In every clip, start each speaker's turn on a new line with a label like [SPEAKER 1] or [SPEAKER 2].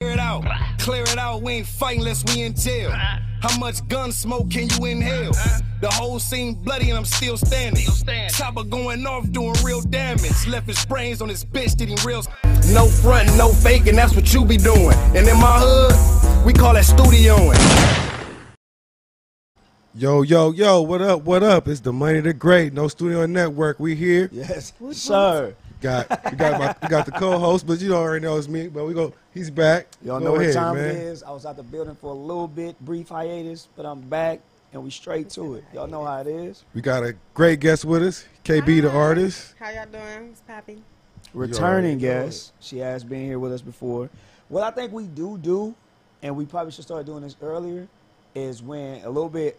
[SPEAKER 1] Clear it out, clear it out. We ain't fighting unless we in jail. How much gun smoke can you inhale? The whole scene bloody and I'm still standing. Chopper going off doing real damage. Left his brains on his bitch, did he real? No front, no faking, that's what you be doing. And in my hood, we call that studioing.
[SPEAKER 2] Yo, yo, yo, what up, what up? It's the Money the Great, No Studio Network. We here.
[SPEAKER 3] Yes, sir.
[SPEAKER 2] Got we got my we got the co-host, but you don't already know it's me. But we go he's back.
[SPEAKER 3] Y'all
[SPEAKER 2] Go
[SPEAKER 3] know what
[SPEAKER 2] ahead,
[SPEAKER 3] time
[SPEAKER 2] man.
[SPEAKER 3] it is. I was out the building for a little bit, brief hiatus, but I'm back and we straight to it. Y'all know how it is.
[SPEAKER 2] We got a great guest with us, KB the artist.
[SPEAKER 4] How y'all doing? It's Poppy.
[SPEAKER 3] Returning
[SPEAKER 2] already know
[SPEAKER 3] guest. She has been here with us before. What I think we do do, and we probably should start doing this earlier, is when a little bit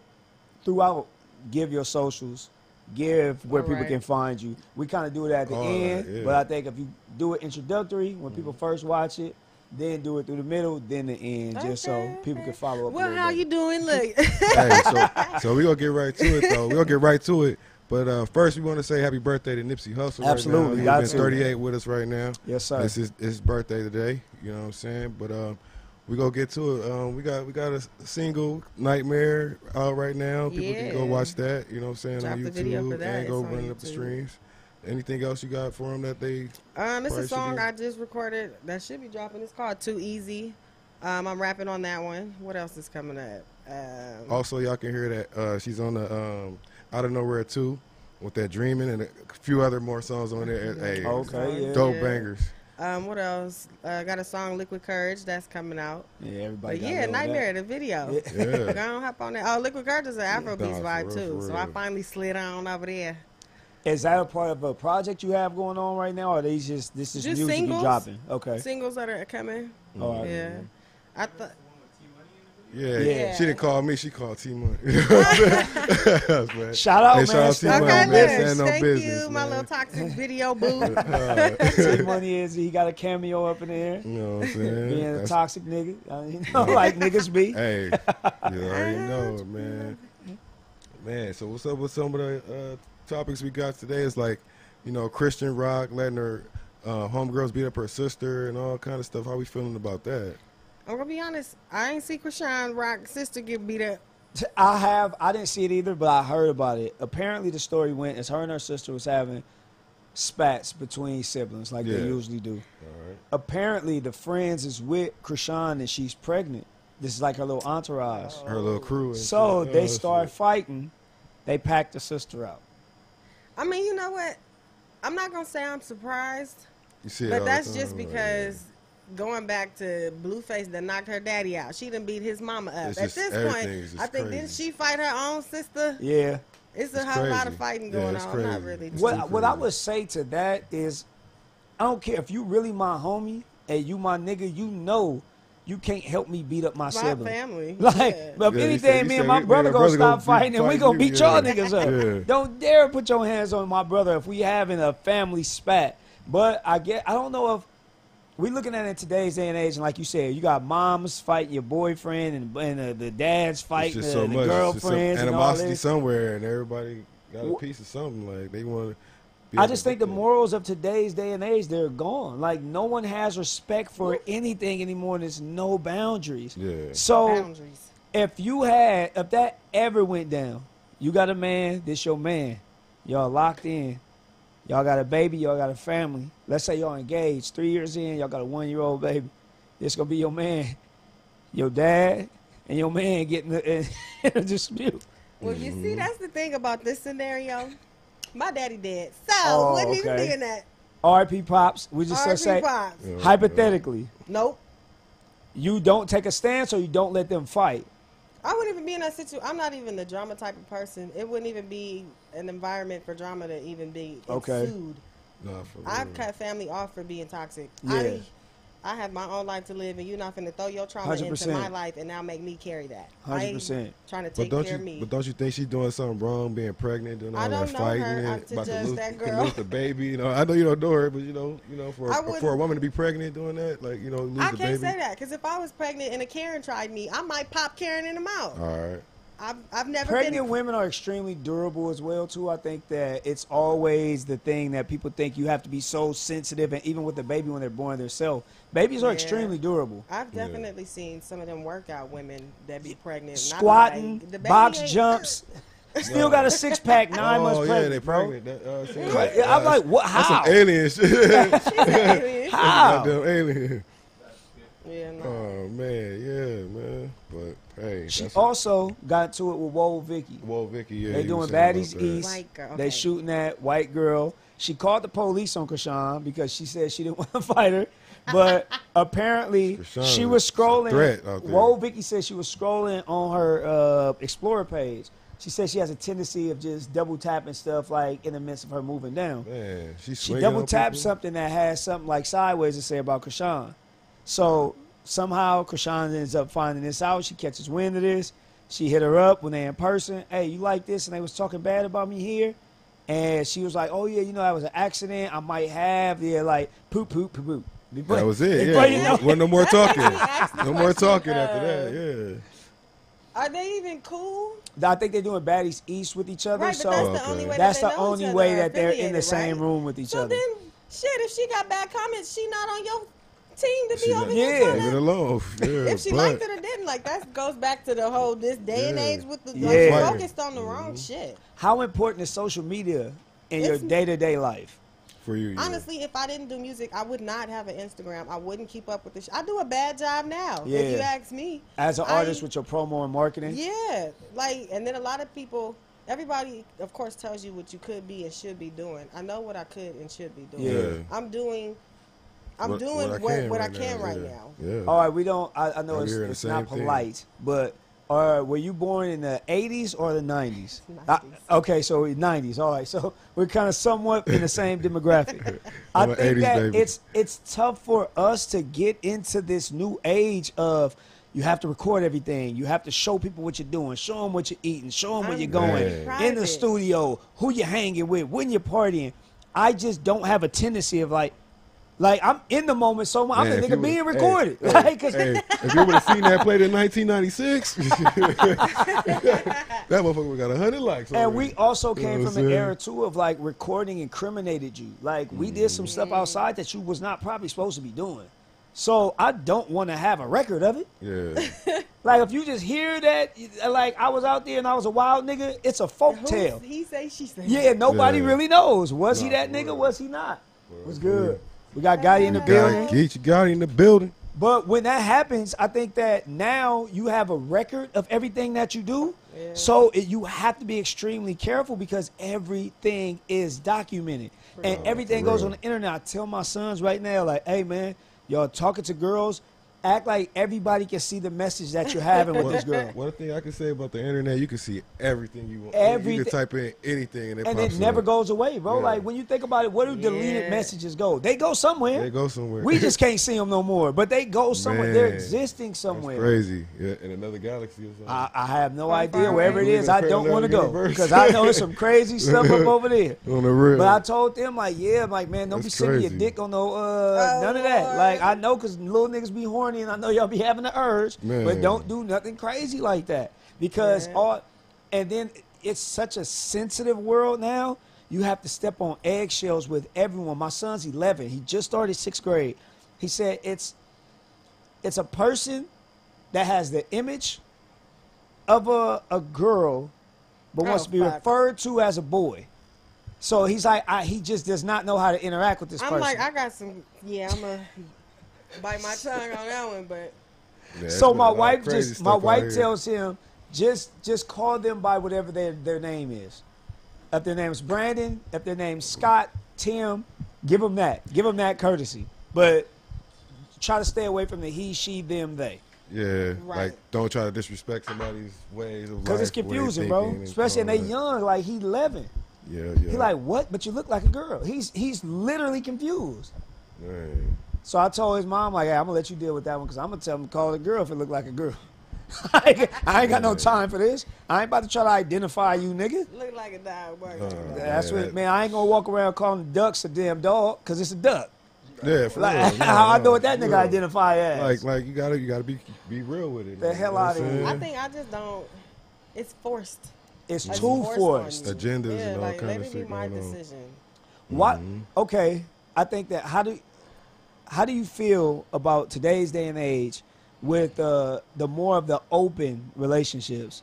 [SPEAKER 3] throughout, give your socials, give where people
[SPEAKER 4] Alright.
[SPEAKER 3] can find you. We kind of do it at the
[SPEAKER 2] All right,
[SPEAKER 3] end,
[SPEAKER 2] yeah.
[SPEAKER 3] but I think if you do it introductory, when people first watch it, then do it through the middle, then the end, just so
[SPEAKER 4] Okay,
[SPEAKER 3] people can
[SPEAKER 4] okay.
[SPEAKER 3] follow up. a
[SPEAKER 4] Well,
[SPEAKER 3] little
[SPEAKER 4] how
[SPEAKER 3] better.
[SPEAKER 4] you doing? Look,
[SPEAKER 2] Hey, so so we gonna get right to it though. We gonna get right to it. But uh, first, we want to say happy birthday to Nipsey Hussle.
[SPEAKER 3] Absolutely,
[SPEAKER 2] right now.
[SPEAKER 3] got
[SPEAKER 2] he's
[SPEAKER 3] to.
[SPEAKER 2] been 38 with us right now.
[SPEAKER 3] Yes, sir.
[SPEAKER 2] It's his, it's his birthday today. You know what I'm saying? But um, we gonna get to it. Um, we got we got a s- single Nightmare out right now. People can go
[SPEAKER 4] Yeah.
[SPEAKER 2] watch that. You know what I'm saying?
[SPEAKER 4] Drop
[SPEAKER 2] on
[SPEAKER 4] the
[SPEAKER 2] YouTube
[SPEAKER 4] video for that.
[SPEAKER 2] and go
[SPEAKER 4] It's on
[SPEAKER 2] running up the
[SPEAKER 4] YouTube.
[SPEAKER 2] streams. Anything else you got for them that they?
[SPEAKER 4] um, it's
[SPEAKER 2] Price
[SPEAKER 4] a song
[SPEAKER 2] again.
[SPEAKER 4] I just recorded that should be dropping. It's called Too Easy. Um, I'm rapping on that one. What else is coming up? Um,
[SPEAKER 2] Also, y'all can hear that uh, she's on the um, Out of Nowhere too, with that dreaming and a few other more songs on there. Hey,
[SPEAKER 3] Okay, yeah.
[SPEAKER 2] dope
[SPEAKER 4] Yeah.
[SPEAKER 2] bangers.
[SPEAKER 4] um, what else? Uh, got a song Liquid Courage that's coming out.
[SPEAKER 3] Yeah, everybody.
[SPEAKER 4] But
[SPEAKER 3] got a
[SPEAKER 4] yeah,
[SPEAKER 3] little of
[SPEAKER 4] Nightmare
[SPEAKER 3] that.
[SPEAKER 4] the video.
[SPEAKER 2] Yeah.
[SPEAKER 4] Go on, hop on that. Oh, Liquid Courage is an
[SPEAKER 2] Nah,
[SPEAKER 4] Afro Beats
[SPEAKER 2] for
[SPEAKER 4] vibe
[SPEAKER 2] real,
[SPEAKER 4] too.
[SPEAKER 2] for
[SPEAKER 4] So I
[SPEAKER 2] real.
[SPEAKER 4] finally slid on over there.
[SPEAKER 3] Is that a part of a project you have going on right now, or are they just this is music
[SPEAKER 4] Just
[SPEAKER 3] you
[SPEAKER 4] singles.
[SPEAKER 3] dropping? Okay.
[SPEAKER 4] Singles that are coming.
[SPEAKER 3] All right.
[SPEAKER 4] Yeah, I thought.
[SPEAKER 2] Yeah.
[SPEAKER 3] Yeah.
[SPEAKER 2] she didn't call me. She called T Money. Shout
[SPEAKER 3] Shout out,
[SPEAKER 2] Hey,
[SPEAKER 3] man.
[SPEAKER 2] shout out to
[SPEAKER 3] Shout
[SPEAKER 2] you,
[SPEAKER 3] out
[SPEAKER 4] Okay,
[SPEAKER 2] man.
[SPEAKER 3] to
[SPEAKER 2] Listen, ain't
[SPEAKER 3] business.
[SPEAKER 4] look,
[SPEAKER 2] no
[SPEAKER 4] thank
[SPEAKER 2] business,
[SPEAKER 4] you, my
[SPEAKER 2] man.
[SPEAKER 4] little toxic video boo.
[SPEAKER 3] T Money is he got a cameo up in the air,
[SPEAKER 2] You know what I'm saying?
[SPEAKER 3] being a
[SPEAKER 2] That's-
[SPEAKER 3] toxic nigga, I mean, you know, like niggas be.
[SPEAKER 2] hey, you already know, it, man. Man, so what's up with some of the uh, topics we got today? Is like, you know, Christian rock letting her uh, homegirls beat up her sister and all kind of stuff. How we feeling about that?
[SPEAKER 4] I'm gonna be honest. I ain't see Krishan Rock sister get beat up.
[SPEAKER 3] T- I have. I didn't see it either, but I heard about it. Apparently, the story went is her and her sister was having spats between siblings, like
[SPEAKER 2] Yeah.
[SPEAKER 3] they usually do. Apparently, the friends is with Krishan and she's pregnant. This is like her little entourage.
[SPEAKER 2] Her little crew. and
[SPEAKER 3] Oh. So
[SPEAKER 2] shit.
[SPEAKER 3] they
[SPEAKER 2] Oh,
[SPEAKER 3] start
[SPEAKER 2] shit.
[SPEAKER 3] fighting. They packed the sister out.
[SPEAKER 4] I mean, you know what? I'm not gonna say I'm surprised,
[SPEAKER 2] You see it all
[SPEAKER 4] but
[SPEAKER 2] the
[SPEAKER 4] that's just
[SPEAKER 2] time, like,
[SPEAKER 4] because going back to Blueface that knocked her daddy out. She done beat his mama up.
[SPEAKER 2] It's
[SPEAKER 4] At
[SPEAKER 2] just-
[SPEAKER 4] this
[SPEAKER 2] everything
[SPEAKER 4] point,
[SPEAKER 2] is just
[SPEAKER 4] I think didn't
[SPEAKER 2] crazy.
[SPEAKER 4] she fight her own sister?
[SPEAKER 3] Yeah.
[SPEAKER 2] It's
[SPEAKER 4] It's a whole lot
[SPEAKER 2] crazy.
[SPEAKER 4] of fighting
[SPEAKER 2] Yeah,
[SPEAKER 4] going
[SPEAKER 2] it's
[SPEAKER 4] on. I'm Not
[SPEAKER 2] crazy.
[SPEAKER 4] really.
[SPEAKER 2] It's
[SPEAKER 4] too-
[SPEAKER 3] What
[SPEAKER 2] too
[SPEAKER 3] what I
[SPEAKER 2] crazy.
[SPEAKER 3] would say to that is, I don't care if you really my homie and you my nigga. You know, you can't help me beat up my,
[SPEAKER 4] my
[SPEAKER 3] sibling.
[SPEAKER 4] family.
[SPEAKER 3] Like,
[SPEAKER 4] yeah.
[SPEAKER 3] but if
[SPEAKER 2] Yeah, he
[SPEAKER 3] anything,
[SPEAKER 2] said- he
[SPEAKER 3] me
[SPEAKER 2] said
[SPEAKER 3] and
[SPEAKER 2] we-
[SPEAKER 3] my
[SPEAKER 2] me
[SPEAKER 3] brother
[SPEAKER 2] and
[SPEAKER 3] gonna
[SPEAKER 2] brother gonna
[SPEAKER 3] stop
[SPEAKER 2] be
[SPEAKER 3] fighting and we
[SPEAKER 2] fighting
[SPEAKER 3] gonna
[SPEAKER 2] you,
[SPEAKER 3] beat y'all
[SPEAKER 2] yeah.
[SPEAKER 3] niggas up.
[SPEAKER 2] Yeah.
[SPEAKER 3] Don't dare put your hands on my brother if we having a family spat. But I get, I don't know if we looking at it in today's day and age, and like you said, you got moms fighting your boyfriend and, and uh, the dads
[SPEAKER 2] It's
[SPEAKER 3] fighting
[SPEAKER 2] just
[SPEAKER 3] the,
[SPEAKER 2] so
[SPEAKER 3] the
[SPEAKER 2] much It's just some
[SPEAKER 3] girlfriends and all
[SPEAKER 2] animosity
[SPEAKER 3] this.
[SPEAKER 2] somewhere, and everybody got a
[SPEAKER 3] Wh-
[SPEAKER 2] piece of something. Like they want. to.
[SPEAKER 3] I just think the morals of today's day and age, they're gone. Like, no one has respect for anything anymore, and there's no boundaries.
[SPEAKER 2] Yeah.
[SPEAKER 3] So,
[SPEAKER 4] boundaries.
[SPEAKER 3] if you had, if that ever went down, you got a man, this your man. Y'all locked in. Y'all got a baby, y'all got a family. Let's say y'all engaged, three years in, y'all got a one year old baby. It's going to be your man, your dad, and your man getting in a dispute.
[SPEAKER 4] Well, you
[SPEAKER 2] Mm-hmm.
[SPEAKER 4] see, that's the thing about this scenario. My daddy dead. So
[SPEAKER 3] Oh,
[SPEAKER 4] what he was
[SPEAKER 3] okay.
[SPEAKER 4] doing at
[SPEAKER 3] RP Pops, we just
[SPEAKER 4] RP
[SPEAKER 3] say,
[SPEAKER 4] Pops.
[SPEAKER 2] Yeah.
[SPEAKER 3] hypothetically.
[SPEAKER 4] Nope.
[SPEAKER 3] you don't take a stance or you don't let them fight.
[SPEAKER 4] I wouldn't even be in that situation. I'm not even the drama type of person. It wouldn't even be an environment for drama to even be
[SPEAKER 3] Okay. Mm.
[SPEAKER 4] ensued.
[SPEAKER 2] Nah, for real.
[SPEAKER 4] I've cut family off for being toxic.
[SPEAKER 3] Yeah.
[SPEAKER 4] I, I have my own life to live, and you're not finna throw your trauma into
[SPEAKER 3] 100%.
[SPEAKER 4] my life and now make me carry that. I ain't
[SPEAKER 3] 100%.
[SPEAKER 4] Trying to
[SPEAKER 2] But
[SPEAKER 4] take
[SPEAKER 2] don't
[SPEAKER 4] care
[SPEAKER 2] you?
[SPEAKER 4] of me.
[SPEAKER 2] But don't you think she's doing something wrong, being pregnant, doing all
[SPEAKER 4] I
[SPEAKER 2] that
[SPEAKER 4] don't know
[SPEAKER 2] fighting,
[SPEAKER 4] her.
[SPEAKER 2] and
[SPEAKER 4] I'm to
[SPEAKER 2] about to
[SPEAKER 4] judge
[SPEAKER 2] lose,
[SPEAKER 4] that
[SPEAKER 2] could
[SPEAKER 4] girl.
[SPEAKER 2] lose the baby? You know, I know you don't know her, but you know, you know, for
[SPEAKER 4] I
[SPEAKER 2] a, for a
[SPEAKER 4] wouldn't-
[SPEAKER 2] woman to be pregnant doing that, like you know, lose
[SPEAKER 4] I
[SPEAKER 2] the
[SPEAKER 4] can't
[SPEAKER 2] baby.
[SPEAKER 4] say that because if I was pregnant and a Karen tried me, I might pop Karen in the mouth.
[SPEAKER 2] All right.
[SPEAKER 4] I've, I've never
[SPEAKER 3] Pregnant
[SPEAKER 4] been.
[SPEAKER 3] women are extremely durable as well too. I think that it's always the thing that people think you have to be so sensitive, and even with the baby when they're born themselves, babies are
[SPEAKER 4] Yeah.
[SPEAKER 3] extremely durable.
[SPEAKER 4] I've definitely seen some of them workout women that be pregnant. and I be
[SPEAKER 3] Squatting,
[SPEAKER 4] like, the baby
[SPEAKER 3] box
[SPEAKER 4] ain't-
[SPEAKER 3] jumps, still got a six pack, nine
[SPEAKER 2] oh
[SPEAKER 3] months
[SPEAKER 2] yeah,
[SPEAKER 3] pregnant.
[SPEAKER 2] they
[SPEAKER 3] bro.
[SPEAKER 2] pregnant. That, uh, shit,
[SPEAKER 3] Cra-
[SPEAKER 2] uh,
[SPEAKER 3] I'm like, what?
[SPEAKER 2] that's
[SPEAKER 3] How?
[SPEAKER 2] some alien shit.
[SPEAKER 4] yeah,
[SPEAKER 3] How?
[SPEAKER 2] Goddamn alien.
[SPEAKER 4] no.
[SPEAKER 2] Oh man, yeah, man. But hey,
[SPEAKER 3] She
[SPEAKER 2] that's
[SPEAKER 3] also got into it with Wole Vicky.
[SPEAKER 2] well, Vicky. Yeah,
[SPEAKER 3] they
[SPEAKER 2] you
[SPEAKER 3] doing
[SPEAKER 2] was saying
[SPEAKER 3] baddies
[SPEAKER 2] about that.
[SPEAKER 3] east.
[SPEAKER 4] White girl,
[SPEAKER 3] They
[SPEAKER 4] okay.
[SPEAKER 3] shooting at white girl. She called the police on Krishan because she said she didn't want to fight her, but apparently
[SPEAKER 2] Krishan
[SPEAKER 3] she was
[SPEAKER 2] is a threat
[SPEAKER 3] scrolling.
[SPEAKER 2] out there.
[SPEAKER 3] Whoa, Vicky said she was scrolling on her uh, Explorer page. She said she has a tendency of just double tapping stuff like in the midst of her moving down.
[SPEAKER 2] Man, she,
[SPEAKER 3] She
[SPEAKER 2] swinging
[SPEAKER 3] double
[SPEAKER 2] on
[SPEAKER 3] tapped
[SPEAKER 2] people?
[SPEAKER 3] something that has something like sideways to say about Krishan. So somehow Krishan ends up finding this out. She catches wind of this. She hit her up when they in person. Hey, you like this? And they was talking bad about me here. And she was like, Oh yeah, you know that was an accident. I might have yeah, like poop poop poop poop. Before-
[SPEAKER 2] That was it.
[SPEAKER 3] before
[SPEAKER 2] Yeah,
[SPEAKER 3] you know-
[SPEAKER 2] Well, no more talking.
[SPEAKER 4] asked the
[SPEAKER 2] No more
[SPEAKER 4] question,
[SPEAKER 2] talking
[SPEAKER 4] uh,
[SPEAKER 2] after that.
[SPEAKER 4] Are they even cool?
[SPEAKER 3] I think they're doing baddies east with each other.
[SPEAKER 4] Right,
[SPEAKER 3] so
[SPEAKER 4] but that's the
[SPEAKER 2] okay.
[SPEAKER 4] only way.
[SPEAKER 3] that's
[SPEAKER 4] that
[SPEAKER 3] the
[SPEAKER 4] they know
[SPEAKER 3] only
[SPEAKER 4] each
[SPEAKER 3] way
[SPEAKER 4] other
[SPEAKER 3] that they're in the
[SPEAKER 4] affiliated,
[SPEAKER 3] same
[SPEAKER 4] right?
[SPEAKER 3] room with each
[SPEAKER 4] So
[SPEAKER 3] other.
[SPEAKER 4] then, shit, if she got bad comments, she not on your team to
[SPEAKER 2] Yeah.
[SPEAKER 4] be over
[SPEAKER 3] not-
[SPEAKER 4] here.
[SPEAKER 3] Yeah.
[SPEAKER 4] trying
[SPEAKER 2] Leave it
[SPEAKER 4] to-
[SPEAKER 2] alone. Yeah,
[SPEAKER 4] If she
[SPEAKER 2] but,
[SPEAKER 4] liked it or didn't, like that goes back to the whole this day and
[SPEAKER 2] Yeah.
[SPEAKER 4] age with the like,
[SPEAKER 3] Yeah. Mm-hmm.
[SPEAKER 4] focused on the wrong shit.
[SPEAKER 3] How important is social media in your
[SPEAKER 4] It's-
[SPEAKER 3] day to day life?
[SPEAKER 2] for you, yeah.
[SPEAKER 4] Honestly, if I didn't do music, I would not have an Instagram. I wouldn't keep up with this. I do a bad job now,
[SPEAKER 3] Yeah.
[SPEAKER 4] if you ask me.
[SPEAKER 3] As an
[SPEAKER 4] I-
[SPEAKER 3] artist with your promo and marketing?
[SPEAKER 4] Yeah, like, and then a lot of people, everybody, of course, tells you what you could be and should be doing. I know what I could and should be doing.
[SPEAKER 2] Yeah.
[SPEAKER 4] I'm doing, I'm
[SPEAKER 2] What-
[SPEAKER 4] doing what, what, I can right
[SPEAKER 2] yeah.
[SPEAKER 4] now.
[SPEAKER 2] Yeah.
[SPEAKER 3] All right, we don't. I, I know
[SPEAKER 2] I'm
[SPEAKER 3] it's,
[SPEAKER 2] hearing the
[SPEAKER 3] it's not
[SPEAKER 2] same thing.
[SPEAKER 3] polite, but all right, were you born in the '80s or the '90s?
[SPEAKER 4] 90s.
[SPEAKER 3] I- okay, so '90s. All right, so we're kind of somewhat in the same demographic. I
[SPEAKER 2] I'm an
[SPEAKER 3] think
[SPEAKER 2] 80s
[SPEAKER 3] that
[SPEAKER 2] baby.
[SPEAKER 3] it's it's tough for us to get into this new age of. You have to record everything. You have to show people what you're doing. Show them what you're eating. Show them where
[SPEAKER 4] I'm
[SPEAKER 3] you're going.
[SPEAKER 4] Yeah.
[SPEAKER 3] In the
[SPEAKER 4] private.
[SPEAKER 3] studio, who you're hanging with, when you're partying. I just don't have a tendency of like, like I'm in the moment so much. I'm
[SPEAKER 2] Man, if
[SPEAKER 3] the nigga
[SPEAKER 2] you-
[SPEAKER 3] being
[SPEAKER 2] hey,
[SPEAKER 3] recorded.
[SPEAKER 2] hey,
[SPEAKER 3] Like, 'cause-
[SPEAKER 2] hey, if you would have seen that played in 1996, that motherfucker got 100 likes.
[SPEAKER 3] And
[SPEAKER 2] already.
[SPEAKER 3] we
[SPEAKER 2] You
[SPEAKER 3] also
[SPEAKER 2] know
[SPEAKER 3] came
[SPEAKER 2] what
[SPEAKER 3] from
[SPEAKER 2] I'm
[SPEAKER 3] an
[SPEAKER 2] saying?
[SPEAKER 3] era too of like recording incriminated you. Like we did some stuff outside that you was not probably supposed to be doing. So I don't want to have a record of it.
[SPEAKER 2] Yeah.
[SPEAKER 3] Like if you just hear that, like I was out there and I was a wild nigga, it's a folk
[SPEAKER 4] Who's-
[SPEAKER 3] tale.
[SPEAKER 4] He say, she say.
[SPEAKER 3] Yeah, nobody
[SPEAKER 2] Yeah.
[SPEAKER 3] really knows. Was he
[SPEAKER 2] Nah,
[SPEAKER 3] that
[SPEAKER 2] for
[SPEAKER 3] nigga?
[SPEAKER 2] real.
[SPEAKER 3] Was he not? Was
[SPEAKER 2] for
[SPEAKER 3] good.
[SPEAKER 2] real.
[SPEAKER 3] We got Gotti in the
[SPEAKER 2] You
[SPEAKER 3] building.
[SPEAKER 2] got Geech, you got in the building.
[SPEAKER 3] But when that happens, I think that now you have a record of everything that you do.
[SPEAKER 4] Yeah.
[SPEAKER 3] So it, you have to be extremely careful because everything is documented and everything
[SPEAKER 2] for
[SPEAKER 3] goes
[SPEAKER 2] real.
[SPEAKER 3] on the internet. I tell my sons right now, like, hey man, y'all talking to girls, act like everybody can see the message that you're having with this girl.
[SPEAKER 2] One thing I can say about the internet, you can see everything you want. You
[SPEAKER 3] Everything.
[SPEAKER 2] can type in anything and it
[SPEAKER 3] And
[SPEAKER 2] pops
[SPEAKER 3] it never
[SPEAKER 2] up.
[SPEAKER 3] goes away, bro.
[SPEAKER 2] Yeah.
[SPEAKER 3] Like when you think about it, where do deleted
[SPEAKER 4] Yeah.
[SPEAKER 3] messages go? They go somewhere.
[SPEAKER 2] They go somewhere.
[SPEAKER 3] We just can't see them no more, but they go somewhere. They're
[SPEAKER 2] Man,
[SPEAKER 3] existing somewhere.
[SPEAKER 2] That's crazy. Yeah, in another galaxy uh, or something.
[SPEAKER 3] I, I have no
[SPEAKER 4] Far,
[SPEAKER 3] idea
[SPEAKER 4] far
[SPEAKER 3] wherever it
[SPEAKER 4] away.
[SPEAKER 3] is. I don't want to go because I know there's some crazy stuff up over there.
[SPEAKER 2] On the real.
[SPEAKER 3] But I told them like, yeah, I'm like man, don't be
[SPEAKER 2] That's
[SPEAKER 3] sending your
[SPEAKER 2] crazy.
[SPEAKER 3] dick on no uh,
[SPEAKER 4] Oh,
[SPEAKER 3] none of that.
[SPEAKER 4] Lord.
[SPEAKER 3] Like I know because little niggas be horny and I know y'all be having the urge, but
[SPEAKER 2] Man.
[SPEAKER 3] don't do nothing crazy like that because
[SPEAKER 4] Yeah.
[SPEAKER 3] all and then it's such a sensitive world now. You have to step on eggshells with everyone. My son's 11. He just started sixth grade. He said it's it's a person that has the image of a, a girl but wants
[SPEAKER 4] Oh,
[SPEAKER 3] to be
[SPEAKER 4] fuck.
[SPEAKER 3] referred to as a boy. So he's like, I, he just does not know how to interact with this
[SPEAKER 4] I'm
[SPEAKER 3] person.
[SPEAKER 4] like, I got some, yeah, I'm going to bite my tongue on that one, but
[SPEAKER 2] Yeah, it's
[SPEAKER 3] so
[SPEAKER 2] been a
[SPEAKER 3] my
[SPEAKER 2] lot of
[SPEAKER 3] wife
[SPEAKER 2] crazy
[SPEAKER 3] just,
[SPEAKER 2] stuff
[SPEAKER 3] my
[SPEAKER 2] out
[SPEAKER 3] wife
[SPEAKER 2] here.
[SPEAKER 3] tells him, just, just call them by whatever their, their name is. If their name's Brandon, if their name's Scott, Tim, give them that, give them that courtesy. But try to stay away from the he, she, them, they.
[SPEAKER 2] Yeah,
[SPEAKER 4] Right.
[SPEAKER 2] like don't try to disrespect somebody's ways of life.
[SPEAKER 3] Cause it's
[SPEAKER 2] what they
[SPEAKER 3] confusing,
[SPEAKER 2] thinking
[SPEAKER 3] bro.
[SPEAKER 2] and
[SPEAKER 3] Especially and
[SPEAKER 2] all
[SPEAKER 3] they
[SPEAKER 2] that.
[SPEAKER 3] young, like he 11.
[SPEAKER 2] Yeah, yeah.
[SPEAKER 3] He like, what? But you look like a girl. He's he's literally confused.
[SPEAKER 2] Man.
[SPEAKER 3] So I told his mom, like, hey, I'm gonna let you deal with that one because I'm gonna tell him to call it a girl if it look like a girl. I ain't- I ain't got no time for this. I ain't about to try to identify you, nigga.
[SPEAKER 4] Look like a dog working.
[SPEAKER 2] Uh,
[SPEAKER 3] That's
[SPEAKER 2] yeah,
[SPEAKER 3] what, man. I ain't gonna walk around calling ducks a damn dog because it's a duck.
[SPEAKER 2] Yeah, for
[SPEAKER 3] Like,
[SPEAKER 2] real. No,
[SPEAKER 3] how I
[SPEAKER 2] no,
[SPEAKER 3] know what that
[SPEAKER 2] for
[SPEAKER 3] nigga
[SPEAKER 2] real.
[SPEAKER 3] identify as.
[SPEAKER 2] Like, like you gotta, you gotta be, be real with it.
[SPEAKER 3] The
[SPEAKER 2] man. You know
[SPEAKER 3] hell
[SPEAKER 2] what
[SPEAKER 3] outta
[SPEAKER 2] I'm
[SPEAKER 3] here.
[SPEAKER 4] I
[SPEAKER 2] saying?
[SPEAKER 4] think I just don't. It's forced.
[SPEAKER 3] it's
[SPEAKER 4] It's
[SPEAKER 3] too
[SPEAKER 4] on
[SPEAKER 3] forced.
[SPEAKER 4] you.
[SPEAKER 2] Agendas
[SPEAKER 4] yeah,
[SPEAKER 2] and all
[SPEAKER 4] like,
[SPEAKER 2] kind
[SPEAKER 4] let
[SPEAKER 2] of
[SPEAKER 4] it be
[SPEAKER 2] shit
[SPEAKER 4] my
[SPEAKER 2] going on.
[SPEAKER 4] decision.
[SPEAKER 3] What?
[SPEAKER 2] Mm-hmm.
[SPEAKER 3] Okay, I think that how do how do you feel about today's day and age with uh, the more of the open relationships?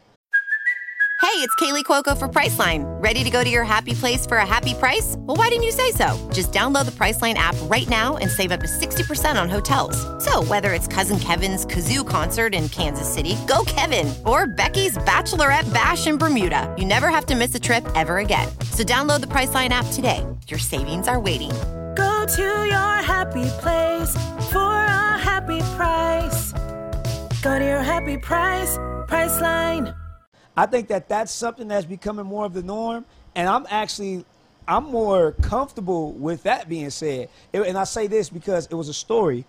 [SPEAKER 5] Hey, it's Kaylee Cuoco for Priceline. Ready to go to your happy place for a happy price? Well, why didn't you say so? Just download the Priceline app right now and save up to 60% on hotels. So, whether it's Cousin Kevin's Kazoo concert in Kansas City, go Kevin, or Becky's Bachelorette Bash in Bermuda, you never have to miss a trip ever again. So, download the Priceline app today. Your savings are waiting.
[SPEAKER 6] Go to your happy place for a happy price. Go to your happy price, Priceline.
[SPEAKER 3] I think that that's something that's becoming more of the norm, and I'm actually I'm more comfortable with that being said. It- and I say this because it was a story,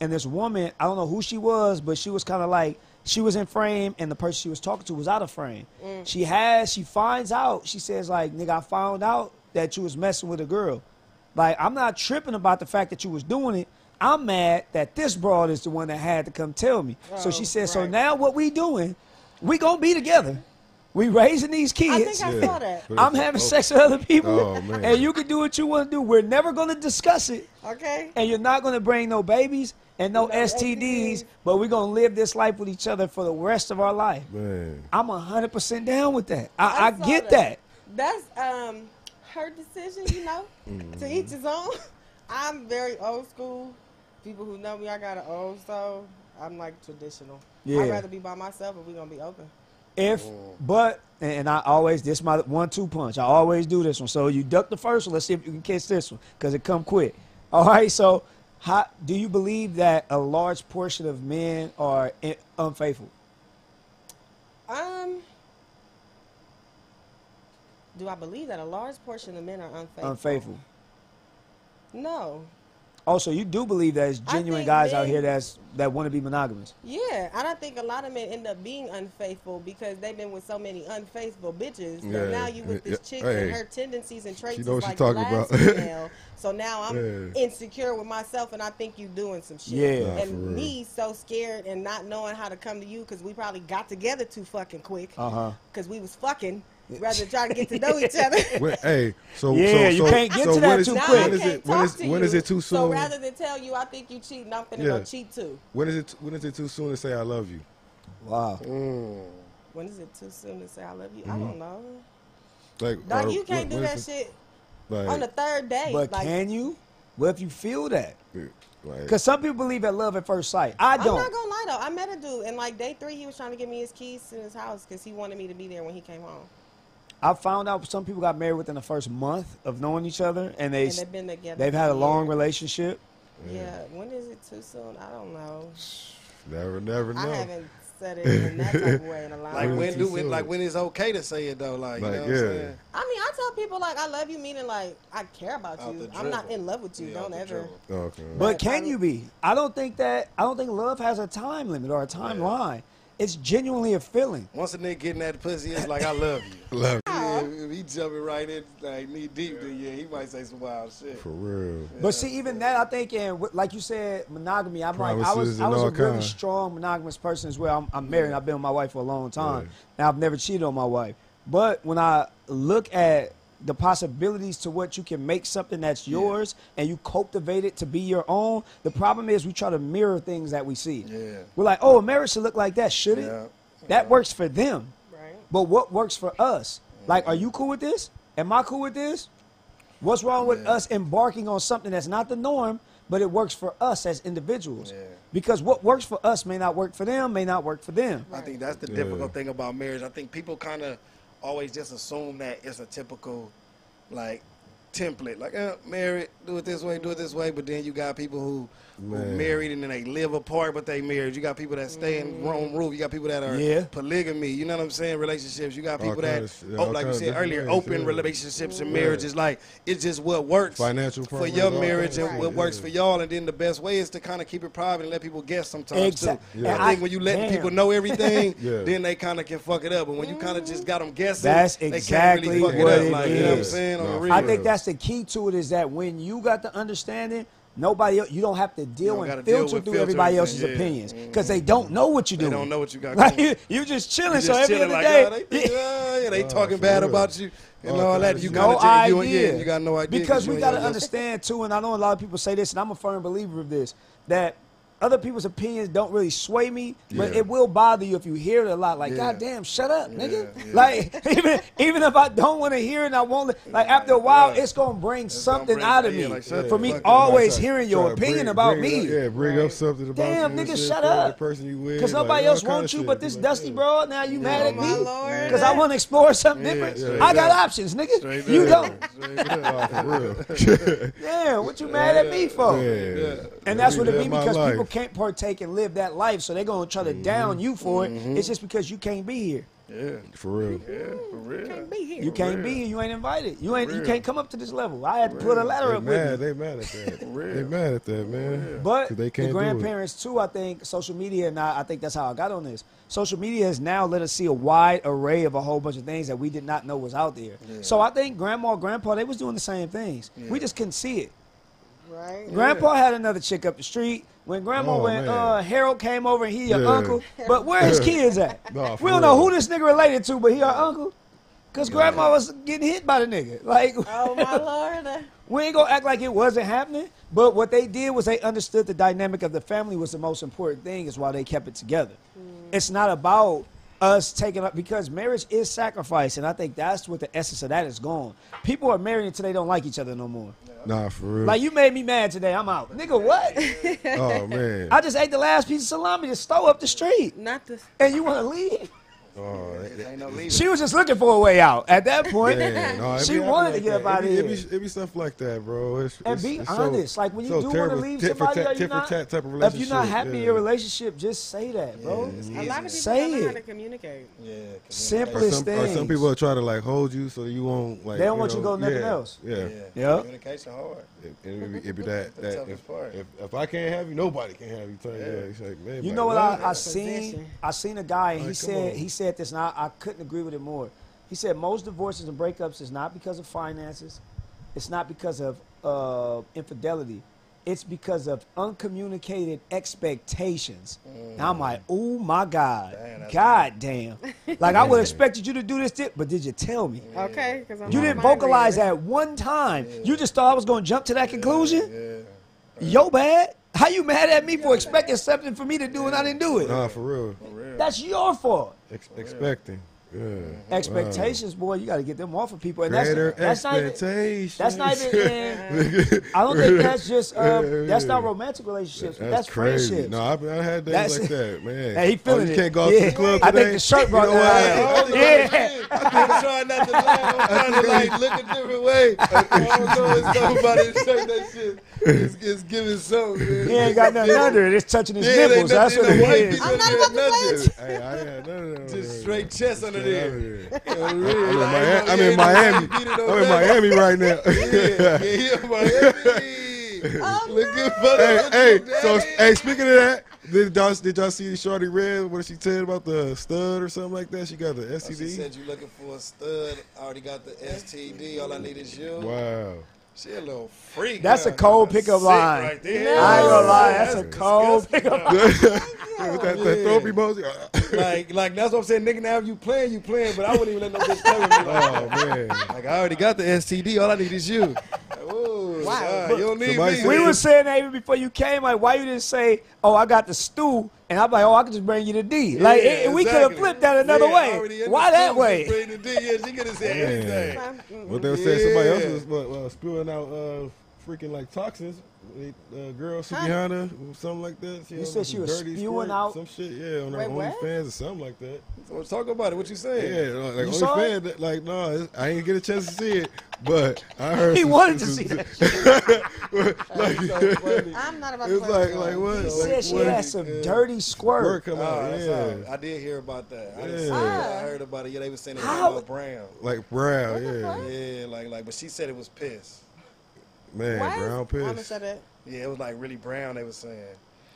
[SPEAKER 3] and this woman I don't know who she was, but she was kind of like she was in frame, and the person she was talking to was out of frame.
[SPEAKER 4] Mm.
[SPEAKER 3] She has she finds out she says like nigga I found out that you was messing with a girl. Like I'm not tripping about the fact that you was doing it. I'm mad that this broad is the one that had to come tell me. so she
[SPEAKER 4] Oh,
[SPEAKER 3] said, so
[SPEAKER 4] right.
[SPEAKER 3] now what we doing? We gonna be together. We raising these
[SPEAKER 4] I
[SPEAKER 3] kids.
[SPEAKER 4] think I
[SPEAKER 2] Yeah.
[SPEAKER 4] saw that.
[SPEAKER 2] But
[SPEAKER 3] I'm
[SPEAKER 2] it's-
[SPEAKER 3] having
[SPEAKER 2] oh,
[SPEAKER 3] sex with other people,
[SPEAKER 2] Oh, man.
[SPEAKER 3] and you can do what you want to do. We're never gonna discuss it,
[SPEAKER 4] Okay.
[SPEAKER 3] and you're not gonna bring no babies and no,
[SPEAKER 4] No
[SPEAKER 3] STDs.
[SPEAKER 4] STDs.
[SPEAKER 3] But we're gonna live this life with each other for the rest of our life.
[SPEAKER 2] Man,
[SPEAKER 3] I'm hundred percent down with that. I, I,
[SPEAKER 4] saw
[SPEAKER 3] get that.
[SPEAKER 4] That's um her decision, you know.
[SPEAKER 3] Mm-hmm.
[SPEAKER 4] To each his own. I'm very old school. People who know me, I got an old soul. I'm like traditional.
[SPEAKER 3] Yeah.
[SPEAKER 4] I'd rather be by myself if we're gonna be open.
[SPEAKER 3] If but and and I always this my one two punch. I always do this one. So you duck the first one. Let's see if you can catch this one because it come quick. All right. So how do you believe that a large portion of men are in, unfaithful?
[SPEAKER 4] Um. Do I believe that a large portion of men are unfaithful?
[SPEAKER 3] Unfaithful.
[SPEAKER 4] No.
[SPEAKER 3] Also, you do believe that it's
[SPEAKER 4] I
[SPEAKER 3] genuine
[SPEAKER 4] think
[SPEAKER 3] guys out
[SPEAKER 4] men-
[SPEAKER 3] here that's that want to be monogamous.
[SPEAKER 4] Yeah, and I think a lot of men end up being unfaithful because they've been with so many unfaithful bitches. So
[SPEAKER 2] Yeah,
[SPEAKER 4] now you with this
[SPEAKER 2] yeah,
[SPEAKER 4] chick
[SPEAKER 2] hey.
[SPEAKER 4] and her tendencies and traits
[SPEAKER 2] She
[SPEAKER 4] is
[SPEAKER 2] know what she
[SPEAKER 4] like the
[SPEAKER 2] talking
[SPEAKER 4] last
[SPEAKER 2] about.
[SPEAKER 4] female. So now I'm
[SPEAKER 2] Yeah.
[SPEAKER 4] insecure with myself, and I think you doing some shit.
[SPEAKER 3] Yeah. Nah,
[SPEAKER 2] for
[SPEAKER 4] and
[SPEAKER 2] real.
[SPEAKER 4] me so scared and not knowing how to come to you because we probably got together too fucking quick.
[SPEAKER 3] Uh huh.
[SPEAKER 4] Because we was fucking rather try to get to know each other.
[SPEAKER 2] when, hey, so
[SPEAKER 3] Yeah,
[SPEAKER 2] so,
[SPEAKER 3] you
[SPEAKER 2] so,
[SPEAKER 3] can't get
[SPEAKER 2] so
[SPEAKER 3] to that
[SPEAKER 2] when is-
[SPEAKER 3] too
[SPEAKER 4] Now
[SPEAKER 3] quick.
[SPEAKER 4] I
[SPEAKER 2] When is
[SPEAKER 4] can't
[SPEAKER 2] it? When is,
[SPEAKER 4] talk to
[SPEAKER 2] when
[SPEAKER 4] you.
[SPEAKER 2] is it too soon?
[SPEAKER 4] So rather than tell you I think you cheating, I'm finna
[SPEAKER 2] Yeah.
[SPEAKER 4] go cheat too.
[SPEAKER 2] when is it? When is it too soon to say I love you?
[SPEAKER 3] Wow.
[SPEAKER 4] When is it too soon to say I love
[SPEAKER 2] Mm-hmm.
[SPEAKER 4] you? I don't know.
[SPEAKER 2] Like,
[SPEAKER 4] Dog,
[SPEAKER 2] or
[SPEAKER 4] you can't
[SPEAKER 2] when-
[SPEAKER 4] do
[SPEAKER 2] when
[SPEAKER 4] that
[SPEAKER 2] is it-
[SPEAKER 4] shit
[SPEAKER 2] Like,
[SPEAKER 4] on the third day.
[SPEAKER 3] But
[SPEAKER 4] like,
[SPEAKER 3] can you? Well, if you feel that,
[SPEAKER 2] like,
[SPEAKER 3] because some people believe at love at first sight. I
[SPEAKER 4] I'm
[SPEAKER 3] don't.
[SPEAKER 4] not gonna lie though. I met a dude, and like day three, he was trying to give me his keys to his house because he wanted me to be there when he came home.
[SPEAKER 3] I found out some people got married within the first month of knowing each other, and they
[SPEAKER 4] And they've been together.
[SPEAKER 3] they've had a
[SPEAKER 4] for
[SPEAKER 3] long
[SPEAKER 4] years.
[SPEAKER 3] relationship.
[SPEAKER 4] Yeah. When is it too soon? I don't know.
[SPEAKER 2] never, never know.
[SPEAKER 4] I haven't said it in that type of way in a long
[SPEAKER 7] Like
[SPEAKER 4] time.
[SPEAKER 7] when
[SPEAKER 2] too
[SPEAKER 7] do it? Like
[SPEAKER 2] soon.
[SPEAKER 7] when it's okay to say it though? Like,
[SPEAKER 2] Like,
[SPEAKER 7] you know what I'm
[SPEAKER 2] yeah.
[SPEAKER 7] saying?
[SPEAKER 4] I mean, I tell people like I love you, meaning like I care about
[SPEAKER 7] Out
[SPEAKER 4] you.
[SPEAKER 7] the
[SPEAKER 4] I'm not
[SPEAKER 7] dribble.
[SPEAKER 4] in love with you.
[SPEAKER 7] Yeah, out
[SPEAKER 4] don't
[SPEAKER 7] the
[SPEAKER 4] ever.
[SPEAKER 7] dribble.
[SPEAKER 2] Okay.
[SPEAKER 3] But
[SPEAKER 4] Right.
[SPEAKER 3] can you be? I don't think that. I don't think love has a time limit or a timeline. It's genuinely a feeling.
[SPEAKER 7] Once a nigga getting that pussy, it's like I love you.
[SPEAKER 2] love you.
[SPEAKER 7] yeah, if he jumping right in like knee deep, then yeah, he might say some wild shit.
[SPEAKER 2] for real.
[SPEAKER 3] But see, even that, I think, and wh- like you said, monogamy. I'm like, I was,
[SPEAKER 2] Promises
[SPEAKER 3] I
[SPEAKER 2] and
[SPEAKER 3] was a
[SPEAKER 2] all
[SPEAKER 3] really
[SPEAKER 2] kind.
[SPEAKER 3] strong monogamous person as well. I'm, I'm married. I've been with my wife for a long time, and I've never cheated on my wife. But when I look at the possibilities to what you can make something that's yours and you cultivate it to be your own, the problem is we try to mirror things that we see.
[SPEAKER 7] Yeah.
[SPEAKER 3] We're like, oh, marriage should look like that, should it?
[SPEAKER 7] Yeah.
[SPEAKER 3] That works for them.
[SPEAKER 4] Right.
[SPEAKER 3] But what works for us? Like, are you cool with this? Am I cool with this? What's wrong with us embarking on something that's not the norm, but it works for us as individuals?
[SPEAKER 7] Yeah.
[SPEAKER 3] Because what works for us may not work for them, may not work for them.
[SPEAKER 7] I think that's the difficult thing about marriage. I think people kind of always just assume that it's a typical, like, template. Like, eh, married, do it this way, do it this way. But then you got people who, who
[SPEAKER 2] Man.
[SPEAKER 7] married and then they live apart, but they married. You got people that stay in Rome roof. You got people that are
[SPEAKER 3] Yeah.
[SPEAKER 7] polygamy. You know what I'm saying? Relationships. You got
[SPEAKER 2] All
[SPEAKER 7] people
[SPEAKER 2] kinda
[SPEAKER 7] that,
[SPEAKER 2] s- yeah,
[SPEAKER 7] oh,
[SPEAKER 2] all
[SPEAKER 7] like you
[SPEAKER 2] kinda
[SPEAKER 7] said
[SPEAKER 2] different
[SPEAKER 7] earlier,
[SPEAKER 2] ways,
[SPEAKER 7] open
[SPEAKER 2] yeah.
[SPEAKER 7] relationships and marriages. Like, it's just what works
[SPEAKER 2] Financial
[SPEAKER 7] for
[SPEAKER 2] programs,
[SPEAKER 7] your
[SPEAKER 2] all
[SPEAKER 7] marriage
[SPEAKER 2] kinda
[SPEAKER 7] and
[SPEAKER 2] shit,
[SPEAKER 7] what works
[SPEAKER 2] yeah.
[SPEAKER 7] for y'all. And then the best way is to kind of keep it private and let people guess sometimes
[SPEAKER 3] Exact-
[SPEAKER 7] too.
[SPEAKER 3] Yeah.
[SPEAKER 7] I think when you let
[SPEAKER 3] Damn.
[SPEAKER 7] people know everything,
[SPEAKER 2] Yeah.
[SPEAKER 7] then they kind of can fuck it up. And when you kind of just got them guessing,
[SPEAKER 3] That's
[SPEAKER 7] they can't
[SPEAKER 3] exactly
[SPEAKER 7] really fuck
[SPEAKER 3] what
[SPEAKER 7] it up.
[SPEAKER 3] it
[SPEAKER 7] like, You know what I'm
[SPEAKER 3] is.
[SPEAKER 7] saying? On
[SPEAKER 2] No,
[SPEAKER 7] the
[SPEAKER 2] for
[SPEAKER 7] real.
[SPEAKER 3] I
[SPEAKER 2] Yeah.
[SPEAKER 3] think that's the key to it is that when you got the understanding, nobody else, you don't have to deal
[SPEAKER 7] don't
[SPEAKER 3] and
[SPEAKER 7] gotta
[SPEAKER 3] filter
[SPEAKER 7] deal with
[SPEAKER 3] through
[SPEAKER 7] filtering
[SPEAKER 3] everybody
[SPEAKER 7] and-
[SPEAKER 3] else's
[SPEAKER 7] yeah. Mm-hmm.
[SPEAKER 3] opinions because they don't know what you do.
[SPEAKER 7] They don't know what you got
[SPEAKER 3] Like,
[SPEAKER 7] going.
[SPEAKER 3] you, you just chilling.
[SPEAKER 7] You
[SPEAKER 3] so
[SPEAKER 7] just
[SPEAKER 3] every
[SPEAKER 7] chilling
[SPEAKER 3] other day,
[SPEAKER 7] like, oh, they, think, oh, yeah, they
[SPEAKER 2] Oh,
[SPEAKER 7] talking
[SPEAKER 2] for
[SPEAKER 7] bad
[SPEAKER 2] real.
[SPEAKER 7] about you and
[SPEAKER 2] Oh,
[SPEAKER 7] all
[SPEAKER 2] kinda
[SPEAKER 7] that. You
[SPEAKER 2] shit.
[SPEAKER 7] kind
[SPEAKER 3] no
[SPEAKER 7] of just,
[SPEAKER 3] idea.
[SPEAKER 7] you, ain't- yeah, you got no idea
[SPEAKER 3] Because
[SPEAKER 7] you
[SPEAKER 3] we
[SPEAKER 7] ain't
[SPEAKER 3] got to
[SPEAKER 7] got no-
[SPEAKER 3] understand too, and I know a lot of people say this, and I'm a firm believer of this, that other people's opinions don't really sway me, but
[SPEAKER 2] Yeah.
[SPEAKER 3] it will bother you if you hear it a lot. Like,
[SPEAKER 7] Yeah.
[SPEAKER 3] God damn, shut up, nigga.
[SPEAKER 7] Yeah, yeah.
[SPEAKER 3] Like, even even if I don't want to hear it, and I won't. li- Like, after a while,
[SPEAKER 7] Yeah.
[SPEAKER 3] it's gonna bring
[SPEAKER 7] gonna
[SPEAKER 3] something
[SPEAKER 7] bring-
[SPEAKER 3] out of
[SPEAKER 7] yeah,
[SPEAKER 3] me.
[SPEAKER 7] like, shut
[SPEAKER 3] For
[SPEAKER 7] the
[SPEAKER 3] me,
[SPEAKER 7] fuck up.
[SPEAKER 3] always
[SPEAKER 2] Try-
[SPEAKER 3] hearing your
[SPEAKER 2] try to
[SPEAKER 3] opinion
[SPEAKER 2] bring-
[SPEAKER 3] about
[SPEAKER 2] bring it
[SPEAKER 3] me.
[SPEAKER 2] up- yeah, bring up something about you
[SPEAKER 3] Damn,
[SPEAKER 2] and
[SPEAKER 3] nigga,
[SPEAKER 2] shit
[SPEAKER 3] shut
[SPEAKER 2] for
[SPEAKER 3] up.
[SPEAKER 2] The person you with,
[SPEAKER 3] Cause
[SPEAKER 2] like,
[SPEAKER 3] nobody
[SPEAKER 2] all
[SPEAKER 3] else
[SPEAKER 2] kinda
[SPEAKER 3] wants you,
[SPEAKER 2] shit.
[SPEAKER 3] but this
[SPEAKER 2] Like,
[SPEAKER 3] dusty
[SPEAKER 2] yeah.
[SPEAKER 3] bro. Now you mad
[SPEAKER 4] Oh,
[SPEAKER 3] at me?
[SPEAKER 4] my Lord.
[SPEAKER 3] Cause I want to explore something
[SPEAKER 7] Yeah,
[SPEAKER 3] different.
[SPEAKER 7] straight
[SPEAKER 3] I got
[SPEAKER 7] up.
[SPEAKER 3] options, nigga.
[SPEAKER 7] Straight
[SPEAKER 3] you
[SPEAKER 7] up.
[SPEAKER 3] don't.
[SPEAKER 7] Straight up.
[SPEAKER 2] Oh, for real.
[SPEAKER 3] Damn, what you mad at me for?
[SPEAKER 2] Yeah.
[SPEAKER 3] And that's what it
[SPEAKER 2] Live
[SPEAKER 3] be
[SPEAKER 2] my
[SPEAKER 3] because
[SPEAKER 2] life. Mm-hmm.
[SPEAKER 3] people can't partake and live that life, so they're gonna try to down you for it. It's just because you can't be here.
[SPEAKER 7] Yeah,
[SPEAKER 2] For real.
[SPEAKER 7] yeah, for real. Can't
[SPEAKER 4] be here.
[SPEAKER 3] You can't be here. You ain't invited. You ain't. You
[SPEAKER 7] real.
[SPEAKER 3] can't come up to this level. I had to put a ladder
[SPEAKER 2] They
[SPEAKER 3] up with
[SPEAKER 2] mad.
[SPEAKER 3] me.
[SPEAKER 2] They mad at that.
[SPEAKER 7] real.
[SPEAKER 2] They mad at that, man.
[SPEAKER 3] But
[SPEAKER 2] 'Cause they
[SPEAKER 3] the
[SPEAKER 2] can't do it.
[SPEAKER 3] grandparents too. I think social media and I, I think that's how I got on this. Social media has now let us see a wide array of a whole bunch of things that we did not know was out there. So I think grandma, grandpa, they was doing the same things. We just couldn't see it.
[SPEAKER 4] Right?
[SPEAKER 3] Grandpa had another chick up the street. When grandma
[SPEAKER 2] Oh,
[SPEAKER 3] went,
[SPEAKER 2] man.
[SPEAKER 3] uh, Harold came over and he your
[SPEAKER 2] Yeah.
[SPEAKER 3] uncle. But where his kids at?
[SPEAKER 2] Nah, for
[SPEAKER 3] we don't know
[SPEAKER 2] real.
[SPEAKER 3] who this nigga related to, but he our uncle. Cause grandma was getting hit by the nigga. Like
[SPEAKER 4] Oh, my Lord.
[SPEAKER 3] we ain't gonna act like it wasn't happening. But what they did was they understood the dynamic of the family was the most important thing, is why they kept it together. It's not about us taking up because marriage is sacrifice, and I think that's what the essence of that is gone. People are married until they don't like each other no more.
[SPEAKER 2] Nah, for real.
[SPEAKER 3] Like you made me mad today, I'm out. Nigga, what?
[SPEAKER 2] oh man.
[SPEAKER 3] I just ate the last piece of salami to stole up the street,
[SPEAKER 4] Not this.
[SPEAKER 3] and you want to leave?
[SPEAKER 2] Oh, that- that-
[SPEAKER 7] Ain't no leaving.
[SPEAKER 3] She was just looking for a way out at that point.
[SPEAKER 2] Yeah, no, it be
[SPEAKER 3] she
[SPEAKER 2] happening
[SPEAKER 3] wanted to
[SPEAKER 2] like
[SPEAKER 3] get
[SPEAKER 2] that.
[SPEAKER 3] up
[SPEAKER 2] it
[SPEAKER 3] out of
[SPEAKER 2] be,
[SPEAKER 3] here.
[SPEAKER 2] It be, it be stuff like that, bro. It's,
[SPEAKER 3] and
[SPEAKER 2] it's,
[SPEAKER 3] be
[SPEAKER 2] it's so-
[SPEAKER 3] honest, like when you
[SPEAKER 2] so
[SPEAKER 3] do want to
[SPEAKER 2] terrible,
[SPEAKER 3] leave
[SPEAKER 2] tit for
[SPEAKER 3] somebody,
[SPEAKER 2] tat-
[SPEAKER 3] are you
[SPEAKER 2] tit for
[SPEAKER 3] not,
[SPEAKER 2] tat type of
[SPEAKER 3] if you're not
[SPEAKER 2] relationship,
[SPEAKER 3] happy in
[SPEAKER 2] yeah.
[SPEAKER 3] your relationship, just say that, bro.
[SPEAKER 4] A lot of people
[SPEAKER 3] Say
[SPEAKER 4] don't know how
[SPEAKER 3] it.
[SPEAKER 4] to communicate.
[SPEAKER 7] Yeah,
[SPEAKER 2] Or
[SPEAKER 3] Simplest
[SPEAKER 2] some, or
[SPEAKER 3] things.
[SPEAKER 2] some people will try to like hold you so that you won't like.
[SPEAKER 3] They don't want you to
[SPEAKER 2] know,
[SPEAKER 3] go nothing
[SPEAKER 2] yeah,
[SPEAKER 3] else.
[SPEAKER 2] Yeah,
[SPEAKER 3] Yeah.
[SPEAKER 7] communication hard.
[SPEAKER 2] It, it, be, it be that.
[SPEAKER 7] That's the
[SPEAKER 2] that
[SPEAKER 7] toughest
[SPEAKER 2] if,
[SPEAKER 7] part.
[SPEAKER 2] if, if I can't have you, nobody can have you. Type, yeah. it's like, man,
[SPEAKER 3] You
[SPEAKER 2] like,
[SPEAKER 3] know what I, I seen?
[SPEAKER 4] Possession.
[SPEAKER 3] I seen a guy and he
[SPEAKER 2] Like, come
[SPEAKER 3] said
[SPEAKER 2] on.
[SPEAKER 3] he said this, and I, I couldn't agree with it more. He said most divorces and breakups is not because of finances, it's not because of uh, infidelity, it's because of uncommunicated expectations. And I'm like, oh my god,
[SPEAKER 7] that's
[SPEAKER 3] god damn! Like I would expected you to do this, thi- but did you tell me?
[SPEAKER 4] Okay? Because I'm
[SPEAKER 3] You
[SPEAKER 4] not
[SPEAKER 3] didn't
[SPEAKER 4] my
[SPEAKER 3] vocalize
[SPEAKER 4] reader.
[SPEAKER 3] that one time. You just thought I was gonna jump to that conclusion. Yo, bad. How you mad at me for expecting something for me to do and I didn't do it?
[SPEAKER 2] Nah, for real.
[SPEAKER 3] That's your fault.
[SPEAKER 2] Ex- expecting. Yeah.
[SPEAKER 3] Expectations, boy, you got to get them off of people. And
[SPEAKER 2] Greater
[SPEAKER 3] that's, that's not even,
[SPEAKER 2] expectations.
[SPEAKER 3] that's not even in- I don't think that's just, um, that's not
[SPEAKER 2] Yeah.
[SPEAKER 3] romantic relationships. That's,
[SPEAKER 2] That's crazy.
[SPEAKER 3] friendships.
[SPEAKER 2] No, I've, I had days
[SPEAKER 3] That's-
[SPEAKER 2] like that, man.
[SPEAKER 3] Hey, he feeling
[SPEAKER 2] oh, you
[SPEAKER 3] it.
[SPEAKER 2] can't go out
[SPEAKER 3] yeah.
[SPEAKER 2] to the club
[SPEAKER 3] I
[SPEAKER 2] today?
[SPEAKER 3] think the shirt brought
[SPEAKER 2] you know
[SPEAKER 3] that
[SPEAKER 2] what?
[SPEAKER 3] out.
[SPEAKER 7] I
[SPEAKER 3] Yeah.
[SPEAKER 7] am trying not to laugh. I'm trying to like look a different way. I don't know it's something about his shirt that shit. It's, it's giving something. Man.
[SPEAKER 3] He ain't got nothing under it. It's touching his
[SPEAKER 7] Yeah, they
[SPEAKER 3] nipples. That's
[SPEAKER 7] nothing
[SPEAKER 3] what it
[SPEAKER 7] in the white
[SPEAKER 3] is.
[SPEAKER 7] people
[SPEAKER 4] I'm not
[SPEAKER 7] there,
[SPEAKER 4] about to play it.
[SPEAKER 7] nothing.
[SPEAKER 2] Hey, I ain't had none of that.
[SPEAKER 7] Just straight chest under there.
[SPEAKER 2] I'm
[SPEAKER 7] I'm in
[SPEAKER 2] in
[SPEAKER 3] oh,
[SPEAKER 2] Miami. I'm in Miami, I'm in Miami right now.
[SPEAKER 7] Yeah, yeah, he in Miami. Look at
[SPEAKER 2] hey,
[SPEAKER 7] brother. Look
[SPEAKER 2] hey,
[SPEAKER 7] at
[SPEAKER 2] so
[SPEAKER 7] daddy.
[SPEAKER 2] hey, speaking of that, did y'all, did y'all see Shorty Red? What did she tell about the stud or something like that? She got the
[SPEAKER 7] Oh, She
[SPEAKER 2] STD.
[SPEAKER 7] said you looking for a stud. I already got the STD. All I need is you.
[SPEAKER 2] wow.
[SPEAKER 7] She a little freak.
[SPEAKER 3] That's a
[SPEAKER 7] huh?
[SPEAKER 3] cold pickup
[SPEAKER 7] Sick
[SPEAKER 3] line.
[SPEAKER 7] Right there.
[SPEAKER 3] I ain't gonna lie. That's a
[SPEAKER 7] That's
[SPEAKER 3] cold
[SPEAKER 7] disgusting.
[SPEAKER 3] pickup.
[SPEAKER 2] With that, that
[SPEAKER 7] Yeah.
[SPEAKER 2] throat emoji.
[SPEAKER 7] Like, like that's what I'm saying. Nigga, now if you playing, you playing. But I wouldn't even let no bitch play with me. Like,
[SPEAKER 2] oh man.
[SPEAKER 7] like I already got the STD. All I need is you. Ooh, wow. you don't need
[SPEAKER 2] Somebody
[SPEAKER 7] me.
[SPEAKER 2] said-
[SPEAKER 3] We were saying that even before you came, like, why you didn't say, oh, I got the stew, and I'm like, oh, I could just bring you the D. Like,
[SPEAKER 7] Yeah,
[SPEAKER 3] it- we could
[SPEAKER 7] exactly.
[SPEAKER 3] have flipped that another
[SPEAKER 7] Yeah, I already
[SPEAKER 3] way.
[SPEAKER 7] in
[SPEAKER 3] Why
[SPEAKER 7] the
[SPEAKER 3] that
[SPEAKER 7] studio
[SPEAKER 3] way?
[SPEAKER 7] just ready to do- Yeah, she could have said
[SPEAKER 2] Yeah.
[SPEAKER 7] anything.
[SPEAKER 4] Mm-mm.
[SPEAKER 2] What they were saying, somebody
[SPEAKER 7] Yeah.
[SPEAKER 2] else was uh, uh, spewing out uh, freaking like toxins. They, uh, girl Sugihana, something like that. She
[SPEAKER 3] You
[SPEAKER 2] had,
[SPEAKER 3] said
[SPEAKER 2] like,
[SPEAKER 3] she
[SPEAKER 2] some
[SPEAKER 3] was
[SPEAKER 2] dirty
[SPEAKER 3] spewing
[SPEAKER 2] squirt,
[SPEAKER 3] out-
[SPEAKER 2] some shit. Yeah, on her
[SPEAKER 4] Wait, what?
[SPEAKER 2] OnlyFans or something like that.
[SPEAKER 7] So talk about it. What you saying?
[SPEAKER 2] Yeah, like, like
[SPEAKER 3] You saw
[SPEAKER 2] OnlyFans. that- Like no, it's- I ain't get a chance to see it, but I heard
[SPEAKER 3] He
[SPEAKER 2] some-
[SPEAKER 3] wanted to
[SPEAKER 2] some-
[SPEAKER 3] see that
[SPEAKER 2] like,
[SPEAKER 7] So funny.
[SPEAKER 4] I'm not about to.
[SPEAKER 2] it's like
[SPEAKER 4] play with
[SPEAKER 2] like
[SPEAKER 4] y'all.
[SPEAKER 2] what?
[SPEAKER 3] He
[SPEAKER 2] like,
[SPEAKER 3] said she
[SPEAKER 2] what?
[SPEAKER 3] had some dirty
[SPEAKER 2] Word
[SPEAKER 3] squirt.
[SPEAKER 2] come
[SPEAKER 7] Oh,
[SPEAKER 2] out,
[SPEAKER 7] that's
[SPEAKER 2] yeah.
[SPEAKER 7] all. I did hear about that. I,
[SPEAKER 2] Yeah.
[SPEAKER 7] didn't see it. I heard about it. Yeah, they were saying it was
[SPEAKER 3] How-
[SPEAKER 7] about Brown.
[SPEAKER 2] Like brown, yeah,
[SPEAKER 7] Yeah, like like, but she said it was piss.
[SPEAKER 2] man,
[SPEAKER 4] What?
[SPEAKER 2] brown
[SPEAKER 4] I'm gonna
[SPEAKER 2] piss.
[SPEAKER 4] shut up.
[SPEAKER 7] Yeah, it was like really brown. They were saying.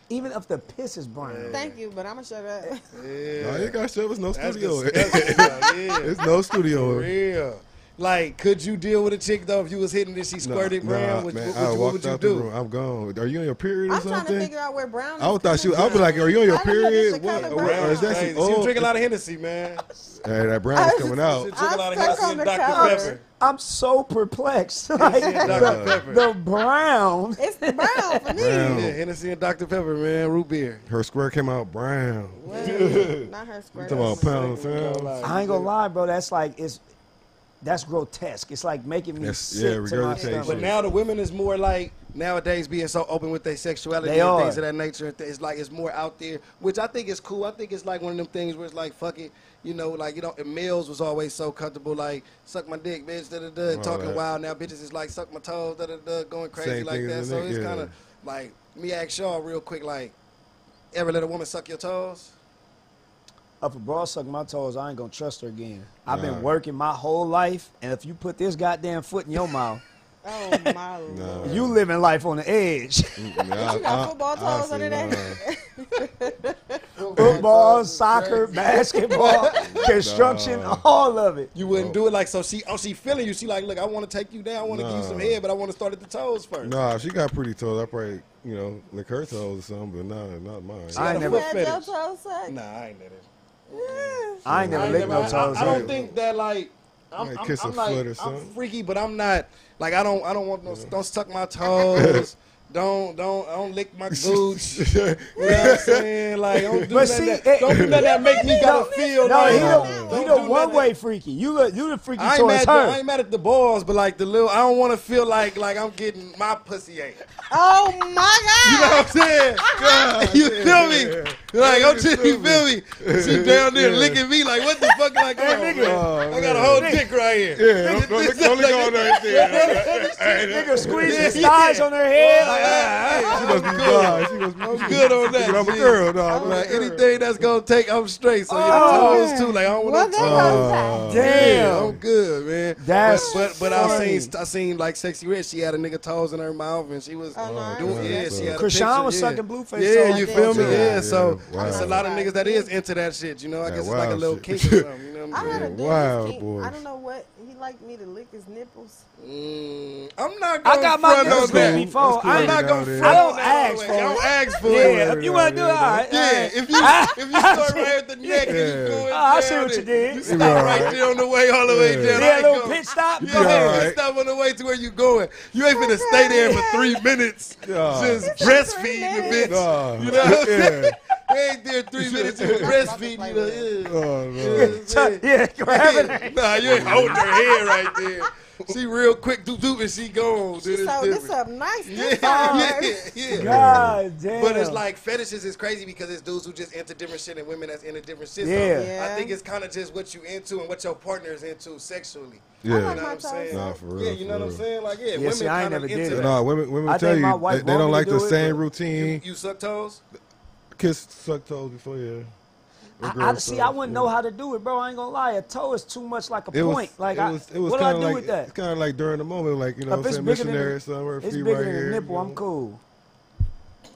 [SPEAKER 3] Even if the piss is brown.
[SPEAKER 4] Thank you, but I'm gonna shut up.
[SPEAKER 7] Yeah,
[SPEAKER 2] No, you got show. It's no
[SPEAKER 7] that's
[SPEAKER 2] studio.
[SPEAKER 7] disgusting. though. yeah,
[SPEAKER 2] It's no studio.
[SPEAKER 7] for real. Like, could you deal with a chick though if you was hitting and she squirted
[SPEAKER 2] Nah,
[SPEAKER 7] brown?
[SPEAKER 2] nah,
[SPEAKER 7] what,
[SPEAKER 2] man,
[SPEAKER 7] what,
[SPEAKER 2] I
[SPEAKER 7] what,
[SPEAKER 2] walked
[SPEAKER 7] what would you
[SPEAKER 2] out the
[SPEAKER 7] do?
[SPEAKER 2] room. I'm gone. Are you on your period or
[SPEAKER 4] I'm trying to
[SPEAKER 2] something?
[SPEAKER 4] figure out where brown.
[SPEAKER 2] I would
[SPEAKER 4] is
[SPEAKER 2] thought she.
[SPEAKER 4] coming
[SPEAKER 2] Was, I'd be
[SPEAKER 4] from.
[SPEAKER 2] like, "Are you on
[SPEAKER 4] I
[SPEAKER 2] your
[SPEAKER 4] don't know this
[SPEAKER 2] period?
[SPEAKER 4] shit
[SPEAKER 2] What,
[SPEAKER 4] coming
[SPEAKER 2] what-
[SPEAKER 7] Brown
[SPEAKER 2] or is that
[SPEAKER 7] crazy.
[SPEAKER 2] some
[SPEAKER 7] She was
[SPEAKER 2] old?
[SPEAKER 7] drinking a lot of Hennessy, man.
[SPEAKER 2] Hey, that brown was coming
[SPEAKER 7] She
[SPEAKER 2] out.
[SPEAKER 7] was drinking a lot of
[SPEAKER 4] stuck
[SPEAKER 7] Hennessy
[SPEAKER 4] on
[SPEAKER 7] and
[SPEAKER 4] the
[SPEAKER 7] Dr.
[SPEAKER 4] cover.
[SPEAKER 7] Pepper.
[SPEAKER 3] I'm so perplexed. Like
[SPEAKER 7] Dr.
[SPEAKER 3] the,
[SPEAKER 7] Pepper.
[SPEAKER 3] the brown.
[SPEAKER 4] It's brown for me.
[SPEAKER 7] Yeah,
[SPEAKER 2] Brown.
[SPEAKER 7] Hennessy and Dr. Pepper, man. Root beer.
[SPEAKER 2] Her square came out brown.
[SPEAKER 4] Well, not her squirt.
[SPEAKER 2] Talking about pound
[SPEAKER 7] Like,
[SPEAKER 2] sound.
[SPEAKER 3] I ain't gonna lie, bro. That's like it's that's grotesque. It's like making me
[SPEAKER 2] That's- yeah,
[SPEAKER 3] sick to my
[SPEAKER 2] regurgitation.
[SPEAKER 3] stomach.
[SPEAKER 7] But now the women is more like nowadays being so open with their sexuality
[SPEAKER 3] They
[SPEAKER 7] and
[SPEAKER 3] are.
[SPEAKER 7] things of that nature. and th- It's like it's more out there, which I think is cool. I think it's like one of them things where it's like fuck it, you know, like you know, and males was always so comfortable like suck my dick, bitch, da da da, and
[SPEAKER 2] All
[SPEAKER 7] talking
[SPEAKER 2] that.
[SPEAKER 7] wild. Now bitches is like suck my toes, da da da, going crazy
[SPEAKER 2] Same
[SPEAKER 7] like
[SPEAKER 2] thing
[SPEAKER 7] that.
[SPEAKER 2] as the
[SPEAKER 7] So
[SPEAKER 2] nigga,
[SPEAKER 7] it's
[SPEAKER 2] yeah.
[SPEAKER 7] kind of like me ask y'all real quick, like, ever let a woman suck your toes?
[SPEAKER 3] Up a bra suck my toes, I ain't gonna trust her again. I've
[SPEAKER 2] Nah.
[SPEAKER 3] been working my whole life, and if you put this goddamn foot in your mouth,
[SPEAKER 4] Oh my lord.
[SPEAKER 3] you living life on the edge.
[SPEAKER 4] You got football toes eh? under there.
[SPEAKER 3] Football, soccer, basketball, construction,
[SPEAKER 2] Nah.
[SPEAKER 3] all of it.
[SPEAKER 7] You wouldn't do it like so. She oh she feeling you. She like look, I want to take you down. I want to give you some
[SPEAKER 2] Nah.
[SPEAKER 7] head, but I want to start at the toes first.
[SPEAKER 2] Nah, if she got pretty toes. I probably, you know, lick her toes or something, but nah, not mine.
[SPEAKER 3] I ain't
[SPEAKER 7] Got a
[SPEAKER 3] never-
[SPEAKER 7] foot
[SPEAKER 4] Had your
[SPEAKER 7] fetish.
[SPEAKER 4] toes sucked?
[SPEAKER 7] Nah, I ain't did it.
[SPEAKER 4] Yeah.
[SPEAKER 3] I ain't never
[SPEAKER 7] I,
[SPEAKER 3] licked
[SPEAKER 7] never-
[SPEAKER 3] no
[SPEAKER 7] I-
[SPEAKER 3] toes.
[SPEAKER 7] I- I don't
[SPEAKER 3] either.
[SPEAKER 7] think that like I'm,
[SPEAKER 2] Might
[SPEAKER 7] I'm,
[SPEAKER 2] kiss
[SPEAKER 7] I'm
[SPEAKER 2] a foot
[SPEAKER 7] like
[SPEAKER 2] or
[SPEAKER 7] I'm
[SPEAKER 2] something.
[SPEAKER 7] freaky, but I'm not like I don't I don't want no don't suck my toes. Don't don't don't lick my gooch. you know what I'm saying? Like don't do
[SPEAKER 3] But
[SPEAKER 7] nothing
[SPEAKER 3] see,
[SPEAKER 7] that,
[SPEAKER 3] it-
[SPEAKER 7] don't do nothing that make me gotta feel
[SPEAKER 3] No,
[SPEAKER 7] like
[SPEAKER 3] he
[SPEAKER 7] don't,
[SPEAKER 3] the, he
[SPEAKER 7] do
[SPEAKER 3] the
[SPEAKER 7] nothing
[SPEAKER 3] one
[SPEAKER 7] that-
[SPEAKER 3] way freaky. You look, you the freaky
[SPEAKER 7] I ain't,
[SPEAKER 3] towards
[SPEAKER 7] mad, I
[SPEAKER 3] her.
[SPEAKER 7] ain't mad at the balls, but like the little, I don't want to feel like like I'm getting my pussy ate.
[SPEAKER 4] Oh my
[SPEAKER 7] You know what I'm saying? you feel me? Like I'm just, you feel me? She down there licking me like, what the fuck? Like, come on, man. I got a whole dick right here.
[SPEAKER 2] Oh, Yeah, don't, don't, don't lick on her there.
[SPEAKER 3] Nigga squeezing his
[SPEAKER 7] Yeah.
[SPEAKER 3] thighs on her head. like,
[SPEAKER 7] Yeah,
[SPEAKER 2] She
[SPEAKER 7] yeah,
[SPEAKER 2] must be blind. She must be
[SPEAKER 7] I'm good on that.
[SPEAKER 2] I'm a
[SPEAKER 7] shit.
[SPEAKER 2] girl, dog. I'm a
[SPEAKER 7] Like
[SPEAKER 2] girl.
[SPEAKER 7] anything that's gonna take, I'm straight. So your toes too. Like I don't
[SPEAKER 4] Well,
[SPEAKER 7] want
[SPEAKER 4] they
[SPEAKER 7] to.
[SPEAKER 4] both
[SPEAKER 2] Uh,
[SPEAKER 4] sucked.
[SPEAKER 7] Damn,
[SPEAKER 3] Oh, Damn.
[SPEAKER 7] I'm good, man.
[SPEAKER 3] That's
[SPEAKER 7] but but, but I
[SPEAKER 3] funny.
[SPEAKER 7] seen I seen like sexy red. She had a nigga toes in her mouth and she was
[SPEAKER 4] Oh, no, I
[SPEAKER 7] doing
[SPEAKER 2] ain't
[SPEAKER 7] yeah.
[SPEAKER 2] seen that.
[SPEAKER 7] She had a
[SPEAKER 3] Krishan
[SPEAKER 7] picture,
[SPEAKER 3] was
[SPEAKER 7] yeah.
[SPEAKER 3] sucking Blueface toes.
[SPEAKER 7] Yeah, you
[SPEAKER 4] I
[SPEAKER 7] feel
[SPEAKER 4] did.
[SPEAKER 7] me?
[SPEAKER 4] Yeah,
[SPEAKER 7] Yeah.
[SPEAKER 2] yeah.
[SPEAKER 7] So
[SPEAKER 2] Wow.
[SPEAKER 7] it's a lot of
[SPEAKER 4] Wow.
[SPEAKER 7] niggas that is into that shit. You know, I
[SPEAKER 2] That
[SPEAKER 7] guess it's like a
[SPEAKER 2] wild
[SPEAKER 7] little
[SPEAKER 2] shit.
[SPEAKER 7] kink or something. You know what
[SPEAKER 4] I had a
[SPEAKER 7] I'm
[SPEAKER 4] dude
[SPEAKER 2] Wow,
[SPEAKER 4] was cute. I
[SPEAKER 2] boys.
[SPEAKER 4] don't know what he liked me to lick his nipples.
[SPEAKER 7] saying? Mm, I'm not.
[SPEAKER 3] I
[SPEAKER 7] gonna
[SPEAKER 3] got my
[SPEAKER 7] front on
[SPEAKER 2] That's cool.
[SPEAKER 3] nipples
[SPEAKER 7] that.
[SPEAKER 3] been
[SPEAKER 2] That's cool.
[SPEAKER 3] before. I
[SPEAKER 7] I'm
[SPEAKER 3] ain't,
[SPEAKER 2] Nah,
[SPEAKER 7] not
[SPEAKER 2] down
[SPEAKER 7] gonna
[SPEAKER 2] there.
[SPEAKER 7] front
[SPEAKER 3] I don't
[SPEAKER 7] on that
[SPEAKER 3] ask
[SPEAKER 7] way.
[SPEAKER 3] for
[SPEAKER 7] I don't
[SPEAKER 3] it.
[SPEAKER 7] ask for it.
[SPEAKER 3] yeah, if you want to do it, all right. all
[SPEAKER 7] Yeah,
[SPEAKER 3] right.
[SPEAKER 7] if you if you start right at the neck and
[SPEAKER 2] Yeah.
[SPEAKER 7] you going
[SPEAKER 3] Oh, I see
[SPEAKER 7] down
[SPEAKER 3] what you
[SPEAKER 7] and
[SPEAKER 3] did.
[SPEAKER 7] You
[SPEAKER 3] You
[SPEAKER 7] stop
[SPEAKER 2] be all
[SPEAKER 7] right
[SPEAKER 2] right.
[SPEAKER 7] there on the way, all the way
[SPEAKER 2] Yeah.
[SPEAKER 7] down.
[SPEAKER 3] Yeah,
[SPEAKER 7] I ain't
[SPEAKER 3] a little
[SPEAKER 7] gonna-
[SPEAKER 3] pit stop.
[SPEAKER 7] You
[SPEAKER 2] be all
[SPEAKER 7] ain't gonna
[SPEAKER 2] right.
[SPEAKER 7] stop on the way to where you going. You ain't finna stay there for three minutes
[SPEAKER 2] Yeah.
[SPEAKER 4] It's
[SPEAKER 7] just
[SPEAKER 4] like three
[SPEAKER 7] breastfeeding the
[SPEAKER 4] minutes.
[SPEAKER 7] bitch.
[SPEAKER 2] Nah.
[SPEAKER 7] You know what I'm saying?
[SPEAKER 2] Yeah.
[SPEAKER 7] They ain't there three minutes you breastfeeding. You know,
[SPEAKER 2] Oh,
[SPEAKER 7] yeah.
[SPEAKER 2] no.
[SPEAKER 3] Chuck- yeah, grabbing her.
[SPEAKER 7] Hey, nah, you ain't holding her head right there. She real quick, do do, and she gone. Dude,
[SPEAKER 4] She
[SPEAKER 7] it's
[SPEAKER 4] sold this
[SPEAKER 7] different.
[SPEAKER 4] up nice. this time.
[SPEAKER 7] Yeah, yeah, yeah.
[SPEAKER 3] God damn.
[SPEAKER 7] But it's like fetishes is crazy because it's dudes who just into different shit and women that's into different shit. So
[SPEAKER 3] Yeah.
[SPEAKER 4] Yeah.
[SPEAKER 7] I think it's kind of just what you into and what your partner is into sexually.
[SPEAKER 2] Yeah.
[SPEAKER 7] You know what
[SPEAKER 4] my
[SPEAKER 7] I'm saying?
[SPEAKER 4] toes.
[SPEAKER 2] Nah, for real.
[SPEAKER 7] yeah, you
[SPEAKER 2] for
[SPEAKER 7] know what I'm
[SPEAKER 2] real.
[SPEAKER 7] saying? Like, yeah,
[SPEAKER 3] Yeah,
[SPEAKER 7] women
[SPEAKER 3] see, I ain't
[SPEAKER 7] kind of
[SPEAKER 3] never
[SPEAKER 7] into
[SPEAKER 3] did
[SPEAKER 7] that.
[SPEAKER 3] that.
[SPEAKER 2] Nah, women women
[SPEAKER 3] I
[SPEAKER 2] tell
[SPEAKER 3] think
[SPEAKER 2] you
[SPEAKER 3] my wife
[SPEAKER 2] they, they
[SPEAKER 3] want
[SPEAKER 2] don't
[SPEAKER 3] me to
[SPEAKER 2] like the
[SPEAKER 3] do it,
[SPEAKER 2] same
[SPEAKER 3] but-
[SPEAKER 2] routine.
[SPEAKER 7] You suck toes?
[SPEAKER 2] Kiss, suck toes before you.
[SPEAKER 3] I, I- see, I wouldn't know how to do it, bro. I ain't gonna lie. A toe is too much like a
[SPEAKER 2] It
[SPEAKER 3] point.
[SPEAKER 2] was,
[SPEAKER 3] Like,
[SPEAKER 2] it was,
[SPEAKER 3] I,
[SPEAKER 2] it was
[SPEAKER 3] what do I
[SPEAKER 2] kinda
[SPEAKER 3] do
[SPEAKER 2] like,
[SPEAKER 3] with
[SPEAKER 2] It's
[SPEAKER 3] that?
[SPEAKER 2] kind of like during the moment, like you know, what
[SPEAKER 3] If
[SPEAKER 2] I'm
[SPEAKER 3] it's
[SPEAKER 2] saying
[SPEAKER 3] bigger than
[SPEAKER 2] missionary
[SPEAKER 3] a,
[SPEAKER 2] or something. her
[SPEAKER 3] it's
[SPEAKER 2] feet
[SPEAKER 3] bigger
[SPEAKER 2] right
[SPEAKER 3] than
[SPEAKER 2] here,
[SPEAKER 3] a nipple,
[SPEAKER 2] you
[SPEAKER 3] I'm
[SPEAKER 2] know.
[SPEAKER 3] cool.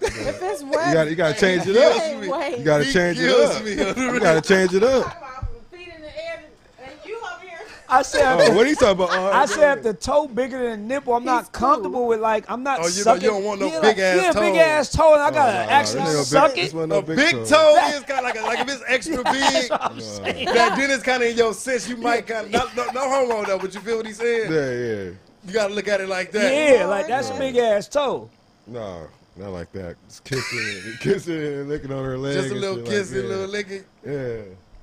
[SPEAKER 4] If it's
[SPEAKER 2] You got
[SPEAKER 4] wet,
[SPEAKER 2] you got to change it up.
[SPEAKER 4] wait, wait.
[SPEAKER 2] You got to
[SPEAKER 7] He
[SPEAKER 2] change it
[SPEAKER 7] kills
[SPEAKER 2] up.
[SPEAKER 7] me.
[SPEAKER 2] You got to change it up.
[SPEAKER 4] Talking about feet in the air and you over here.
[SPEAKER 3] I said,
[SPEAKER 2] Oh, what are you talking about?
[SPEAKER 7] uh,
[SPEAKER 2] Oh,
[SPEAKER 3] I said if the toe bigger than the nipple, I'm not
[SPEAKER 4] He's
[SPEAKER 3] comfortable with like I'm not.
[SPEAKER 7] Oh, you know, you
[SPEAKER 3] sucking.
[SPEAKER 7] don't want no
[SPEAKER 3] yeah,
[SPEAKER 7] big ass
[SPEAKER 3] yeah, big
[SPEAKER 7] toe.
[SPEAKER 3] ass toe, and I gotta
[SPEAKER 2] nah, nah,
[SPEAKER 3] actually
[SPEAKER 2] this ain't Oh, no big-
[SPEAKER 3] suck
[SPEAKER 2] this
[SPEAKER 3] it.
[SPEAKER 2] wasn't no
[SPEAKER 7] A
[SPEAKER 2] big
[SPEAKER 7] big,
[SPEAKER 2] toe.
[SPEAKER 7] toe, is kind of like a, like if it's extra big. That then it's kind of in your sense. You might kind of not, no, no homo though, but you feel what he's saying.
[SPEAKER 2] Yeah, yeah.
[SPEAKER 7] You gotta look at it like that.
[SPEAKER 3] Yeah, like that's a big ass toe.
[SPEAKER 2] No, not like that. Just kissing, kissing, and licking on her leg.
[SPEAKER 7] Just a
[SPEAKER 2] and
[SPEAKER 7] little
[SPEAKER 2] shit like
[SPEAKER 7] kissy, a
[SPEAKER 2] that.
[SPEAKER 7] little licking.
[SPEAKER 2] Yeah.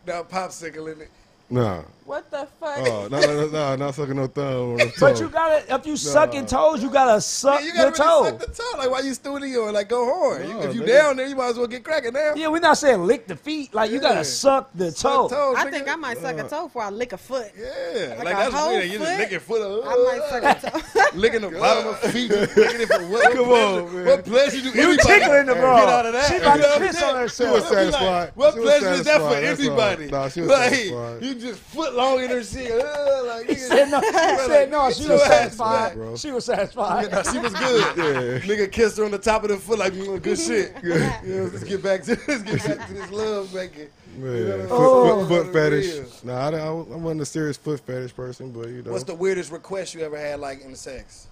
[SPEAKER 7] Now popsicle in it.
[SPEAKER 2] Nah.
[SPEAKER 4] What the fuck?
[SPEAKER 2] Oh, no, no, no, no, not sucking no thumb. Or no
[SPEAKER 3] But
[SPEAKER 2] toe.
[SPEAKER 3] you gotta if you sucking toes, you gotta suck
[SPEAKER 7] Yeah, you
[SPEAKER 3] your
[SPEAKER 7] gotta
[SPEAKER 3] toe.
[SPEAKER 7] really suck the toe. Like, why you studio? Like, go hard. You-
[SPEAKER 2] No,
[SPEAKER 7] if you
[SPEAKER 2] nigga.
[SPEAKER 7] down there, you might as well get cracking now.
[SPEAKER 3] yeah, we're not saying lick the feet. Like you
[SPEAKER 7] Yeah.
[SPEAKER 3] gotta suck the toe.
[SPEAKER 7] Suck toes,
[SPEAKER 4] I
[SPEAKER 7] nigga.
[SPEAKER 4] think I might suck a toe before I lick a foot.
[SPEAKER 7] Uh. Yeah, like,
[SPEAKER 4] Like a
[SPEAKER 7] that's
[SPEAKER 4] whole
[SPEAKER 7] weird. You just
[SPEAKER 4] foot?
[SPEAKER 7] licking foot up.
[SPEAKER 4] I might suck a toe.
[SPEAKER 7] licking the bottom of feet. licking it for what?
[SPEAKER 2] Come
[SPEAKER 7] what
[SPEAKER 2] on,
[SPEAKER 7] pleasure,
[SPEAKER 2] man.
[SPEAKER 7] What pleasure do
[SPEAKER 3] You
[SPEAKER 7] anybody-
[SPEAKER 3] tickling the
[SPEAKER 7] Hey,
[SPEAKER 3] bra.
[SPEAKER 7] Get out of that.
[SPEAKER 3] She about to
[SPEAKER 7] You know what
[SPEAKER 3] piss
[SPEAKER 7] I'm saying?
[SPEAKER 3] on herself.
[SPEAKER 2] She was
[SPEAKER 7] Be like,
[SPEAKER 2] satisfied.
[SPEAKER 7] What
[SPEAKER 2] She was
[SPEAKER 7] pleasure is that for
[SPEAKER 2] satisfied, that's all.
[SPEAKER 7] anybody?
[SPEAKER 2] Nah, she was
[SPEAKER 7] like,
[SPEAKER 2] satisfied.
[SPEAKER 7] You just foot long in her shit. Ugh, like, nigga.
[SPEAKER 3] said no, said no, she was
[SPEAKER 7] Get your ass back,
[SPEAKER 3] satisfied.
[SPEAKER 2] bro.
[SPEAKER 3] She was satisfied.
[SPEAKER 7] Nah, she was good.
[SPEAKER 2] Yeah.
[SPEAKER 7] Nigga kissed her on the top of the foot like mm, good shit. You know, let's get back to let's get back to this love making.
[SPEAKER 2] Man, foot,
[SPEAKER 3] Oh.
[SPEAKER 2] foot, foot
[SPEAKER 7] Yeah.
[SPEAKER 2] fetish. Nah, I, don't- I, was- I wasn't a serious foot fetish person, but you know.
[SPEAKER 7] What's the weirdest request you ever had like in sex?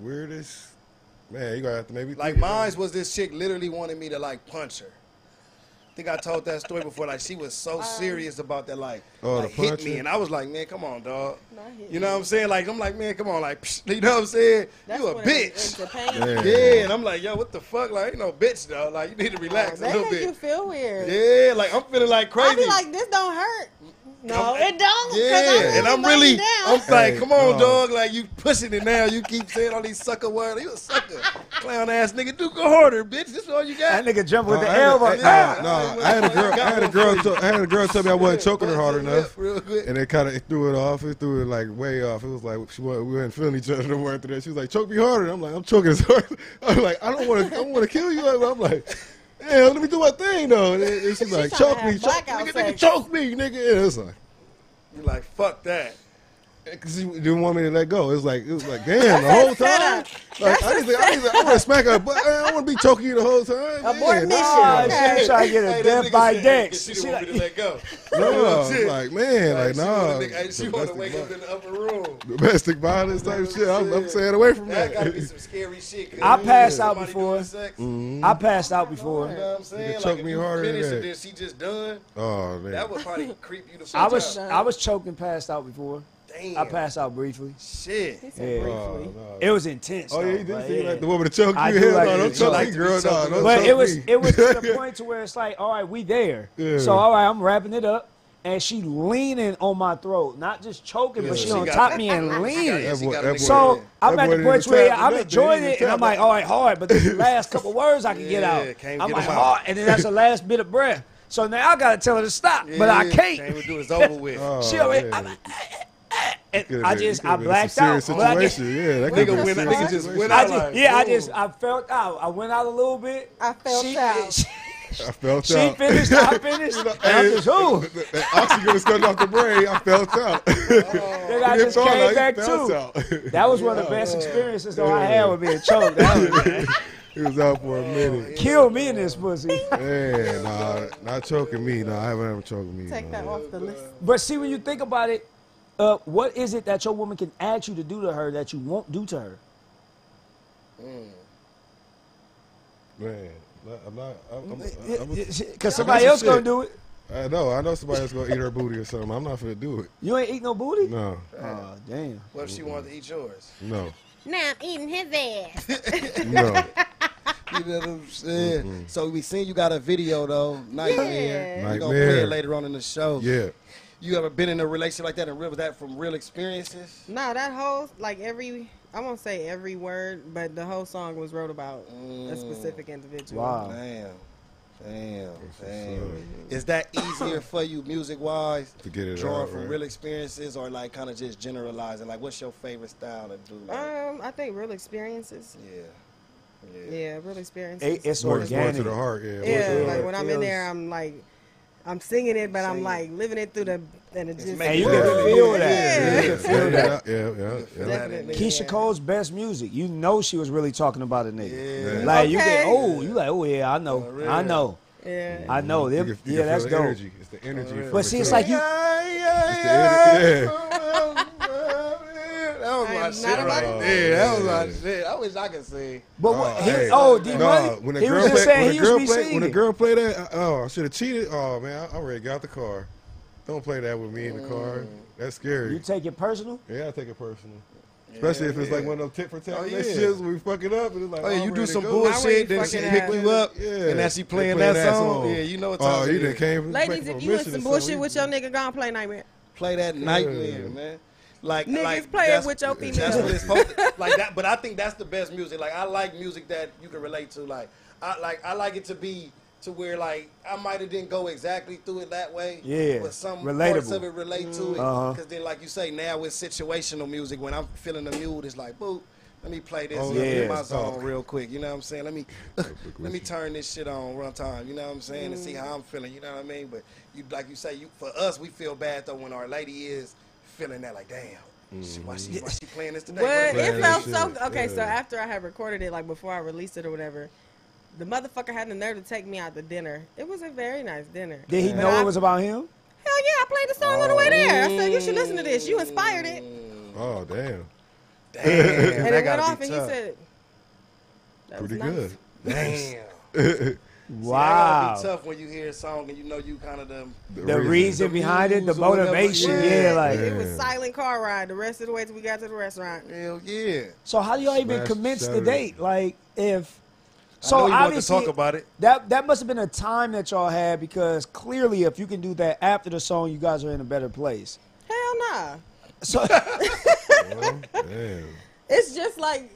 [SPEAKER 2] weirdest? Man, you gotta have to maybe.
[SPEAKER 7] Like
[SPEAKER 2] think about it.
[SPEAKER 7] mine was this chick literally wanted me to like punch her. I think I told that story before. Like she was
[SPEAKER 4] Uh.
[SPEAKER 7] so serious about that, like,
[SPEAKER 2] Oh, the
[SPEAKER 7] like, hit
[SPEAKER 2] punching?
[SPEAKER 7] me, and I was like, man, come on, dog.
[SPEAKER 4] Not hit
[SPEAKER 7] You know what I'm saying? Like I'm like, man, come on, like, you know what I'm saying?
[SPEAKER 4] That's
[SPEAKER 7] you a
[SPEAKER 4] when it-
[SPEAKER 7] bitch.
[SPEAKER 4] it's a pain.
[SPEAKER 2] Yeah.
[SPEAKER 7] Yeah, and I'm like, yo, what the fuck? Like, ain't no bitch though. Like, you need to relax a
[SPEAKER 4] They
[SPEAKER 7] little
[SPEAKER 4] Oh, make you
[SPEAKER 7] bit.
[SPEAKER 4] feel weird.
[SPEAKER 7] Yeah, like I'm feeling like crazy.
[SPEAKER 4] I be like, this don't hurt. No,
[SPEAKER 7] I'm-
[SPEAKER 4] it don't. 'cause
[SPEAKER 7] Yeah,
[SPEAKER 4] I
[SPEAKER 7] and I'm
[SPEAKER 4] knock you
[SPEAKER 7] really,
[SPEAKER 4] down.
[SPEAKER 7] I'm like,
[SPEAKER 2] Hey,
[SPEAKER 7] come on,
[SPEAKER 2] no.
[SPEAKER 7] dog. Like, you pushing it now. You keep saying all these sucker words. You a sucker. Clown ass nigga. Do go harder, bitch. This all you
[SPEAKER 3] That
[SPEAKER 7] got.
[SPEAKER 3] nigga jumped with
[SPEAKER 2] No, I
[SPEAKER 3] the
[SPEAKER 2] had a-
[SPEAKER 3] elbow.
[SPEAKER 2] I-
[SPEAKER 3] Ah!
[SPEAKER 2] No, I had a girl. I had a girl. tell- I had a girl tell me I wasn't choking her hard
[SPEAKER 7] Real-
[SPEAKER 2] enough,
[SPEAKER 7] real quick.
[SPEAKER 2] and it kind of threw it off. It threw it like way off. It was like she wasn't, we weren't feeling each other no more after that. She was like, "Choke me harder." And I'm like, "I'm choking as hard." I'm like, "I don't want to. I don't want to kill you." I'm like. Yeah, let me do my thing though. And then- and she's like,
[SPEAKER 4] tryna
[SPEAKER 2] choke
[SPEAKER 4] have
[SPEAKER 2] me, choke,
[SPEAKER 4] blackout
[SPEAKER 2] nigga, nigga,
[SPEAKER 4] sex.
[SPEAKER 2] choke me, nigga. And it's like,
[SPEAKER 7] You're like, fuck that.
[SPEAKER 2] because she didn't want me to let go. It's like it was like damn the whole time. Like I just I, just- I want to smack her, but I don't want to be choking you the whole time.
[SPEAKER 4] Abort
[SPEAKER 2] man.
[SPEAKER 4] mission.
[SPEAKER 3] Ah,
[SPEAKER 4] Okay.
[SPEAKER 3] she was trying to get a
[SPEAKER 7] Hey, that
[SPEAKER 3] death
[SPEAKER 7] nigga
[SPEAKER 3] by
[SPEAKER 7] said,
[SPEAKER 3] death.
[SPEAKER 7] She
[SPEAKER 3] She
[SPEAKER 7] didn't want me
[SPEAKER 3] like-
[SPEAKER 7] to let go.
[SPEAKER 2] No,
[SPEAKER 7] Shit.
[SPEAKER 2] I'm like man, like,
[SPEAKER 7] she
[SPEAKER 2] nah.
[SPEAKER 7] wanted to- hey, She wanted to
[SPEAKER 2] domestic
[SPEAKER 7] wake up
[SPEAKER 2] violence.
[SPEAKER 7] in the upper room.
[SPEAKER 2] domestic violence type shit. I'm, I'm
[SPEAKER 7] Shit.
[SPEAKER 2] staying away from
[SPEAKER 7] That gotta be
[SPEAKER 2] that.
[SPEAKER 7] some scary shit. 'cause
[SPEAKER 3] I passed out
[SPEAKER 7] somebody doing
[SPEAKER 3] before.
[SPEAKER 7] sex,
[SPEAKER 3] I passed out before.
[SPEAKER 7] You know what I'm saying?
[SPEAKER 2] Mm. choke
[SPEAKER 7] like, if
[SPEAKER 2] me
[SPEAKER 7] you
[SPEAKER 2] harder than
[SPEAKER 7] finish
[SPEAKER 2] that.
[SPEAKER 7] and then she just done.
[SPEAKER 2] Oh man,
[SPEAKER 7] That would probably creep you the fuck
[SPEAKER 3] I was
[SPEAKER 7] out.
[SPEAKER 3] I was choking, passed out before.
[SPEAKER 7] Damn.
[SPEAKER 3] I passed out briefly.
[SPEAKER 7] Shit.
[SPEAKER 3] Yeah.
[SPEAKER 2] Oh,
[SPEAKER 4] Briefly.
[SPEAKER 2] no.
[SPEAKER 3] It was intense.
[SPEAKER 2] Oh
[SPEAKER 3] though,
[SPEAKER 2] yeah, you did
[SPEAKER 3] but
[SPEAKER 2] see
[SPEAKER 3] yeah.
[SPEAKER 2] like the woman to choke you.
[SPEAKER 3] I
[SPEAKER 2] Hell
[SPEAKER 3] do
[SPEAKER 2] no,
[SPEAKER 3] like to
[SPEAKER 2] don't
[SPEAKER 3] be
[SPEAKER 2] choke
[SPEAKER 7] choked.
[SPEAKER 2] me, girl. No, don't
[SPEAKER 3] But
[SPEAKER 2] choke
[SPEAKER 3] it was
[SPEAKER 2] me.
[SPEAKER 3] it was to the point to where it's like, all right, we there. So all right, I'm wrapping it up, and she leaning on my throat, not just choking, but she,
[SPEAKER 7] She
[SPEAKER 3] on
[SPEAKER 7] got-
[SPEAKER 3] top me and
[SPEAKER 7] She got-
[SPEAKER 3] leaning.
[SPEAKER 7] she
[SPEAKER 2] That boy-
[SPEAKER 7] got
[SPEAKER 2] that
[SPEAKER 7] nigga-
[SPEAKER 3] So I'm
[SPEAKER 2] That
[SPEAKER 3] at
[SPEAKER 2] boy
[SPEAKER 3] the
[SPEAKER 2] didn't
[SPEAKER 3] point
[SPEAKER 2] even
[SPEAKER 3] where
[SPEAKER 2] tap
[SPEAKER 3] I'm
[SPEAKER 2] nothing.
[SPEAKER 3] enjoying
[SPEAKER 2] He didn't
[SPEAKER 3] it, and I'm
[SPEAKER 2] tap
[SPEAKER 3] like,
[SPEAKER 2] nothing.
[SPEAKER 3] all right, hard, but this is the last couple words I can get
[SPEAKER 7] Yeah,
[SPEAKER 3] out.
[SPEAKER 7] can't
[SPEAKER 3] I'm
[SPEAKER 7] get
[SPEAKER 3] like,
[SPEAKER 7] them out.
[SPEAKER 3] hard, and then that's the last bit of breath. So now I gotta tell her to stop, but I
[SPEAKER 7] Yeah,
[SPEAKER 3] can't.
[SPEAKER 7] Can't even do it. It's over with.
[SPEAKER 2] Oh,
[SPEAKER 3] She already,
[SPEAKER 2] man.
[SPEAKER 3] I'm like, "Eh, eh, eh,"
[SPEAKER 2] Could've
[SPEAKER 3] and I
[SPEAKER 2] been-
[SPEAKER 3] just,
[SPEAKER 2] could've
[SPEAKER 3] I
[SPEAKER 2] been
[SPEAKER 3] blacked
[SPEAKER 2] a
[SPEAKER 3] out.
[SPEAKER 2] serious
[SPEAKER 3] But I just,
[SPEAKER 2] Situation. Yeah, that
[SPEAKER 7] Nigga
[SPEAKER 2] could
[SPEAKER 7] went- nigga just went
[SPEAKER 3] I
[SPEAKER 7] out.
[SPEAKER 3] just,
[SPEAKER 7] like,
[SPEAKER 3] yeah, I
[SPEAKER 7] ooh.
[SPEAKER 3] just, I felt out. I went out a little bit.
[SPEAKER 4] I felt
[SPEAKER 3] She-
[SPEAKER 4] out.
[SPEAKER 3] She,
[SPEAKER 2] I felt
[SPEAKER 3] she
[SPEAKER 2] out.
[SPEAKER 3] finished. I finished. and I'm just, ooh.
[SPEAKER 2] That- that Oxygen was cutting off the brain. I felt out.
[SPEAKER 3] Then I
[SPEAKER 2] He
[SPEAKER 3] just
[SPEAKER 2] felt out.
[SPEAKER 3] came
[SPEAKER 2] He
[SPEAKER 3] back
[SPEAKER 2] felt
[SPEAKER 3] too.
[SPEAKER 2] out.
[SPEAKER 3] That was one of the best experiences though I had with being choked. That was-
[SPEAKER 2] He was out for a minute.
[SPEAKER 3] Kill me in this pussy.
[SPEAKER 2] Man, nah, not choking me. No, I haven't ever choking me.
[SPEAKER 4] Take
[SPEAKER 2] no.
[SPEAKER 4] that off the list.
[SPEAKER 3] But see, when you think about it, uh, what is it that your woman can ask you to do to her that you won't do to her?
[SPEAKER 2] Man, I'm not. I'm, I'm, I'm, I'm,
[SPEAKER 3] Because somebody else gonna do it.
[SPEAKER 2] I know. I know somebody that's gonna eat her booty or something. I'm not gonna do it.
[SPEAKER 3] You ain't eat no booty.
[SPEAKER 2] No,
[SPEAKER 3] Oh damn.
[SPEAKER 7] What if she wanted to eat yours?
[SPEAKER 2] no,
[SPEAKER 8] Now I'm eating his ass.
[SPEAKER 2] no.
[SPEAKER 7] You know what I'm saying?
[SPEAKER 2] Mm-hmm.
[SPEAKER 7] So we seen you got a video though. Nightmare.
[SPEAKER 2] Yeah.
[SPEAKER 7] We're gonna play
[SPEAKER 2] Nightmare.
[SPEAKER 7] it later on in the show.
[SPEAKER 2] Yeah.
[SPEAKER 7] You ever been in a relationship like that and real was that from real experiences?
[SPEAKER 4] No, that whole like every I won't say every word, but the whole song was wrote about
[SPEAKER 7] Mm.
[SPEAKER 4] a specific individual.
[SPEAKER 2] Oh.
[SPEAKER 3] Wow.
[SPEAKER 7] Damn. Damn.
[SPEAKER 2] up,
[SPEAKER 7] Damn. Is that easier for you music wise?
[SPEAKER 2] To get it
[SPEAKER 7] Drawing
[SPEAKER 2] out,
[SPEAKER 7] from
[SPEAKER 2] right?
[SPEAKER 7] real experiences or like kind of just generalizing? Like what's your favorite style to do? Like,
[SPEAKER 4] Um, I think real experiences.
[SPEAKER 7] yeah. Yeah.
[SPEAKER 4] Yeah, real experiences.
[SPEAKER 3] It- it's
[SPEAKER 2] More, it's more
[SPEAKER 3] organic.
[SPEAKER 2] to the heart. Yeah. more to
[SPEAKER 4] yeah,
[SPEAKER 2] the
[SPEAKER 4] like
[SPEAKER 2] heart.
[SPEAKER 4] when I'm in there, I'm like, I'm singing it, but I'm
[SPEAKER 7] Singing.
[SPEAKER 4] like living it through the and it just
[SPEAKER 3] And you
[SPEAKER 7] Yeah.
[SPEAKER 3] can feel that.
[SPEAKER 2] yeah,
[SPEAKER 4] yeah.
[SPEAKER 2] yeah, yeah, yeah, yeah, yeah.
[SPEAKER 4] Definitely.
[SPEAKER 3] Keisha Cole's best music. You know she was really talking about a nigga.
[SPEAKER 2] Yeah.
[SPEAKER 3] Like you
[SPEAKER 4] Okay.
[SPEAKER 3] get oh you like oh yeah I know
[SPEAKER 7] For real.
[SPEAKER 3] I know
[SPEAKER 4] Yeah.
[SPEAKER 3] I know
[SPEAKER 2] You
[SPEAKER 3] them,
[SPEAKER 2] can- you
[SPEAKER 3] yeah
[SPEAKER 2] can
[SPEAKER 3] that's
[SPEAKER 2] feel
[SPEAKER 3] dope.
[SPEAKER 2] the energy. It's the energy. from
[SPEAKER 3] But
[SPEAKER 2] it,
[SPEAKER 3] see it's
[SPEAKER 2] too.
[SPEAKER 3] like you
[SPEAKER 7] That was my
[SPEAKER 4] I'm
[SPEAKER 7] shit
[SPEAKER 4] not about
[SPEAKER 7] right
[SPEAKER 4] to-
[SPEAKER 7] there. That was
[SPEAKER 2] Yeah.
[SPEAKER 7] my shit. I wish I could sing.
[SPEAKER 3] but what
[SPEAKER 2] Oh,
[SPEAKER 3] he,
[SPEAKER 2] hey.
[SPEAKER 3] oh D
[SPEAKER 2] Nah,
[SPEAKER 3] Money
[SPEAKER 2] when a
[SPEAKER 3] he
[SPEAKER 2] girl
[SPEAKER 3] was just
[SPEAKER 2] play-
[SPEAKER 3] saying
[SPEAKER 2] when
[SPEAKER 3] he
[SPEAKER 2] a girl
[SPEAKER 3] used to be
[SPEAKER 2] play, when a
[SPEAKER 3] singing.
[SPEAKER 2] girl play that, I- oh, I should have cheated. Oh man, I I already got the car. Don't play that with me in the car. That's
[SPEAKER 3] Mm. You
[SPEAKER 2] scary.
[SPEAKER 3] take it personal.
[SPEAKER 2] Yeah, I take it personal. Especially if it's like one of them tit for tat
[SPEAKER 7] Oh, yeah.
[SPEAKER 2] relationships where we fuck it up and it's like,
[SPEAKER 7] Oh, yeah, you
[SPEAKER 2] I'm
[SPEAKER 7] do
[SPEAKER 2] ready to
[SPEAKER 7] some
[SPEAKER 2] go.
[SPEAKER 7] bullshit, then she
[SPEAKER 4] fucking
[SPEAKER 7] pick
[SPEAKER 4] ass.
[SPEAKER 7] you up,
[SPEAKER 2] Yeah.
[SPEAKER 7] and now she
[SPEAKER 2] They
[SPEAKER 7] playing, that, song. Yeah, you know what time
[SPEAKER 2] Oh,
[SPEAKER 7] it
[SPEAKER 2] you done
[SPEAKER 7] is.
[SPEAKER 2] came.
[SPEAKER 4] Ladies, if you want some bullshit with your nigga, go and play nightmare.
[SPEAKER 7] Play that nightmare,
[SPEAKER 2] Yeah.
[SPEAKER 7] man. Like
[SPEAKER 4] Niggas playing
[SPEAKER 7] like, that's-
[SPEAKER 4] with your
[SPEAKER 7] That's
[SPEAKER 4] females.
[SPEAKER 7] what it's supposed to, like that. But I think that's the best music. Like I like music that you can relate to. Like I like I like it to be to where like I might have didn't go exactly through it that way.
[SPEAKER 3] Yeah,
[SPEAKER 7] But some parts
[SPEAKER 3] relatable.
[SPEAKER 7] of it relate to it.
[SPEAKER 3] Uh-huh.
[SPEAKER 7] Cause then like you say, now it's situational music. When I'm feeling a mood, it's like, boop, let me play this.
[SPEAKER 2] Oh,
[SPEAKER 7] let me
[SPEAKER 3] yeah.
[SPEAKER 7] get my zone
[SPEAKER 2] Oh.
[SPEAKER 7] real quick. You know what I'm saying? Let me let me turn this shit on real time. You know what I'm saying? And see
[SPEAKER 4] Mm.
[SPEAKER 7] how I'm feeling. You know what I mean? But you like you say, you for us, we feel bad though when our lady is feeling that like, damn, she, why she
[SPEAKER 2] Mm-hmm.
[SPEAKER 7] why she playing this today?
[SPEAKER 4] Well,
[SPEAKER 7] Why-
[SPEAKER 4] it
[SPEAKER 2] that
[SPEAKER 4] felt
[SPEAKER 2] shit.
[SPEAKER 4] so okay. So
[SPEAKER 2] Yeah.
[SPEAKER 4] after I had recorded it, like before I released it or whatever, the motherfucker had the nerve to take me out to dinner. It was a very nice dinner.
[SPEAKER 3] Did he
[SPEAKER 4] But
[SPEAKER 3] know
[SPEAKER 4] I-
[SPEAKER 3] it was about him?
[SPEAKER 4] Hell yeah! I played the song on the way there. I said you should listen to this. You inspired it,
[SPEAKER 2] Oh damn,
[SPEAKER 4] and
[SPEAKER 7] Damn, that
[SPEAKER 4] it went
[SPEAKER 7] gotta
[SPEAKER 4] off,
[SPEAKER 7] be
[SPEAKER 4] and he
[SPEAKER 7] tough.
[SPEAKER 4] said, that was
[SPEAKER 2] pretty
[SPEAKER 4] nice.
[SPEAKER 2] good.
[SPEAKER 7] damn.
[SPEAKER 3] Wow.
[SPEAKER 7] See, that gotta be tough when you hear a song and you know you kind of the
[SPEAKER 3] the reason behind it, the
[SPEAKER 7] rules or whatever.
[SPEAKER 3] motivation.
[SPEAKER 7] Yeah.
[SPEAKER 3] Yeah, like.
[SPEAKER 4] it was
[SPEAKER 2] Yeah.
[SPEAKER 4] silent car ride the rest of the way till we got to the restaurant.
[SPEAKER 7] hell yeah.
[SPEAKER 3] So how do y'all even
[SPEAKER 2] Smash
[SPEAKER 3] commence the
[SPEAKER 2] Saturday.
[SPEAKER 3] date? Like if
[SPEAKER 7] know
[SPEAKER 3] so
[SPEAKER 7] you want to
[SPEAKER 3] obviously
[SPEAKER 7] talk about it.
[SPEAKER 3] That that must have been a time that y'all had because clearly if you can do that after the song, you guys are in a better place.
[SPEAKER 4] Hell nah.
[SPEAKER 3] So
[SPEAKER 2] Damn.
[SPEAKER 4] It's just like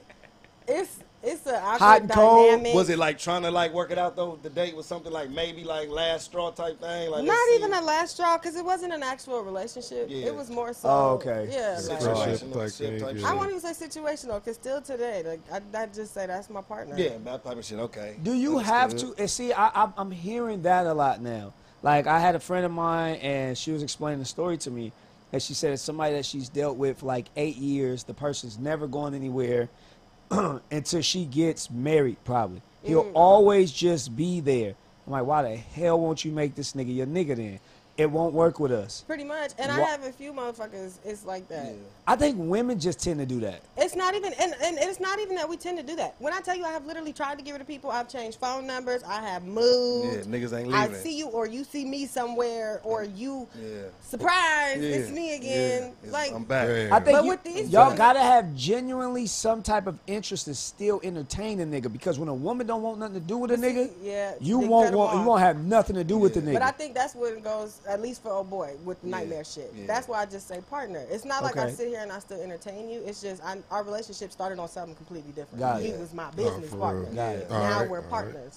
[SPEAKER 4] it's it's an awkward
[SPEAKER 3] Hot and cold?
[SPEAKER 4] dynamic.
[SPEAKER 7] Was it like trying to like work it out though? The date was something like maybe like last straw type thing. Like
[SPEAKER 4] Not
[SPEAKER 7] let's
[SPEAKER 4] even
[SPEAKER 7] see.
[SPEAKER 4] a last straw because it wasn't an actual relationship.
[SPEAKER 7] Yeah.
[SPEAKER 4] It was more so.
[SPEAKER 3] Oh, okay.
[SPEAKER 4] Yeah.
[SPEAKER 2] Like,
[SPEAKER 4] like-
[SPEAKER 2] Friendship
[SPEAKER 7] Situational
[SPEAKER 2] type
[SPEAKER 7] shit
[SPEAKER 2] thing,
[SPEAKER 7] type
[SPEAKER 2] yeah.
[SPEAKER 7] shit.
[SPEAKER 4] I won't even say situational because still today, like I, I just say that's my partner.
[SPEAKER 7] Yeah, that type of shit. Okay.
[SPEAKER 3] Do you have to? And see, I, I'm, I'm hearing that a lot now. Like, I had a friend of mine, and she was explaining the story to me, and she said it's somebody that she's dealt with for like eight years. The person's never going anywhere until she gets married, probably. He'll always just be there. I'm like, why the hell won't you make this nigga your nigga then? It won't work with us.
[SPEAKER 4] Pretty much. And I
[SPEAKER 3] Wha-
[SPEAKER 4] have a few motherfuckers. It's like that.
[SPEAKER 3] I think women just tend to do that.
[SPEAKER 4] It's not even, and, and it's not even that we tend to do that. When I tell you, I have literally tried to get rid of people. I've changed phone numbers. I have moved.
[SPEAKER 7] Yeah, niggas ain't
[SPEAKER 4] I
[SPEAKER 7] leaving.
[SPEAKER 4] see you, or you see me somewhere, or you.
[SPEAKER 7] Yeah.
[SPEAKER 4] Surprise!
[SPEAKER 7] Yeah,
[SPEAKER 4] It's me again.
[SPEAKER 7] yeah.
[SPEAKER 4] Like
[SPEAKER 7] I'm back.
[SPEAKER 2] Damn.
[SPEAKER 3] I think
[SPEAKER 4] But
[SPEAKER 3] you,
[SPEAKER 4] with these
[SPEAKER 3] y'all
[SPEAKER 4] two-
[SPEAKER 3] gotta have genuinely some type of interest to still entertain a nigga because when a woman don't want nothing to do with a nigga,
[SPEAKER 4] yeah,
[SPEAKER 3] you
[SPEAKER 4] they cut
[SPEAKER 3] won't
[SPEAKER 4] 'em
[SPEAKER 3] want you
[SPEAKER 4] off.
[SPEAKER 3] won't have nothing to do with the nigga.
[SPEAKER 4] But I think that's what it goes, at least for old boy, with the nightmare shit.
[SPEAKER 7] yeah.
[SPEAKER 4] That's why I just say partner. It's not like I
[SPEAKER 3] Okay.
[SPEAKER 4] sit here and I still entertain you. It's just I, our relationship started on something completely different.
[SPEAKER 3] Got
[SPEAKER 4] he
[SPEAKER 3] it.
[SPEAKER 4] was my
[SPEAKER 2] Oh,
[SPEAKER 4] business
[SPEAKER 2] for
[SPEAKER 4] partner.
[SPEAKER 2] real. Uh-huh.
[SPEAKER 3] Got it.
[SPEAKER 4] Now
[SPEAKER 2] Alright,
[SPEAKER 4] we're
[SPEAKER 2] alright.
[SPEAKER 4] partners.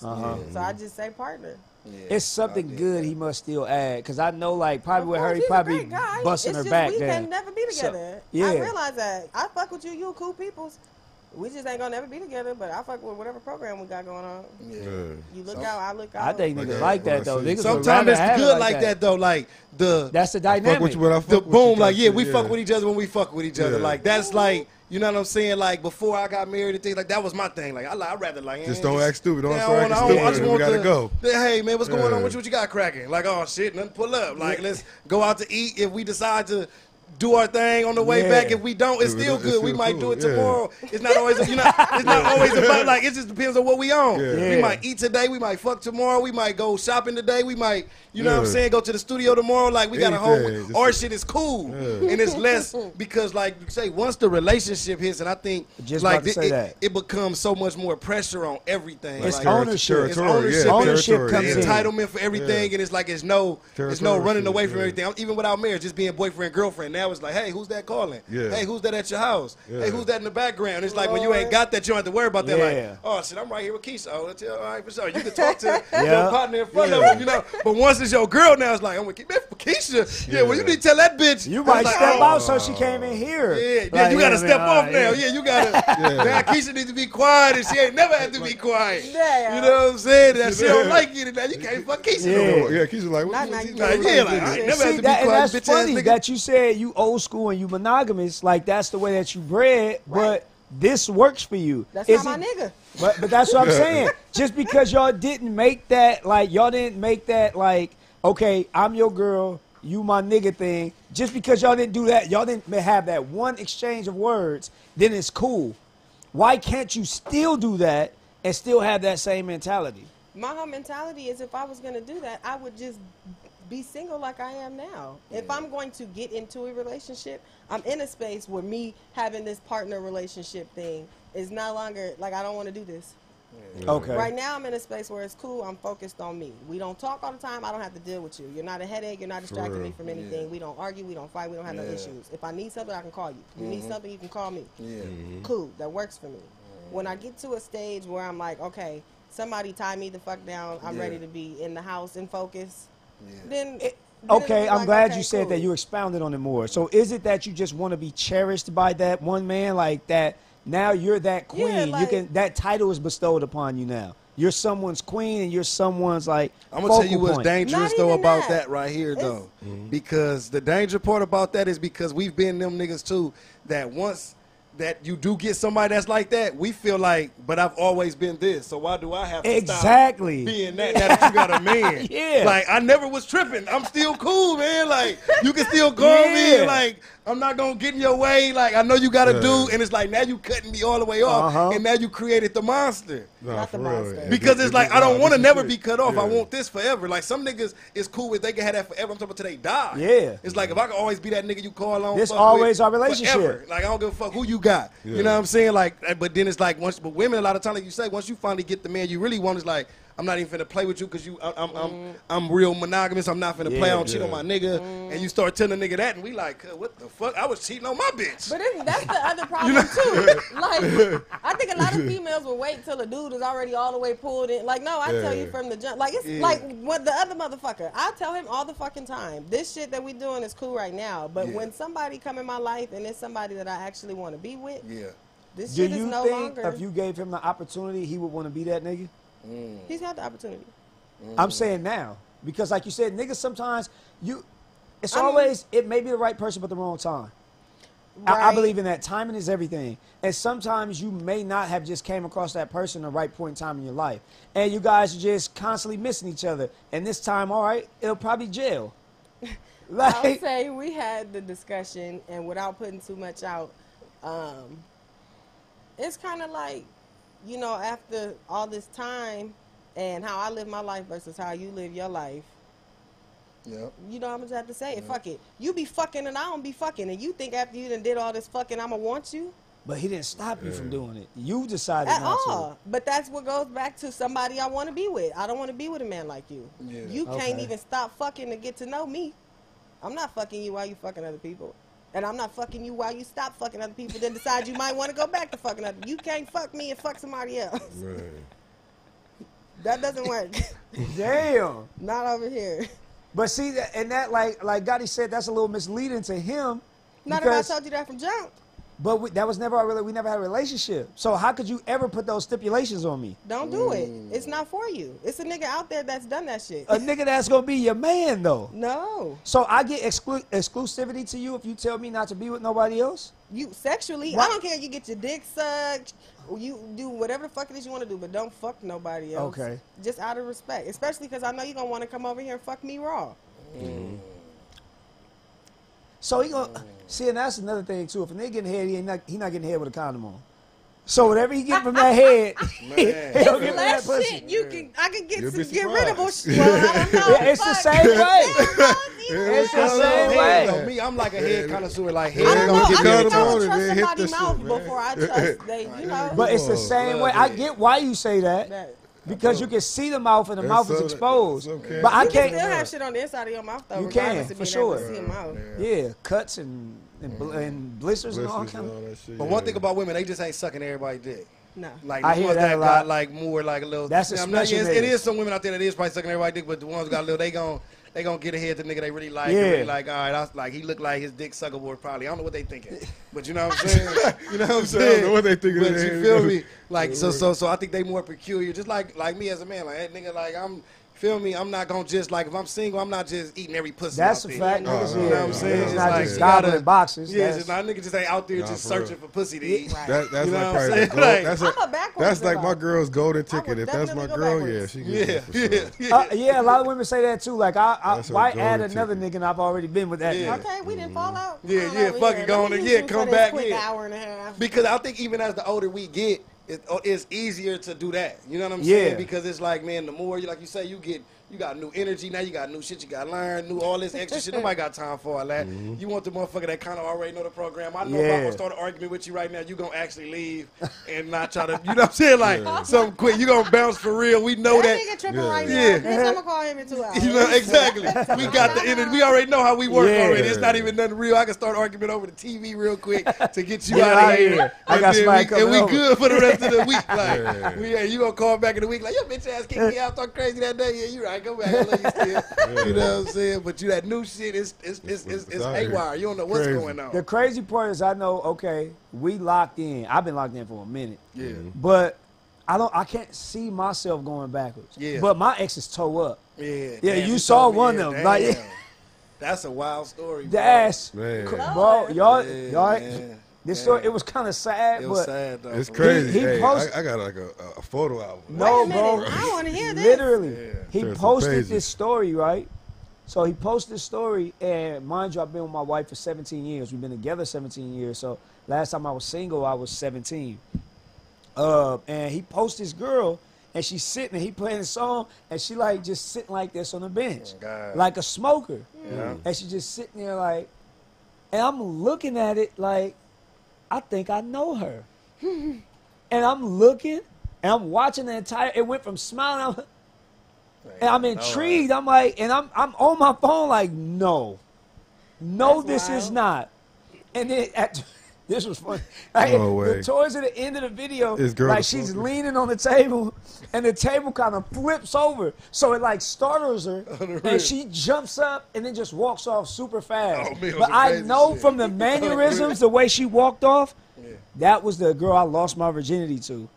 [SPEAKER 4] So I just say partner.
[SPEAKER 3] it's something good he must still add because I know like probably
[SPEAKER 4] Of
[SPEAKER 3] with her
[SPEAKER 4] course,
[SPEAKER 3] he
[SPEAKER 4] he's a
[SPEAKER 3] probably
[SPEAKER 4] great guy.
[SPEAKER 3] busting
[SPEAKER 4] it's
[SPEAKER 3] her
[SPEAKER 4] just
[SPEAKER 3] back
[SPEAKER 4] We
[SPEAKER 3] down.
[SPEAKER 4] can never be
[SPEAKER 3] So,
[SPEAKER 4] together.
[SPEAKER 3] yeah.
[SPEAKER 4] I realize that. I fuck with you. You cool peoples. We just ain't gonna never be together. But I fuck with whatever program we got going on.
[SPEAKER 2] Yeah.
[SPEAKER 4] You look out. I look out.
[SPEAKER 3] I think
[SPEAKER 2] Like
[SPEAKER 3] niggas
[SPEAKER 2] that,
[SPEAKER 3] like
[SPEAKER 2] when I
[SPEAKER 3] that though.
[SPEAKER 2] see-
[SPEAKER 3] Niggas would
[SPEAKER 7] Sometimes
[SPEAKER 3] rather
[SPEAKER 7] it's
[SPEAKER 3] have it
[SPEAKER 7] good like, that. though. Like the
[SPEAKER 3] That's the
[SPEAKER 2] I
[SPEAKER 3] dynamic.
[SPEAKER 2] fuck with you, but I fuck
[SPEAKER 7] the
[SPEAKER 2] with you
[SPEAKER 7] boom. Like
[SPEAKER 2] type
[SPEAKER 7] yeah, we
[SPEAKER 2] shit,
[SPEAKER 7] fuck with each other when we fuck with each other.
[SPEAKER 2] Yeah.
[SPEAKER 7] Like that's like you know what I'm saying. Like before I got married and things like that was my thing. Like I like I rather like
[SPEAKER 2] Just
[SPEAKER 7] eh,
[SPEAKER 2] don't act stupid. Don't
[SPEAKER 7] yeah,
[SPEAKER 2] start
[SPEAKER 7] wanna-
[SPEAKER 2] acting
[SPEAKER 7] wanna-
[SPEAKER 2] stupid. We gotta
[SPEAKER 7] to-
[SPEAKER 2] go.
[SPEAKER 7] Hey man, what's going
[SPEAKER 2] Yeah.
[SPEAKER 7] on? What you, what you got cracking? Like oh shit, nothing. Pull up. Like let's go out to eat. If we decide to. Do our thing on the way
[SPEAKER 3] Yeah.
[SPEAKER 7] back. If we don't, it's
[SPEAKER 2] If we
[SPEAKER 7] still
[SPEAKER 2] don't, it's
[SPEAKER 7] good. we
[SPEAKER 2] still
[SPEAKER 7] might do
[SPEAKER 2] cool,
[SPEAKER 7] it
[SPEAKER 2] yeah.
[SPEAKER 7] tomorrow. It's not always. You know, it's not always about like. It just depends on what we on.
[SPEAKER 2] Yeah.
[SPEAKER 7] We might eat today. We might fuck tomorrow. We might go shopping today. We might. You know what I'm
[SPEAKER 2] Yeah.
[SPEAKER 7] saying? Go to the studio tomorrow. Like we got a
[SPEAKER 2] Anything,
[SPEAKER 7] whole.
[SPEAKER 2] just-
[SPEAKER 7] Our shit is cool,
[SPEAKER 2] Yeah.
[SPEAKER 7] and it's less because, like you say, once the relationship hits, and I think
[SPEAKER 3] Just
[SPEAKER 7] like
[SPEAKER 3] about to
[SPEAKER 7] it,
[SPEAKER 3] say
[SPEAKER 7] it,
[SPEAKER 3] that.
[SPEAKER 7] it becomes so much more pressure on everything.
[SPEAKER 3] It's
[SPEAKER 7] like,
[SPEAKER 2] Terri-
[SPEAKER 3] ownership.
[SPEAKER 2] territory,
[SPEAKER 7] It's ownership.
[SPEAKER 2] yeah,
[SPEAKER 3] Ownership
[SPEAKER 2] territory,
[SPEAKER 3] comes
[SPEAKER 2] yeah.
[SPEAKER 3] in.
[SPEAKER 7] entitlement for everything, and it's like it's no, it's no
[SPEAKER 2] Territorial
[SPEAKER 7] running
[SPEAKER 2] shit,
[SPEAKER 7] away from
[SPEAKER 2] yeah.
[SPEAKER 7] everything. I'm- Even without marriage, just being boyfriend girlfriend. Now it's like, hey, who's that calling?
[SPEAKER 2] Yeah.
[SPEAKER 7] Hey, who's that at your house?
[SPEAKER 2] Yeah.
[SPEAKER 7] Hey, who's that in the background? It's like when you ain't got that, you don't have to worry about that.
[SPEAKER 3] Yeah.
[SPEAKER 7] Like, oh shit, I'm right here with Keisha. Oh, let's tell, all right for sure. You can talk to
[SPEAKER 3] Yeah.
[SPEAKER 7] your partner in front of
[SPEAKER 2] Yeah.
[SPEAKER 7] her, you know. But once it's your girl, now it's like I'm with Ke- man, for Keisha. Yeah. Well, you
[SPEAKER 2] Yeah.
[SPEAKER 7] need to tell that bitch.
[SPEAKER 3] You
[SPEAKER 7] It's
[SPEAKER 3] might
[SPEAKER 7] like,
[SPEAKER 3] step
[SPEAKER 7] oh,
[SPEAKER 3] out so she came in here.
[SPEAKER 7] yeah, yeah,
[SPEAKER 3] Like,
[SPEAKER 7] you gotta
[SPEAKER 3] know what I
[SPEAKER 7] step
[SPEAKER 3] mean?
[SPEAKER 7] off
[SPEAKER 3] Ah,
[SPEAKER 7] now. Yeah, you gotta. Now Keisha needs to be quiet, and she ain't never had to be quiet.
[SPEAKER 4] Yeah.
[SPEAKER 7] You know what I'm saying? That she don't like you. Now you can't fuck Keisha no
[SPEAKER 3] Yeah.
[SPEAKER 7] more.
[SPEAKER 2] Yeah, Keisha like, what
[SPEAKER 4] Not
[SPEAKER 2] what
[SPEAKER 4] now,
[SPEAKER 2] is
[SPEAKER 4] you
[SPEAKER 2] he
[SPEAKER 7] Like,
[SPEAKER 2] doing?
[SPEAKER 7] yeah, like, I ain't never had
[SPEAKER 3] See
[SPEAKER 7] to be
[SPEAKER 3] that, and
[SPEAKER 7] quiet,
[SPEAKER 3] that's
[SPEAKER 7] bitch
[SPEAKER 3] funny
[SPEAKER 7] ass nigga.
[SPEAKER 3] that you said you old school and you monogamous. Like that's the way that you bred, but this works for you.
[SPEAKER 4] That's
[SPEAKER 3] Is
[SPEAKER 4] not my
[SPEAKER 3] it-
[SPEAKER 4] nigga.
[SPEAKER 3] But, but that's what I'm saying. Just because y'all didn't make that, like y'all didn't make that, like okay, I'm your girl, you my nigga thing. Just because y'all didn't do that, y'all didn't have that one exchange of words, then it's cool. Why can't you still do that and still have that same mentality?
[SPEAKER 4] my whole mentality is if I was going to do that, I would just be single like I am now. If I'm going to get into a relationship, I'm in a space where me having this partner relationship thing is no longer like I don't want to do this.
[SPEAKER 3] Okay.
[SPEAKER 4] Right now, I'm in a space where it's cool. I'm focused on me. We don't talk all the time. I don't have to deal with you. You're not a headache. You're not distracting me
[SPEAKER 2] real.
[SPEAKER 4] from anything. We don't argue. We don't fight. We don't have no
[SPEAKER 7] Yeah. Mm-hmm.
[SPEAKER 4] issues. If I need something, I can call you. You need something, you can call me.
[SPEAKER 7] Yeah. Mm-hmm.
[SPEAKER 4] Cool. That works for me. When I get to a stage where I'm like, okay, somebody tie me the fuck down. I'm
[SPEAKER 7] Yeah.
[SPEAKER 4] ready to be in the house and focus.
[SPEAKER 7] Yeah.
[SPEAKER 4] Then, then it'll
[SPEAKER 3] Okay,
[SPEAKER 4] be
[SPEAKER 3] I'm
[SPEAKER 4] like,
[SPEAKER 3] glad
[SPEAKER 4] okay,
[SPEAKER 3] you said that.
[SPEAKER 4] cool.
[SPEAKER 3] You expounded on it more. So is it that you just want to be cherished by that one man, like that? Now you're that queen. you
[SPEAKER 4] like-
[SPEAKER 3] can that title is bestowed upon you now. You're someone's queen, and you're someone's like.
[SPEAKER 7] I'm gonna tell
[SPEAKER 3] focal
[SPEAKER 7] you what's
[SPEAKER 3] point.
[SPEAKER 7] dangerous
[SPEAKER 4] Not
[SPEAKER 7] though
[SPEAKER 4] even
[SPEAKER 7] about
[SPEAKER 4] that.
[SPEAKER 7] that right here
[SPEAKER 4] It's-
[SPEAKER 7] though, because the danger part about that is because we've been them niggas too. That once that you do get somebody that's like that, we feel like, but I've always been this, so why do I have to stop
[SPEAKER 3] Exactly.
[SPEAKER 7] being that? Now that you got a man,
[SPEAKER 3] Yeah.
[SPEAKER 7] Like I never was tripping. I'm still cool, man. Like you can still go in.
[SPEAKER 3] Yeah.
[SPEAKER 7] Like I'm not gonna get in your way. Like I know you got to
[SPEAKER 2] Yeah.
[SPEAKER 7] do, and it's like now you cutting me all the way off,
[SPEAKER 3] Uh-huh.
[SPEAKER 7] and now you created the monster.
[SPEAKER 2] Nah,
[SPEAKER 4] Not the
[SPEAKER 2] for real.
[SPEAKER 4] monster.
[SPEAKER 2] yeah.
[SPEAKER 7] Because
[SPEAKER 2] This-
[SPEAKER 7] it's like
[SPEAKER 2] this
[SPEAKER 7] I
[SPEAKER 2] is-
[SPEAKER 7] don't
[SPEAKER 2] nah,
[SPEAKER 7] want to
[SPEAKER 2] this is
[SPEAKER 7] never
[SPEAKER 2] it.
[SPEAKER 7] be cut off. I
[SPEAKER 2] Yeah.
[SPEAKER 7] want this forever. Like some niggas, it's cool with they can have that forever. I'm talking about till they die.
[SPEAKER 3] Yeah.
[SPEAKER 7] It's like if I can always be that nigga you call on.
[SPEAKER 3] This
[SPEAKER 7] fuck
[SPEAKER 3] always
[SPEAKER 7] with
[SPEAKER 3] our relationship.
[SPEAKER 7] forever. Like I don't give a fuck who you got.
[SPEAKER 2] Yeah.
[SPEAKER 7] You know what I'm saying? Like, uh, but then it's like once, but women a lot of time, like you say, once you finally get the man you really want, it's like I'm not even finna play with you because you, I, I'm, I'm, I'm real monogamous. I'm not finna play.
[SPEAKER 3] Yeah.
[SPEAKER 7] I don't cheat on my nigga. And you start telling a nigga that, and we like, "Uh, what the fuck? I was cheating on my bitch.
[SPEAKER 4] But it's, that's the other problem too. Like, I think a lot of females will wait till a dude is already all the way pulled in. Like, no, I tell you
[SPEAKER 2] Yeah.
[SPEAKER 4] from the jump. Like, it's
[SPEAKER 7] Yeah.
[SPEAKER 4] like what the other motherfucker. I tell him all the fucking time. This shit that we doing is cool right now. But
[SPEAKER 7] Yeah.
[SPEAKER 4] when somebody come in my life and it's somebody that I actually want to be with,
[SPEAKER 7] yeah.
[SPEAKER 4] this
[SPEAKER 3] Do
[SPEAKER 4] shit is
[SPEAKER 3] you
[SPEAKER 4] no
[SPEAKER 3] think
[SPEAKER 4] longer.
[SPEAKER 3] if you gave him the opportunity, he would want to be that nigga?
[SPEAKER 4] he's had the opportunity.
[SPEAKER 7] Mm.
[SPEAKER 3] I'm saying now because, like you said, niggas sometimes you. It's
[SPEAKER 4] I mean-
[SPEAKER 3] always it may be the right person, but the wrong time. I, I
[SPEAKER 4] Right.
[SPEAKER 3] believe in that. Timing is everything. And sometimes you may not have just came across that person at the right point in time in your life. And you guys are just constantly missing each other. And this time, all right, it'll probably jail.
[SPEAKER 4] I'll
[SPEAKER 3] Like,
[SPEAKER 4] say we had the discussion, and without putting too much out, um, it's kind of like, you know, after all this time and how I live my life versus how you live your life,
[SPEAKER 7] Yeah.
[SPEAKER 4] you know, I'm gonna have to say it. Fuck it. You be fucking and I don't be fucking, and you think after you done did all this fucking, I'ma want you
[SPEAKER 3] but he didn't stop you from doing it. You decided
[SPEAKER 4] at
[SPEAKER 3] not
[SPEAKER 4] all.
[SPEAKER 3] to.
[SPEAKER 4] But that's what goes back to somebody I want to be with. I don't want to be with a man like you.
[SPEAKER 7] Yeah.
[SPEAKER 4] You can't
[SPEAKER 3] Okay.
[SPEAKER 4] even stop fucking to get to know me. I'm not fucking you while you fucking other people, and I'm not fucking you while you stop fucking other people. Then decide you might want to go back to fucking other. You can't fuck me and fuck somebody else.
[SPEAKER 2] Man.
[SPEAKER 4] That doesn't work.
[SPEAKER 3] Damn.
[SPEAKER 4] not over here.
[SPEAKER 3] But see, that, and that, like, like Gotti said, that's a little misleading to him.
[SPEAKER 4] Not
[SPEAKER 3] because-
[SPEAKER 4] if I told you that from jump.
[SPEAKER 3] But we, that was never our, rela- we never had a relationship. So how could you ever put those stipulations on me?
[SPEAKER 4] Don't do it. It's not for you. It's a nigga out there that's done that shit.
[SPEAKER 3] A nigga that's gonna be your man though.
[SPEAKER 4] no,
[SPEAKER 3] So I get exclu- exclusivity to you if you tell me not to be with nobody else.
[SPEAKER 4] you sexually. I
[SPEAKER 3] Right.
[SPEAKER 4] don't care. You get your dick sucked. You do whatever the fuck it is you want to do, but don't fuck nobody else.
[SPEAKER 3] Okay.
[SPEAKER 4] Just out of respect, especially because I know you're gonna want to come over here and fuck me raw.
[SPEAKER 3] So he gonna see, and that's another thing too. If a nigga getting head, he ain't not, he not getting head with a condom on. So whatever he get from that head, he'll
[SPEAKER 7] Man.
[SPEAKER 3] get from that
[SPEAKER 4] Less
[SPEAKER 3] pussy.
[SPEAKER 4] shit you can. I can get
[SPEAKER 2] You'll be
[SPEAKER 4] some, get rid of
[SPEAKER 2] surprised.
[SPEAKER 4] bullshit. Well, I don't know.
[SPEAKER 3] Yeah, it's the
[SPEAKER 4] Fuck.
[SPEAKER 3] same way.
[SPEAKER 4] Yeah, no,
[SPEAKER 3] It's the
[SPEAKER 7] I don't know,
[SPEAKER 3] same
[SPEAKER 7] head
[SPEAKER 3] way.
[SPEAKER 7] though. Me, I'm like a head connoisseur. Like head
[SPEAKER 4] I don't know.
[SPEAKER 7] don't
[SPEAKER 4] I
[SPEAKER 7] get me every
[SPEAKER 4] think I
[SPEAKER 7] time.
[SPEAKER 2] on
[SPEAKER 4] would
[SPEAKER 2] it,
[SPEAKER 4] trust
[SPEAKER 2] man. Hit
[SPEAKER 4] somebody's
[SPEAKER 2] the shit,
[SPEAKER 4] mouth
[SPEAKER 2] man.
[SPEAKER 4] before I trust they. You know.
[SPEAKER 3] But it's the
[SPEAKER 2] Come on,
[SPEAKER 3] same
[SPEAKER 7] love
[SPEAKER 3] way. I
[SPEAKER 7] it.
[SPEAKER 3] get why you say that
[SPEAKER 4] That-
[SPEAKER 3] because you can see the mouth and the
[SPEAKER 2] That's
[SPEAKER 3] mouth is
[SPEAKER 2] so-
[SPEAKER 3] exposed.
[SPEAKER 2] that's okay.
[SPEAKER 3] But I
[SPEAKER 4] you can still
[SPEAKER 3] can't.
[SPEAKER 4] have shit on the inside of your mouth though.
[SPEAKER 3] You can,
[SPEAKER 4] regardless of
[SPEAKER 3] for
[SPEAKER 4] being able
[SPEAKER 3] sure.
[SPEAKER 4] to see your mouth.
[SPEAKER 3] Yeah, cuts and and, bl- and blisters and all
[SPEAKER 2] Mm. Blisters and
[SPEAKER 3] kinds.
[SPEAKER 2] all
[SPEAKER 3] Of,
[SPEAKER 2] that shit,
[SPEAKER 7] But one
[SPEAKER 2] yeah.
[SPEAKER 7] thing about women, they just ain't sucking everybody dick.
[SPEAKER 4] No.
[SPEAKER 7] Like
[SPEAKER 3] I
[SPEAKER 7] the
[SPEAKER 3] hear
[SPEAKER 7] ones
[SPEAKER 3] that
[SPEAKER 7] that,
[SPEAKER 3] a lot.
[SPEAKER 7] got like more like a little.
[SPEAKER 3] That's a
[SPEAKER 7] I'm not-
[SPEAKER 3] special
[SPEAKER 7] yes, It
[SPEAKER 3] nigga.
[SPEAKER 7] is some women out there that is probably sucking everybody dick, but the ones that got little, they gon' they gonna get ahead to the nigga they really like.
[SPEAKER 3] Yeah.
[SPEAKER 7] Yeah. Really like all right, I, was- like he looked like his dick suckable probably. I don't know what they thinking, but you know what I'm saying. you know what I'm
[SPEAKER 2] I don't
[SPEAKER 7] saying.
[SPEAKER 2] know what they thinking
[SPEAKER 7] But
[SPEAKER 2] in their
[SPEAKER 7] you
[SPEAKER 2] head,
[SPEAKER 7] feel
[SPEAKER 2] you know.
[SPEAKER 7] me? Like so so so. I think they more peculiar. Just like like me as a man, like that nigga, like I'm. Feel me? I'm not gonna just like if I'm single, I'm not just eating every pussy.
[SPEAKER 3] that's
[SPEAKER 7] out
[SPEAKER 3] a
[SPEAKER 7] there.
[SPEAKER 3] fact.
[SPEAKER 4] No,
[SPEAKER 2] no,
[SPEAKER 3] niggas, yeah.
[SPEAKER 7] You know what I'm saying?
[SPEAKER 3] It's
[SPEAKER 2] It's
[SPEAKER 3] not
[SPEAKER 2] like
[SPEAKER 3] just
[SPEAKER 7] you gotta-
[SPEAKER 3] gobbling boxes.
[SPEAKER 7] Yeah,
[SPEAKER 3] That's-
[SPEAKER 7] it's just not niggas just ain't out there
[SPEAKER 2] Nah,
[SPEAKER 7] just
[SPEAKER 2] for real.
[SPEAKER 7] searching for pussy to eat.
[SPEAKER 2] That, that's
[SPEAKER 7] You know
[SPEAKER 2] like
[SPEAKER 7] what I'm
[SPEAKER 2] probably the
[SPEAKER 7] saying?
[SPEAKER 2] gold-
[SPEAKER 7] Like,
[SPEAKER 2] that's
[SPEAKER 4] I'm a backwards
[SPEAKER 2] that's like my
[SPEAKER 4] girl.
[SPEAKER 2] girl's golden ticket.
[SPEAKER 4] would
[SPEAKER 2] If that's my
[SPEAKER 4] definitely go
[SPEAKER 2] girl, yeah,
[SPEAKER 4] backwards.
[SPEAKER 2] she gets
[SPEAKER 7] Yeah,
[SPEAKER 2] that for
[SPEAKER 7] yeah,
[SPEAKER 2] sure.
[SPEAKER 7] yeah.
[SPEAKER 3] Uh, yeah, a lot of women say that too. Like, I, I
[SPEAKER 2] That's a
[SPEAKER 3] why
[SPEAKER 2] golden
[SPEAKER 3] add another
[SPEAKER 2] ticket.
[SPEAKER 3] nigga and I've already been with that?
[SPEAKER 7] Yeah. Mm-hmm.
[SPEAKER 4] Okay, we didn't fall out.
[SPEAKER 7] Yeah,
[SPEAKER 4] Come on
[SPEAKER 7] yeah,
[SPEAKER 4] over
[SPEAKER 7] fuck it,
[SPEAKER 4] here.
[SPEAKER 7] go
[SPEAKER 4] Let
[SPEAKER 7] on
[SPEAKER 4] me
[SPEAKER 7] and-
[SPEAKER 4] use
[SPEAKER 7] yeah,
[SPEAKER 4] you for
[SPEAKER 7] come
[SPEAKER 4] this
[SPEAKER 7] back,
[SPEAKER 4] Quick
[SPEAKER 7] yeah.
[SPEAKER 4] hour and a half.
[SPEAKER 7] Because I think even as the older we get, it, oh, it's easier to do that. You know what I'm
[SPEAKER 3] Yeah.
[SPEAKER 7] saying? Because it's like, man, the more you like you say, you get you got new energy now. You got new shit. You got learn new all this extra shit. Nobody got time for all that. You want the motherfucker that kind of already know the program. I know if
[SPEAKER 3] Mm-hmm. Yeah.
[SPEAKER 7] I'm gonna start an argument with you right now, you gonna actually leave and not try to. You know what I'm saying? Like something quick. You gonna bounce for real. We know
[SPEAKER 4] That
[SPEAKER 7] that.
[SPEAKER 4] nigga tripping right
[SPEAKER 7] Yeah.
[SPEAKER 4] now. Bitch, I'm gonna call him in two hours.
[SPEAKER 7] You know exactly. We got the energy. We already know how we work
[SPEAKER 3] Yeah.
[SPEAKER 7] already. It's not even nothing real. I can start argument over the TV real quick to get you
[SPEAKER 3] Get
[SPEAKER 7] out
[SPEAKER 3] outta
[SPEAKER 7] of
[SPEAKER 3] here.
[SPEAKER 7] here.
[SPEAKER 3] I got
[SPEAKER 7] and then
[SPEAKER 3] somebody
[SPEAKER 7] we, and we
[SPEAKER 3] coming over.
[SPEAKER 7] good for the rest of the week. Like,
[SPEAKER 2] Yeah.
[SPEAKER 7] yeah, you gonna call back in the week like your bitch ass kicked me out, talk crazy that day. Yeah, you right. Go back. I love you still. You know what I'm saying? But you that new shit is it's it's, it's,
[SPEAKER 2] It's
[SPEAKER 7] it's
[SPEAKER 2] out here.
[SPEAKER 7] haywire. You don't know what's
[SPEAKER 2] Crazy.
[SPEAKER 7] going on.
[SPEAKER 3] The crazy part is I know, okay, we locked in. I've been locked in for a minute.
[SPEAKER 7] yeah.
[SPEAKER 3] But I don't I can't see myself going backwards.
[SPEAKER 7] Yeah.
[SPEAKER 3] But my exes toe up.
[SPEAKER 7] Yeah.
[SPEAKER 3] Yeah,
[SPEAKER 7] damn,
[SPEAKER 3] you saw
[SPEAKER 7] told me.
[SPEAKER 3] one
[SPEAKER 7] Yeah,
[SPEAKER 3] of them. Like-
[SPEAKER 7] damn. That's a wild story. bro.
[SPEAKER 3] That's
[SPEAKER 2] Man.
[SPEAKER 3] cr- bro, y'all
[SPEAKER 7] Yeah,
[SPEAKER 3] y'all
[SPEAKER 7] man.
[SPEAKER 3] this
[SPEAKER 7] Yeah.
[SPEAKER 3] story it was kinda sad,
[SPEAKER 7] It
[SPEAKER 3] but
[SPEAKER 7] was sad though.
[SPEAKER 2] It's
[SPEAKER 7] for
[SPEAKER 2] crazy.
[SPEAKER 3] he
[SPEAKER 2] hey,
[SPEAKER 3] post-
[SPEAKER 2] I, I got like a, a photo album.
[SPEAKER 3] No,
[SPEAKER 4] Wait a
[SPEAKER 3] bro.
[SPEAKER 4] minute. I want to hear this.
[SPEAKER 3] Literally, he
[SPEAKER 2] There's some
[SPEAKER 3] posted
[SPEAKER 2] pages.
[SPEAKER 3] this story, right? So he posted this story, and mind you, I've been with my wife for 17 years. We've been together 17 years. So last time I was single, I was 17. Uh, and he posted this girl, and she's sitting, and he playing a song, and she like just sitting like this on the bench,
[SPEAKER 7] God.
[SPEAKER 3] like a smoker,
[SPEAKER 7] Yeah.
[SPEAKER 3] and she just sitting there like, and I'm looking at it like, I think I know her. and I'm looking and I'm watching the entire it went from smiling I'm, and I'm
[SPEAKER 7] Ain't no
[SPEAKER 3] intrigued. I'm like and I'm I'm on my phone like no. No
[SPEAKER 4] That's
[SPEAKER 3] this is
[SPEAKER 4] wild.
[SPEAKER 3] not. And then at this was funny.
[SPEAKER 2] No
[SPEAKER 3] Like, the
[SPEAKER 2] way.
[SPEAKER 3] towards the end of the video,
[SPEAKER 2] This girl
[SPEAKER 3] like
[SPEAKER 2] is
[SPEAKER 3] she's
[SPEAKER 2] smoking.
[SPEAKER 3] leaning on the table, and the table kind of flips over, so it like startles her, and she jumps up and then just walks off super fast.
[SPEAKER 7] Oh, man, it was
[SPEAKER 3] but I
[SPEAKER 7] amazing
[SPEAKER 3] know
[SPEAKER 7] shit.
[SPEAKER 3] from the mannerisms, the way she walked off,
[SPEAKER 7] Yeah.
[SPEAKER 3] that was the girl I lost my virginity to.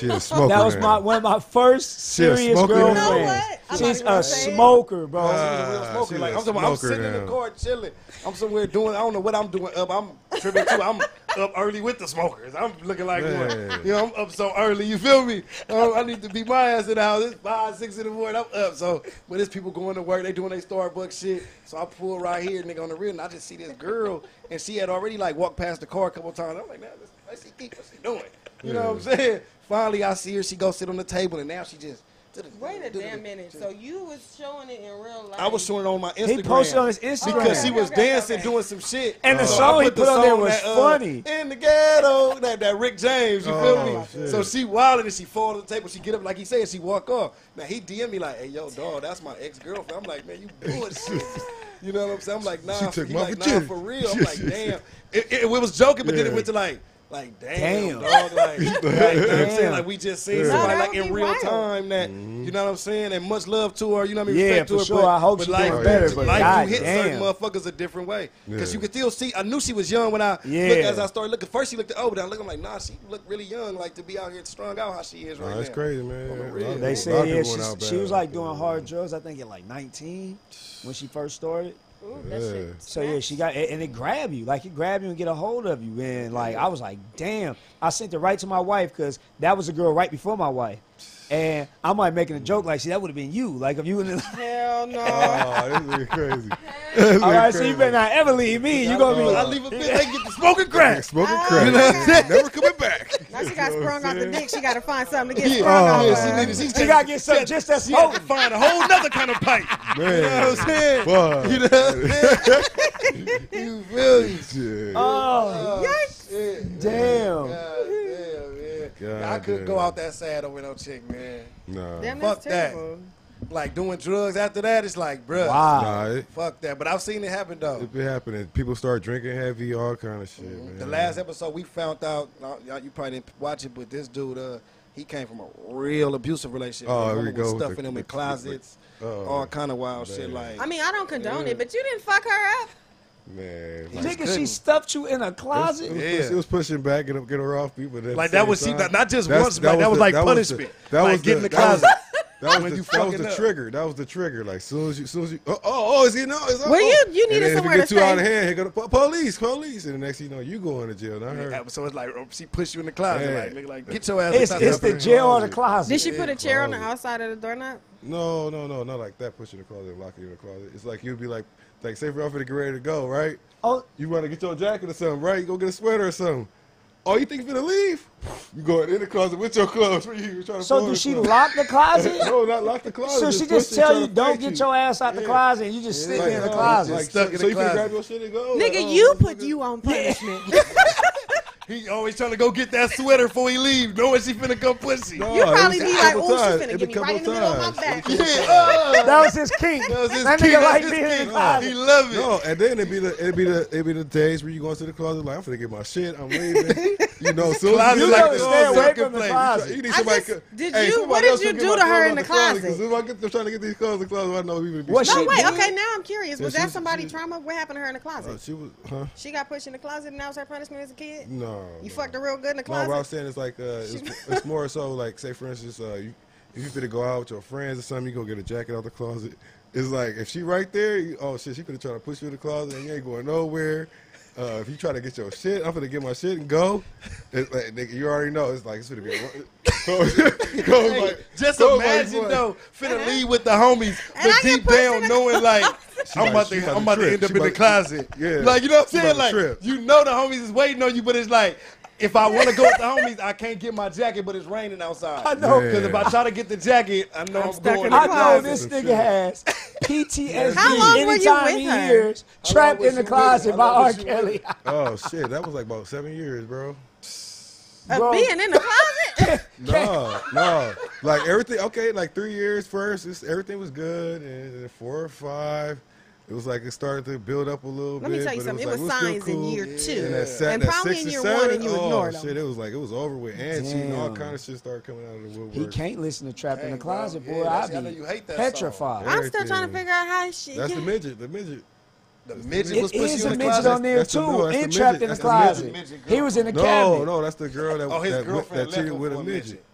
[SPEAKER 2] She a smoker.
[SPEAKER 3] That was
[SPEAKER 2] now.
[SPEAKER 3] my one of my first
[SPEAKER 2] She a
[SPEAKER 3] serious
[SPEAKER 2] smoker now?
[SPEAKER 3] girlfriends.
[SPEAKER 4] You know what? I'm not
[SPEAKER 3] She's
[SPEAKER 4] even
[SPEAKER 3] a
[SPEAKER 4] gonna say it.
[SPEAKER 3] smoker, bro.
[SPEAKER 7] a real
[SPEAKER 2] Ah,
[SPEAKER 7] smoker.
[SPEAKER 2] she a
[SPEAKER 7] Like, I'm, talking about I'm
[SPEAKER 2] smoker
[SPEAKER 7] sitting in the
[SPEAKER 2] now.
[SPEAKER 7] car chilling. I'm somewhere doing. I don't know what I'm doing up. I'm tripping too. I'm up early with the smokers. I'm looking like
[SPEAKER 2] Man.
[SPEAKER 7] one. You know, I'm up so early. You feel me? Um, I need to be my ass in the house. It's five, six in the morning. I'm up. So when there's people going to work, they doing their Starbucks shit. So I pull right here, nigga, on the rear, and I just see this girl, and she had already like walked past the car a couple times. I'm like, nah, this, what's she keep? What's she doing? You know what I'm saying? Finally, I see her. She go sit on the table, and now she just.
[SPEAKER 4] Wait a damn minute. So you was showing it in real life.
[SPEAKER 7] I was showing it on my Instagram.
[SPEAKER 3] He posted on his Instagram
[SPEAKER 7] because she was
[SPEAKER 4] Okay, okay,
[SPEAKER 7] dancing,
[SPEAKER 4] okay.
[SPEAKER 7] doing some shit.
[SPEAKER 3] And the
[SPEAKER 7] So I
[SPEAKER 3] song he
[SPEAKER 7] put the
[SPEAKER 3] put on there
[SPEAKER 7] song
[SPEAKER 3] was
[SPEAKER 7] that, uh,
[SPEAKER 3] funny.
[SPEAKER 7] In the ghetto, that, that Rick James, you
[SPEAKER 2] Oh,
[SPEAKER 7] feel
[SPEAKER 2] shit.
[SPEAKER 7] me? So she wilding and she fall to the table. She get up like he said. She walk off. Now he DM me like, "Hey yo, dog, that's my ex girlfriend." I'm like, "Man, you bullshit." you know what I'm saying? I'm like, "Nah,
[SPEAKER 2] She
[SPEAKER 7] for-
[SPEAKER 2] took
[SPEAKER 7] he
[SPEAKER 2] my
[SPEAKER 7] like, nah,
[SPEAKER 2] virginity.
[SPEAKER 7] for real." I'm like, "Damn." It, it, it was joking, but then
[SPEAKER 2] Yeah.
[SPEAKER 7] it went to like. Like damn,
[SPEAKER 3] Damn.
[SPEAKER 7] dog, like, like you know what I'm
[SPEAKER 3] Damn.
[SPEAKER 7] saying, like we just seen
[SPEAKER 4] No,
[SPEAKER 7] somebody
[SPEAKER 4] that
[SPEAKER 7] like
[SPEAKER 4] would
[SPEAKER 7] in
[SPEAKER 4] be
[SPEAKER 7] real
[SPEAKER 4] wild.
[SPEAKER 7] time that you know what I'm saying, and much love to her, you know what I mean,
[SPEAKER 3] Yeah,
[SPEAKER 7] respect to
[SPEAKER 3] for
[SPEAKER 7] her,
[SPEAKER 3] sure.
[SPEAKER 7] but,
[SPEAKER 3] I hope
[SPEAKER 7] but
[SPEAKER 3] she
[SPEAKER 7] life,
[SPEAKER 2] doing better,
[SPEAKER 3] but
[SPEAKER 7] life you hit
[SPEAKER 3] goddamn.
[SPEAKER 7] certain motherfuckers a different way because
[SPEAKER 2] Yeah.
[SPEAKER 7] you could still see. I knew she was young when I
[SPEAKER 3] Yeah.
[SPEAKER 7] looked as I started looking. First she looked older, then I looked. I'm like, nah, she looked really young, like to be out here strung out how she is right
[SPEAKER 2] Nah, that's
[SPEAKER 7] now.
[SPEAKER 2] crazy, man.
[SPEAKER 7] On
[SPEAKER 2] A
[SPEAKER 7] the
[SPEAKER 2] lot
[SPEAKER 7] real.
[SPEAKER 2] of people- a
[SPEAKER 3] They
[SPEAKER 7] Yeah.
[SPEAKER 2] lot
[SPEAKER 3] said
[SPEAKER 2] of
[SPEAKER 3] yeah,
[SPEAKER 2] people went
[SPEAKER 3] she,
[SPEAKER 2] out
[SPEAKER 3] she
[SPEAKER 2] bad
[SPEAKER 3] was like
[SPEAKER 2] out
[SPEAKER 3] doing
[SPEAKER 2] there.
[SPEAKER 3] hard drugs. I think at like 19 when she first started.
[SPEAKER 4] Ooh, that
[SPEAKER 2] Yeah.
[SPEAKER 4] shit.
[SPEAKER 3] So yeah, she got and and it grabbed you like it grabbed you and get a hold of you and like I was like damn I sent it right to my wife because that was a girl right before my wife and I'm like making a joke like see that would have been you like if you would have
[SPEAKER 4] Hell no.
[SPEAKER 2] Oh, this nigga crazy.
[SPEAKER 3] all right so you better not ever leave me you gonna be
[SPEAKER 7] I leave a bitch, they get the smoking crack.
[SPEAKER 2] Smoking
[SPEAKER 4] Ah,
[SPEAKER 2] crack. Never coming back.
[SPEAKER 4] now she got sprung off the dick. She got to find something to get
[SPEAKER 7] Yeah, Oh,
[SPEAKER 4] sprung off.
[SPEAKER 7] yeah,
[SPEAKER 4] of.
[SPEAKER 7] she needed. She's
[SPEAKER 3] you gotta get something just as
[SPEAKER 7] She had
[SPEAKER 3] potent
[SPEAKER 7] to find a whole nother kind of pipe. Oh. You know what I'm saying?
[SPEAKER 2] Fuck.
[SPEAKER 7] You know what I'm saying? you feel me?
[SPEAKER 2] Shit.
[SPEAKER 3] oh
[SPEAKER 7] Shit.
[SPEAKER 3] damn
[SPEAKER 7] God damn, man.
[SPEAKER 2] God
[SPEAKER 7] I
[SPEAKER 2] damn.
[SPEAKER 7] couldn't go out that sad over no chick, man.
[SPEAKER 2] Nah.
[SPEAKER 4] Damn,
[SPEAKER 7] Fuck
[SPEAKER 4] that's
[SPEAKER 7] that.
[SPEAKER 4] terrible.
[SPEAKER 7] Like doing drugs after that, it's like, bruh,
[SPEAKER 3] wow
[SPEAKER 2] Nah, it,
[SPEAKER 7] fuck that. But I've seen it happen though.
[SPEAKER 2] it been happening. People start drinking heavy, all kind of shit,
[SPEAKER 4] Mm-hmm.
[SPEAKER 2] man.
[SPEAKER 7] The last episode we found out, now, y'all- you probably didn't watch it, but this dude, uh, he came from a real abusive relationship.
[SPEAKER 2] Oh,
[SPEAKER 7] The
[SPEAKER 2] here
[SPEAKER 7] woman
[SPEAKER 2] we
[SPEAKER 7] was
[SPEAKER 2] go with
[SPEAKER 7] stuffing
[SPEAKER 2] the-
[SPEAKER 7] him in
[SPEAKER 2] with-
[SPEAKER 7] closets,
[SPEAKER 2] with- oh,
[SPEAKER 7] all kind of wild shit.
[SPEAKER 2] man.
[SPEAKER 7] Like,
[SPEAKER 4] I mean, I don't condone it, but you didn't fuck her up.
[SPEAKER 2] man. Like,
[SPEAKER 3] nigga she
[SPEAKER 7] couldn't.
[SPEAKER 3] stuffed you in a
[SPEAKER 2] That's- It was,
[SPEAKER 3] closet
[SPEAKER 7] Yeah.
[SPEAKER 2] push- it was pushing back and get her off people. at the
[SPEAKER 7] Like, that
[SPEAKER 2] same
[SPEAKER 7] was- she-
[SPEAKER 2] time.
[SPEAKER 7] not- not just
[SPEAKER 2] That's-
[SPEAKER 7] once, like, that was
[SPEAKER 2] the-
[SPEAKER 7] like
[SPEAKER 2] the-
[SPEAKER 7] punishment. Like, get in the
[SPEAKER 2] that was-
[SPEAKER 7] closet.
[SPEAKER 2] That
[SPEAKER 7] When
[SPEAKER 2] was,
[SPEAKER 7] you
[SPEAKER 2] the, that was
[SPEAKER 7] fucking
[SPEAKER 2] the
[SPEAKER 7] up.
[SPEAKER 2] trigger. That was the trigger. Like soon as you, soon as you, oh, oh, oh is he no? Is
[SPEAKER 4] Well, you- you
[SPEAKER 2] and
[SPEAKER 4] needed
[SPEAKER 2] then if
[SPEAKER 4] somewhere
[SPEAKER 2] you get
[SPEAKER 4] to
[SPEAKER 2] too out of
[SPEAKER 4] stay.
[SPEAKER 2] hand. Here go the po- police, police, and the next thing you know, you going to jail. Not her.
[SPEAKER 7] yeah, so it's like, she pushed you in the closet.
[SPEAKER 2] Yeah.
[SPEAKER 7] Like, nigga, like, get your ass
[SPEAKER 3] it's
[SPEAKER 7] out
[SPEAKER 3] it's
[SPEAKER 7] there.
[SPEAKER 3] the jail or the closet
[SPEAKER 4] Did she put a chair on the outside of the doorknob?
[SPEAKER 2] No, no, no, not like that. Pushing the closet, locking in the closet. It's like you'd be like, like say for outfit to get ready to go, right?
[SPEAKER 3] oh
[SPEAKER 2] You want to get your jacket or something, right? You go get a sweater or something. Oh, you think you gonna leave? You going in the closet with your clothes? What you trying to
[SPEAKER 3] So
[SPEAKER 2] pull
[SPEAKER 3] do
[SPEAKER 2] the
[SPEAKER 3] she
[SPEAKER 2] clothes?
[SPEAKER 3] lock the closet?
[SPEAKER 2] no, not lock the closet.
[SPEAKER 3] So she
[SPEAKER 2] push
[SPEAKER 3] just
[SPEAKER 2] it,
[SPEAKER 3] tell
[SPEAKER 2] trying
[SPEAKER 3] you
[SPEAKER 2] to
[SPEAKER 3] don't
[SPEAKER 2] fight
[SPEAKER 3] get
[SPEAKER 2] you.
[SPEAKER 3] your ass out the
[SPEAKER 2] Yeah.
[SPEAKER 3] closet. and You just
[SPEAKER 2] Like,
[SPEAKER 3] sitting in the
[SPEAKER 2] oh,
[SPEAKER 3] closet.
[SPEAKER 2] like,
[SPEAKER 7] Stuck in
[SPEAKER 2] so
[SPEAKER 7] the
[SPEAKER 2] you finna grab
[SPEAKER 7] closet.
[SPEAKER 2] your shit and go. like,
[SPEAKER 9] Nigga,
[SPEAKER 2] oh,
[SPEAKER 9] you
[SPEAKER 2] nigga.
[SPEAKER 9] put you on punishment.
[SPEAKER 7] Oh, He always trying to go get that sweater before he leave, knowing she finna come pussy.
[SPEAKER 2] No,
[SPEAKER 9] You
[SPEAKER 2] it was
[SPEAKER 9] probably
[SPEAKER 2] a
[SPEAKER 9] be like,
[SPEAKER 2] couple
[SPEAKER 9] "Ooh, she
[SPEAKER 2] times.
[SPEAKER 9] finna
[SPEAKER 2] It
[SPEAKER 9] get me
[SPEAKER 2] a
[SPEAKER 9] right in the
[SPEAKER 2] couple
[SPEAKER 9] middle of my
[SPEAKER 2] times.
[SPEAKER 9] back."
[SPEAKER 7] Yeah, uh,
[SPEAKER 3] That was his kink.
[SPEAKER 7] that was his
[SPEAKER 3] That
[SPEAKER 7] key.
[SPEAKER 3] nigga
[SPEAKER 7] That
[SPEAKER 3] like
[SPEAKER 7] was
[SPEAKER 3] being in
[SPEAKER 7] his
[SPEAKER 3] the
[SPEAKER 7] key.
[SPEAKER 3] closet.
[SPEAKER 7] He love it.
[SPEAKER 2] No, and then it'd be the it'd be the it'd be the days where you go into the closet like I'm finna get my shit. I'm leaving. You know, so
[SPEAKER 7] Closet
[SPEAKER 3] You
[SPEAKER 7] It's like
[SPEAKER 3] gotta
[SPEAKER 7] the
[SPEAKER 3] stay
[SPEAKER 7] old
[SPEAKER 3] away
[SPEAKER 7] second
[SPEAKER 3] from the
[SPEAKER 7] place.
[SPEAKER 3] closet.
[SPEAKER 2] You need
[SPEAKER 9] I
[SPEAKER 2] somebody.
[SPEAKER 9] just-
[SPEAKER 2] co-
[SPEAKER 4] did
[SPEAKER 2] Hey,
[SPEAKER 4] you-
[SPEAKER 2] somebody
[SPEAKER 4] what did
[SPEAKER 2] else
[SPEAKER 4] you
[SPEAKER 2] can get
[SPEAKER 4] do
[SPEAKER 2] my
[SPEAKER 4] to her
[SPEAKER 2] clothes
[SPEAKER 4] in the
[SPEAKER 2] Because
[SPEAKER 4] closet?
[SPEAKER 2] if I get them trying to get these clothes in the closet, I know we would be.
[SPEAKER 3] What
[SPEAKER 2] stuck.
[SPEAKER 4] No,
[SPEAKER 3] She
[SPEAKER 4] wait.
[SPEAKER 3] did.
[SPEAKER 4] Okay, now I'm curious. Was
[SPEAKER 2] Yeah,
[SPEAKER 4] that
[SPEAKER 2] she
[SPEAKER 4] somebody
[SPEAKER 2] did.
[SPEAKER 4] trauma? What happened to her in the closet?
[SPEAKER 2] Uh, she was, huh?
[SPEAKER 4] She got pushed in the closet, and that was her punishment as a kid.
[SPEAKER 2] No.
[SPEAKER 4] You
[SPEAKER 2] no.
[SPEAKER 4] fucked her real good in the
[SPEAKER 2] No,
[SPEAKER 4] closet.
[SPEAKER 2] what I was saying is like uh, it's, it's more so like say for instance, uh, you, if you finna go out with your friends or something, you go get a jacket out the closet. It's like if she right there, you, oh shit, she finna try to push you in the closet and you ain't going nowhere. Uh, if you try to get your shit, I'm finna get my shit and go. It's like nigga, you already know it's like it's finna be. A, Cole's- Cole's
[SPEAKER 7] Hey,
[SPEAKER 2] like-
[SPEAKER 7] just
[SPEAKER 2] Cole's like,
[SPEAKER 7] imagine
[SPEAKER 2] boy,
[SPEAKER 7] though, finna leave with the homies,
[SPEAKER 4] I get
[SPEAKER 7] but deep
[SPEAKER 4] pushed in
[SPEAKER 7] down
[SPEAKER 4] the
[SPEAKER 7] knowing like I'm
[SPEAKER 2] like,
[SPEAKER 7] about
[SPEAKER 2] she
[SPEAKER 7] to,
[SPEAKER 2] about
[SPEAKER 7] I'm
[SPEAKER 2] to
[SPEAKER 7] about to
[SPEAKER 2] trip.
[SPEAKER 7] end up
[SPEAKER 2] She
[SPEAKER 7] in the
[SPEAKER 2] about to-
[SPEAKER 7] closet.
[SPEAKER 2] Yeah.
[SPEAKER 7] like you know what I'm
[SPEAKER 2] She
[SPEAKER 7] saying?
[SPEAKER 2] about
[SPEAKER 7] Like
[SPEAKER 2] to trip.
[SPEAKER 7] you know the homies is waiting on you, but it's like if I want to go with the homies, I can't get my jacket, but it's raining outside. I
[SPEAKER 3] know.
[SPEAKER 7] because if I try to get the jacket, I know I'm,
[SPEAKER 9] stuck
[SPEAKER 7] going.
[SPEAKER 9] in
[SPEAKER 7] In
[SPEAKER 9] the
[SPEAKER 3] I
[SPEAKER 7] the
[SPEAKER 3] know
[SPEAKER 7] closet.
[SPEAKER 3] this
[SPEAKER 2] That's
[SPEAKER 3] nigga
[SPEAKER 2] true.
[SPEAKER 3] has PTSD.
[SPEAKER 4] How long were you
[SPEAKER 3] Anytime
[SPEAKER 4] with
[SPEAKER 3] he
[SPEAKER 4] her?
[SPEAKER 3] hears
[SPEAKER 7] How long
[SPEAKER 3] trapped
[SPEAKER 7] was
[SPEAKER 3] in the
[SPEAKER 7] you with her?
[SPEAKER 3] closet
[SPEAKER 7] How
[SPEAKER 3] by
[SPEAKER 7] long
[SPEAKER 3] R.
[SPEAKER 7] was you with her?
[SPEAKER 3] Kelly.
[SPEAKER 2] Oh shit, that was like about seven years, bro.
[SPEAKER 4] Of
[SPEAKER 3] Bro.
[SPEAKER 4] being in the closet.
[SPEAKER 2] No, no. Like everything, okay. Like three years first, it's, everything was good, and then four or five, it was like it started to build up a little
[SPEAKER 4] Let
[SPEAKER 2] bit.
[SPEAKER 4] me tell you
[SPEAKER 2] but
[SPEAKER 4] something. It
[SPEAKER 2] was,
[SPEAKER 4] was,
[SPEAKER 2] like, we're still
[SPEAKER 4] signs in
[SPEAKER 2] cool.
[SPEAKER 4] year two,
[SPEAKER 2] And, that sat,
[SPEAKER 4] and
[SPEAKER 2] that
[SPEAKER 4] probably
[SPEAKER 2] six
[SPEAKER 4] in
[SPEAKER 2] and
[SPEAKER 4] year
[SPEAKER 2] seven,
[SPEAKER 4] one, and you
[SPEAKER 2] oh,
[SPEAKER 4] ignored them.
[SPEAKER 2] shit, it was like it was over with, and she and all
[SPEAKER 3] Damn.
[SPEAKER 2] kind of shit started coming out of the woodwork.
[SPEAKER 3] He can't listen to Trapped in the
[SPEAKER 7] Dang, bro.
[SPEAKER 3] Closet,
[SPEAKER 7] Yeah,
[SPEAKER 3] boy.
[SPEAKER 7] that's- I
[SPEAKER 3] I
[SPEAKER 7] know
[SPEAKER 3] be
[SPEAKER 7] you hate that song.
[SPEAKER 3] petrified.
[SPEAKER 2] Yeah.
[SPEAKER 4] I'm still trying to
[SPEAKER 2] Everything.
[SPEAKER 4] figure out how she.
[SPEAKER 2] That's the midget. The midget.
[SPEAKER 7] The midget
[SPEAKER 3] It
[SPEAKER 7] was
[SPEAKER 3] is
[SPEAKER 7] pushing you
[SPEAKER 3] a
[SPEAKER 7] in the
[SPEAKER 3] midget on
[SPEAKER 7] closet.
[SPEAKER 3] there
[SPEAKER 2] That's the-
[SPEAKER 3] too,
[SPEAKER 2] no, that's the
[SPEAKER 3] and trapped
[SPEAKER 2] midget.
[SPEAKER 3] in the
[SPEAKER 2] That's the midget.
[SPEAKER 3] closet.
[SPEAKER 7] Midget
[SPEAKER 3] He was in the
[SPEAKER 2] No,
[SPEAKER 3] cabinet.
[SPEAKER 2] no, that's the girl that
[SPEAKER 7] Oh,
[SPEAKER 2] that,
[SPEAKER 7] his
[SPEAKER 2] went- that
[SPEAKER 7] girlfriend left
[SPEAKER 2] cheated
[SPEAKER 7] him
[SPEAKER 2] with
[SPEAKER 7] for
[SPEAKER 2] a
[SPEAKER 7] a
[SPEAKER 2] midget.
[SPEAKER 7] midget.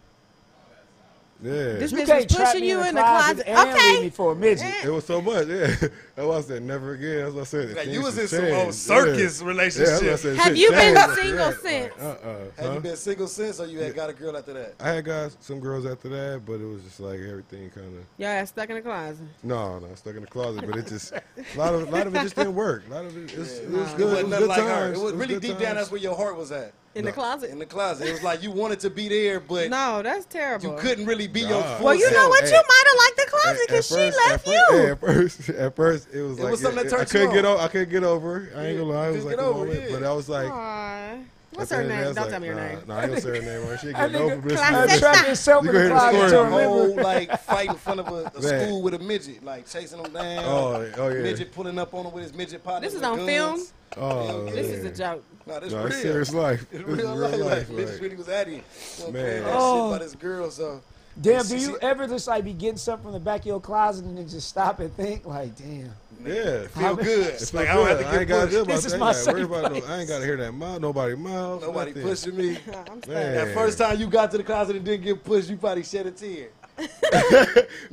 [SPEAKER 2] Yeah.
[SPEAKER 4] This
[SPEAKER 3] You
[SPEAKER 4] bitch was
[SPEAKER 3] can't trap
[SPEAKER 4] pushing
[SPEAKER 3] me
[SPEAKER 4] you
[SPEAKER 3] in
[SPEAKER 4] in
[SPEAKER 3] the
[SPEAKER 4] the
[SPEAKER 3] closet
[SPEAKER 4] closet.
[SPEAKER 3] and leave me
[SPEAKER 4] Okay.
[SPEAKER 3] for a midget.
[SPEAKER 2] It was so much, yeah. That's why I said never again. That's what I said.
[SPEAKER 7] Like, you
[SPEAKER 2] Things
[SPEAKER 7] was
[SPEAKER 2] have
[SPEAKER 7] in some
[SPEAKER 2] changed.
[SPEAKER 7] old circus relationship.
[SPEAKER 2] that's what I said.
[SPEAKER 4] Have
[SPEAKER 2] Shit
[SPEAKER 4] you been
[SPEAKER 2] changed after
[SPEAKER 4] single
[SPEAKER 2] that.
[SPEAKER 4] since?
[SPEAKER 2] Like, uh-uh.
[SPEAKER 7] Have
[SPEAKER 2] huh?
[SPEAKER 7] you been single since, or you had got a girl after that?
[SPEAKER 2] I had guys, some girls after that, but it was just like everything kind of
[SPEAKER 4] Your ass stuck in the closet.
[SPEAKER 2] no, no, stuck in the closet. But it just a lot of a lot of it just didn't work. A lot of it, it's, it was
[SPEAKER 7] It
[SPEAKER 2] good. It was
[SPEAKER 7] wasn't nothing
[SPEAKER 2] good
[SPEAKER 7] like her.
[SPEAKER 2] times.
[SPEAKER 7] It was really
[SPEAKER 2] good
[SPEAKER 7] deep down.
[SPEAKER 2] times.
[SPEAKER 7] That's where your heart was at.
[SPEAKER 4] In the closet.
[SPEAKER 7] In the closet, it was like you wanted to be there, but
[SPEAKER 4] no, that's terrible.
[SPEAKER 7] you couldn't really be your
[SPEAKER 2] Nah.
[SPEAKER 7] full
[SPEAKER 4] Well, you know
[SPEAKER 7] self.
[SPEAKER 4] what?
[SPEAKER 2] Hey,
[SPEAKER 4] you might have liked the closet
[SPEAKER 2] At- at
[SPEAKER 4] because she
[SPEAKER 2] first-
[SPEAKER 4] left
[SPEAKER 2] at fir-
[SPEAKER 4] you.
[SPEAKER 2] yeah, at first, at first, it was like
[SPEAKER 7] was something
[SPEAKER 2] yeah,
[SPEAKER 7] that turned
[SPEAKER 2] I couldn't
[SPEAKER 7] you
[SPEAKER 2] get
[SPEAKER 7] on.
[SPEAKER 2] over. I couldn't get over. I ain't gonna lie. It was
[SPEAKER 7] couldn't
[SPEAKER 2] like a
[SPEAKER 7] get over,
[SPEAKER 2] moment,
[SPEAKER 7] yeah.
[SPEAKER 2] but I was like,
[SPEAKER 4] Aw. What's
[SPEAKER 2] at
[SPEAKER 4] her
[SPEAKER 2] the
[SPEAKER 4] name?
[SPEAKER 2] end of
[SPEAKER 4] Don't
[SPEAKER 2] that, I was
[SPEAKER 4] tell me
[SPEAKER 2] like,
[SPEAKER 4] her
[SPEAKER 2] nah,
[SPEAKER 4] name.
[SPEAKER 2] Nah, I ain't gonna say her name. Right? She ain't
[SPEAKER 3] That
[SPEAKER 2] getting over
[SPEAKER 3] nigga
[SPEAKER 2] this.
[SPEAKER 4] classic.
[SPEAKER 2] nigga.
[SPEAKER 4] That's
[SPEAKER 3] trapped
[SPEAKER 4] not-
[SPEAKER 3] himself
[SPEAKER 2] You
[SPEAKER 3] Uh, in the
[SPEAKER 2] gonna hear the story
[SPEAKER 3] closet to
[SPEAKER 7] The
[SPEAKER 2] of
[SPEAKER 3] remember.
[SPEAKER 7] whole like fight in front of a, a
[SPEAKER 2] Man.
[SPEAKER 7] school with a midget, like chasing him down.
[SPEAKER 2] Oh, oh, yeah.
[SPEAKER 7] Midget pulling up on him with his midget partner.
[SPEAKER 4] This is
[SPEAKER 7] with
[SPEAKER 4] on
[SPEAKER 7] guns.
[SPEAKER 4] film.
[SPEAKER 2] Oh,
[SPEAKER 7] This
[SPEAKER 4] This
[SPEAKER 2] man.
[SPEAKER 4] is a joke.
[SPEAKER 7] No, this
[SPEAKER 2] No,
[SPEAKER 7] real.
[SPEAKER 2] it's serious life.
[SPEAKER 7] It's
[SPEAKER 2] This
[SPEAKER 7] real,
[SPEAKER 2] is real
[SPEAKER 7] life.
[SPEAKER 2] life,
[SPEAKER 7] Like, bitch
[SPEAKER 2] like-
[SPEAKER 7] really was at it. Wasn't
[SPEAKER 2] Man.
[SPEAKER 7] playing That
[SPEAKER 3] Oh.
[SPEAKER 7] shit about his girl. So
[SPEAKER 3] Damn, do you ever just like be getting something from the back of your closet and then just stop and think like, damn,
[SPEAKER 2] Yeah.
[SPEAKER 7] feel good.
[SPEAKER 2] It's
[SPEAKER 7] Like
[SPEAKER 2] so
[SPEAKER 7] I don't
[SPEAKER 2] good.
[SPEAKER 7] have to
[SPEAKER 2] I ain't
[SPEAKER 7] get
[SPEAKER 2] gotta
[SPEAKER 7] pushed.
[SPEAKER 2] do about
[SPEAKER 3] This is
[SPEAKER 2] that.
[SPEAKER 3] my
[SPEAKER 2] I ain't gotta worry
[SPEAKER 3] safe
[SPEAKER 2] about no- I ain't gotta hear that mouth. Nobody mouth.
[SPEAKER 7] Nobody
[SPEAKER 2] nothing.
[SPEAKER 7] pushing me.
[SPEAKER 4] I'm stuck.
[SPEAKER 2] Man.
[SPEAKER 7] That first time you got to the closet and didn't get pushed, you probably shed a tear.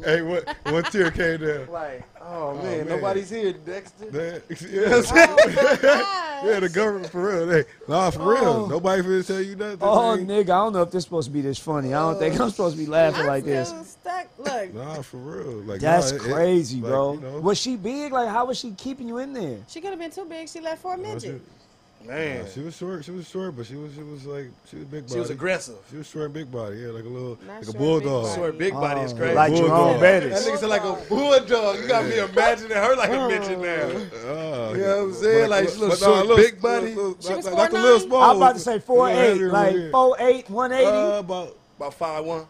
[SPEAKER 2] Hey, what? One tear came down.
[SPEAKER 7] Like, oh, man,
[SPEAKER 2] man.
[SPEAKER 7] nobody's here, Dexter.
[SPEAKER 2] Man, yeah, yeah, the government for real. They, nah, for real. Nobody finna tell you nothing.
[SPEAKER 3] oh
[SPEAKER 2] man.
[SPEAKER 3] nigga, I don't know if this supposed to be this funny. I don't think I'm supposed to be laughing
[SPEAKER 4] I'm
[SPEAKER 3] like this.
[SPEAKER 4] still stuck. Look,
[SPEAKER 2] Nah, for real. Like
[SPEAKER 3] That's
[SPEAKER 2] nah, it- it-
[SPEAKER 3] crazy,
[SPEAKER 2] like,
[SPEAKER 3] bro.
[SPEAKER 2] you know,
[SPEAKER 3] Was she big? Like, how was she keeping you in there?
[SPEAKER 4] she could have been too big. She left for a
[SPEAKER 2] nah,
[SPEAKER 4] midget.
[SPEAKER 2] she,
[SPEAKER 7] Man,
[SPEAKER 2] nah, she was short. She was short, but she was she was like she was big body.
[SPEAKER 7] she was aggressive.
[SPEAKER 2] She was short, and big body. Yeah, like a little
[SPEAKER 4] Not
[SPEAKER 2] like a
[SPEAKER 4] short, big
[SPEAKER 2] bulldog.
[SPEAKER 4] body.
[SPEAKER 7] Short big body is
[SPEAKER 3] Oh,
[SPEAKER 7] crazy.
[SPEAKER 3] Like
[SPEAKER 2] Bulldog.
[SPEAKER 3] Jerome
[SPEAKER 7] That
[SPEAKER 3] Bettis.
[SPEAKER 7] nigga's like a bulldog. You got me imagining her like a midget now.
[SPEAKER 2] Uh,
[SPEAKER 7] You know what I'm saying? Like, she's a little short, big body.
[SPEAKER 4] She was
[SPEAKER 2] like the
[SPEAKER 4] 4'9"?
[SPEAKER 2] little small.
[SPEAKER 3] I am about to say four
[SPEAKER 2] Yeah,
[SPEAKER 3] eight,
[SPEAKER 2] yeah,
[SPEAKER 3] like
[SPEAKER 2] yeah.
[SPEAKER 3] four eight, one eighty.
[SPEAKER 2] Uh, about
[SPEAKER 7] About five one.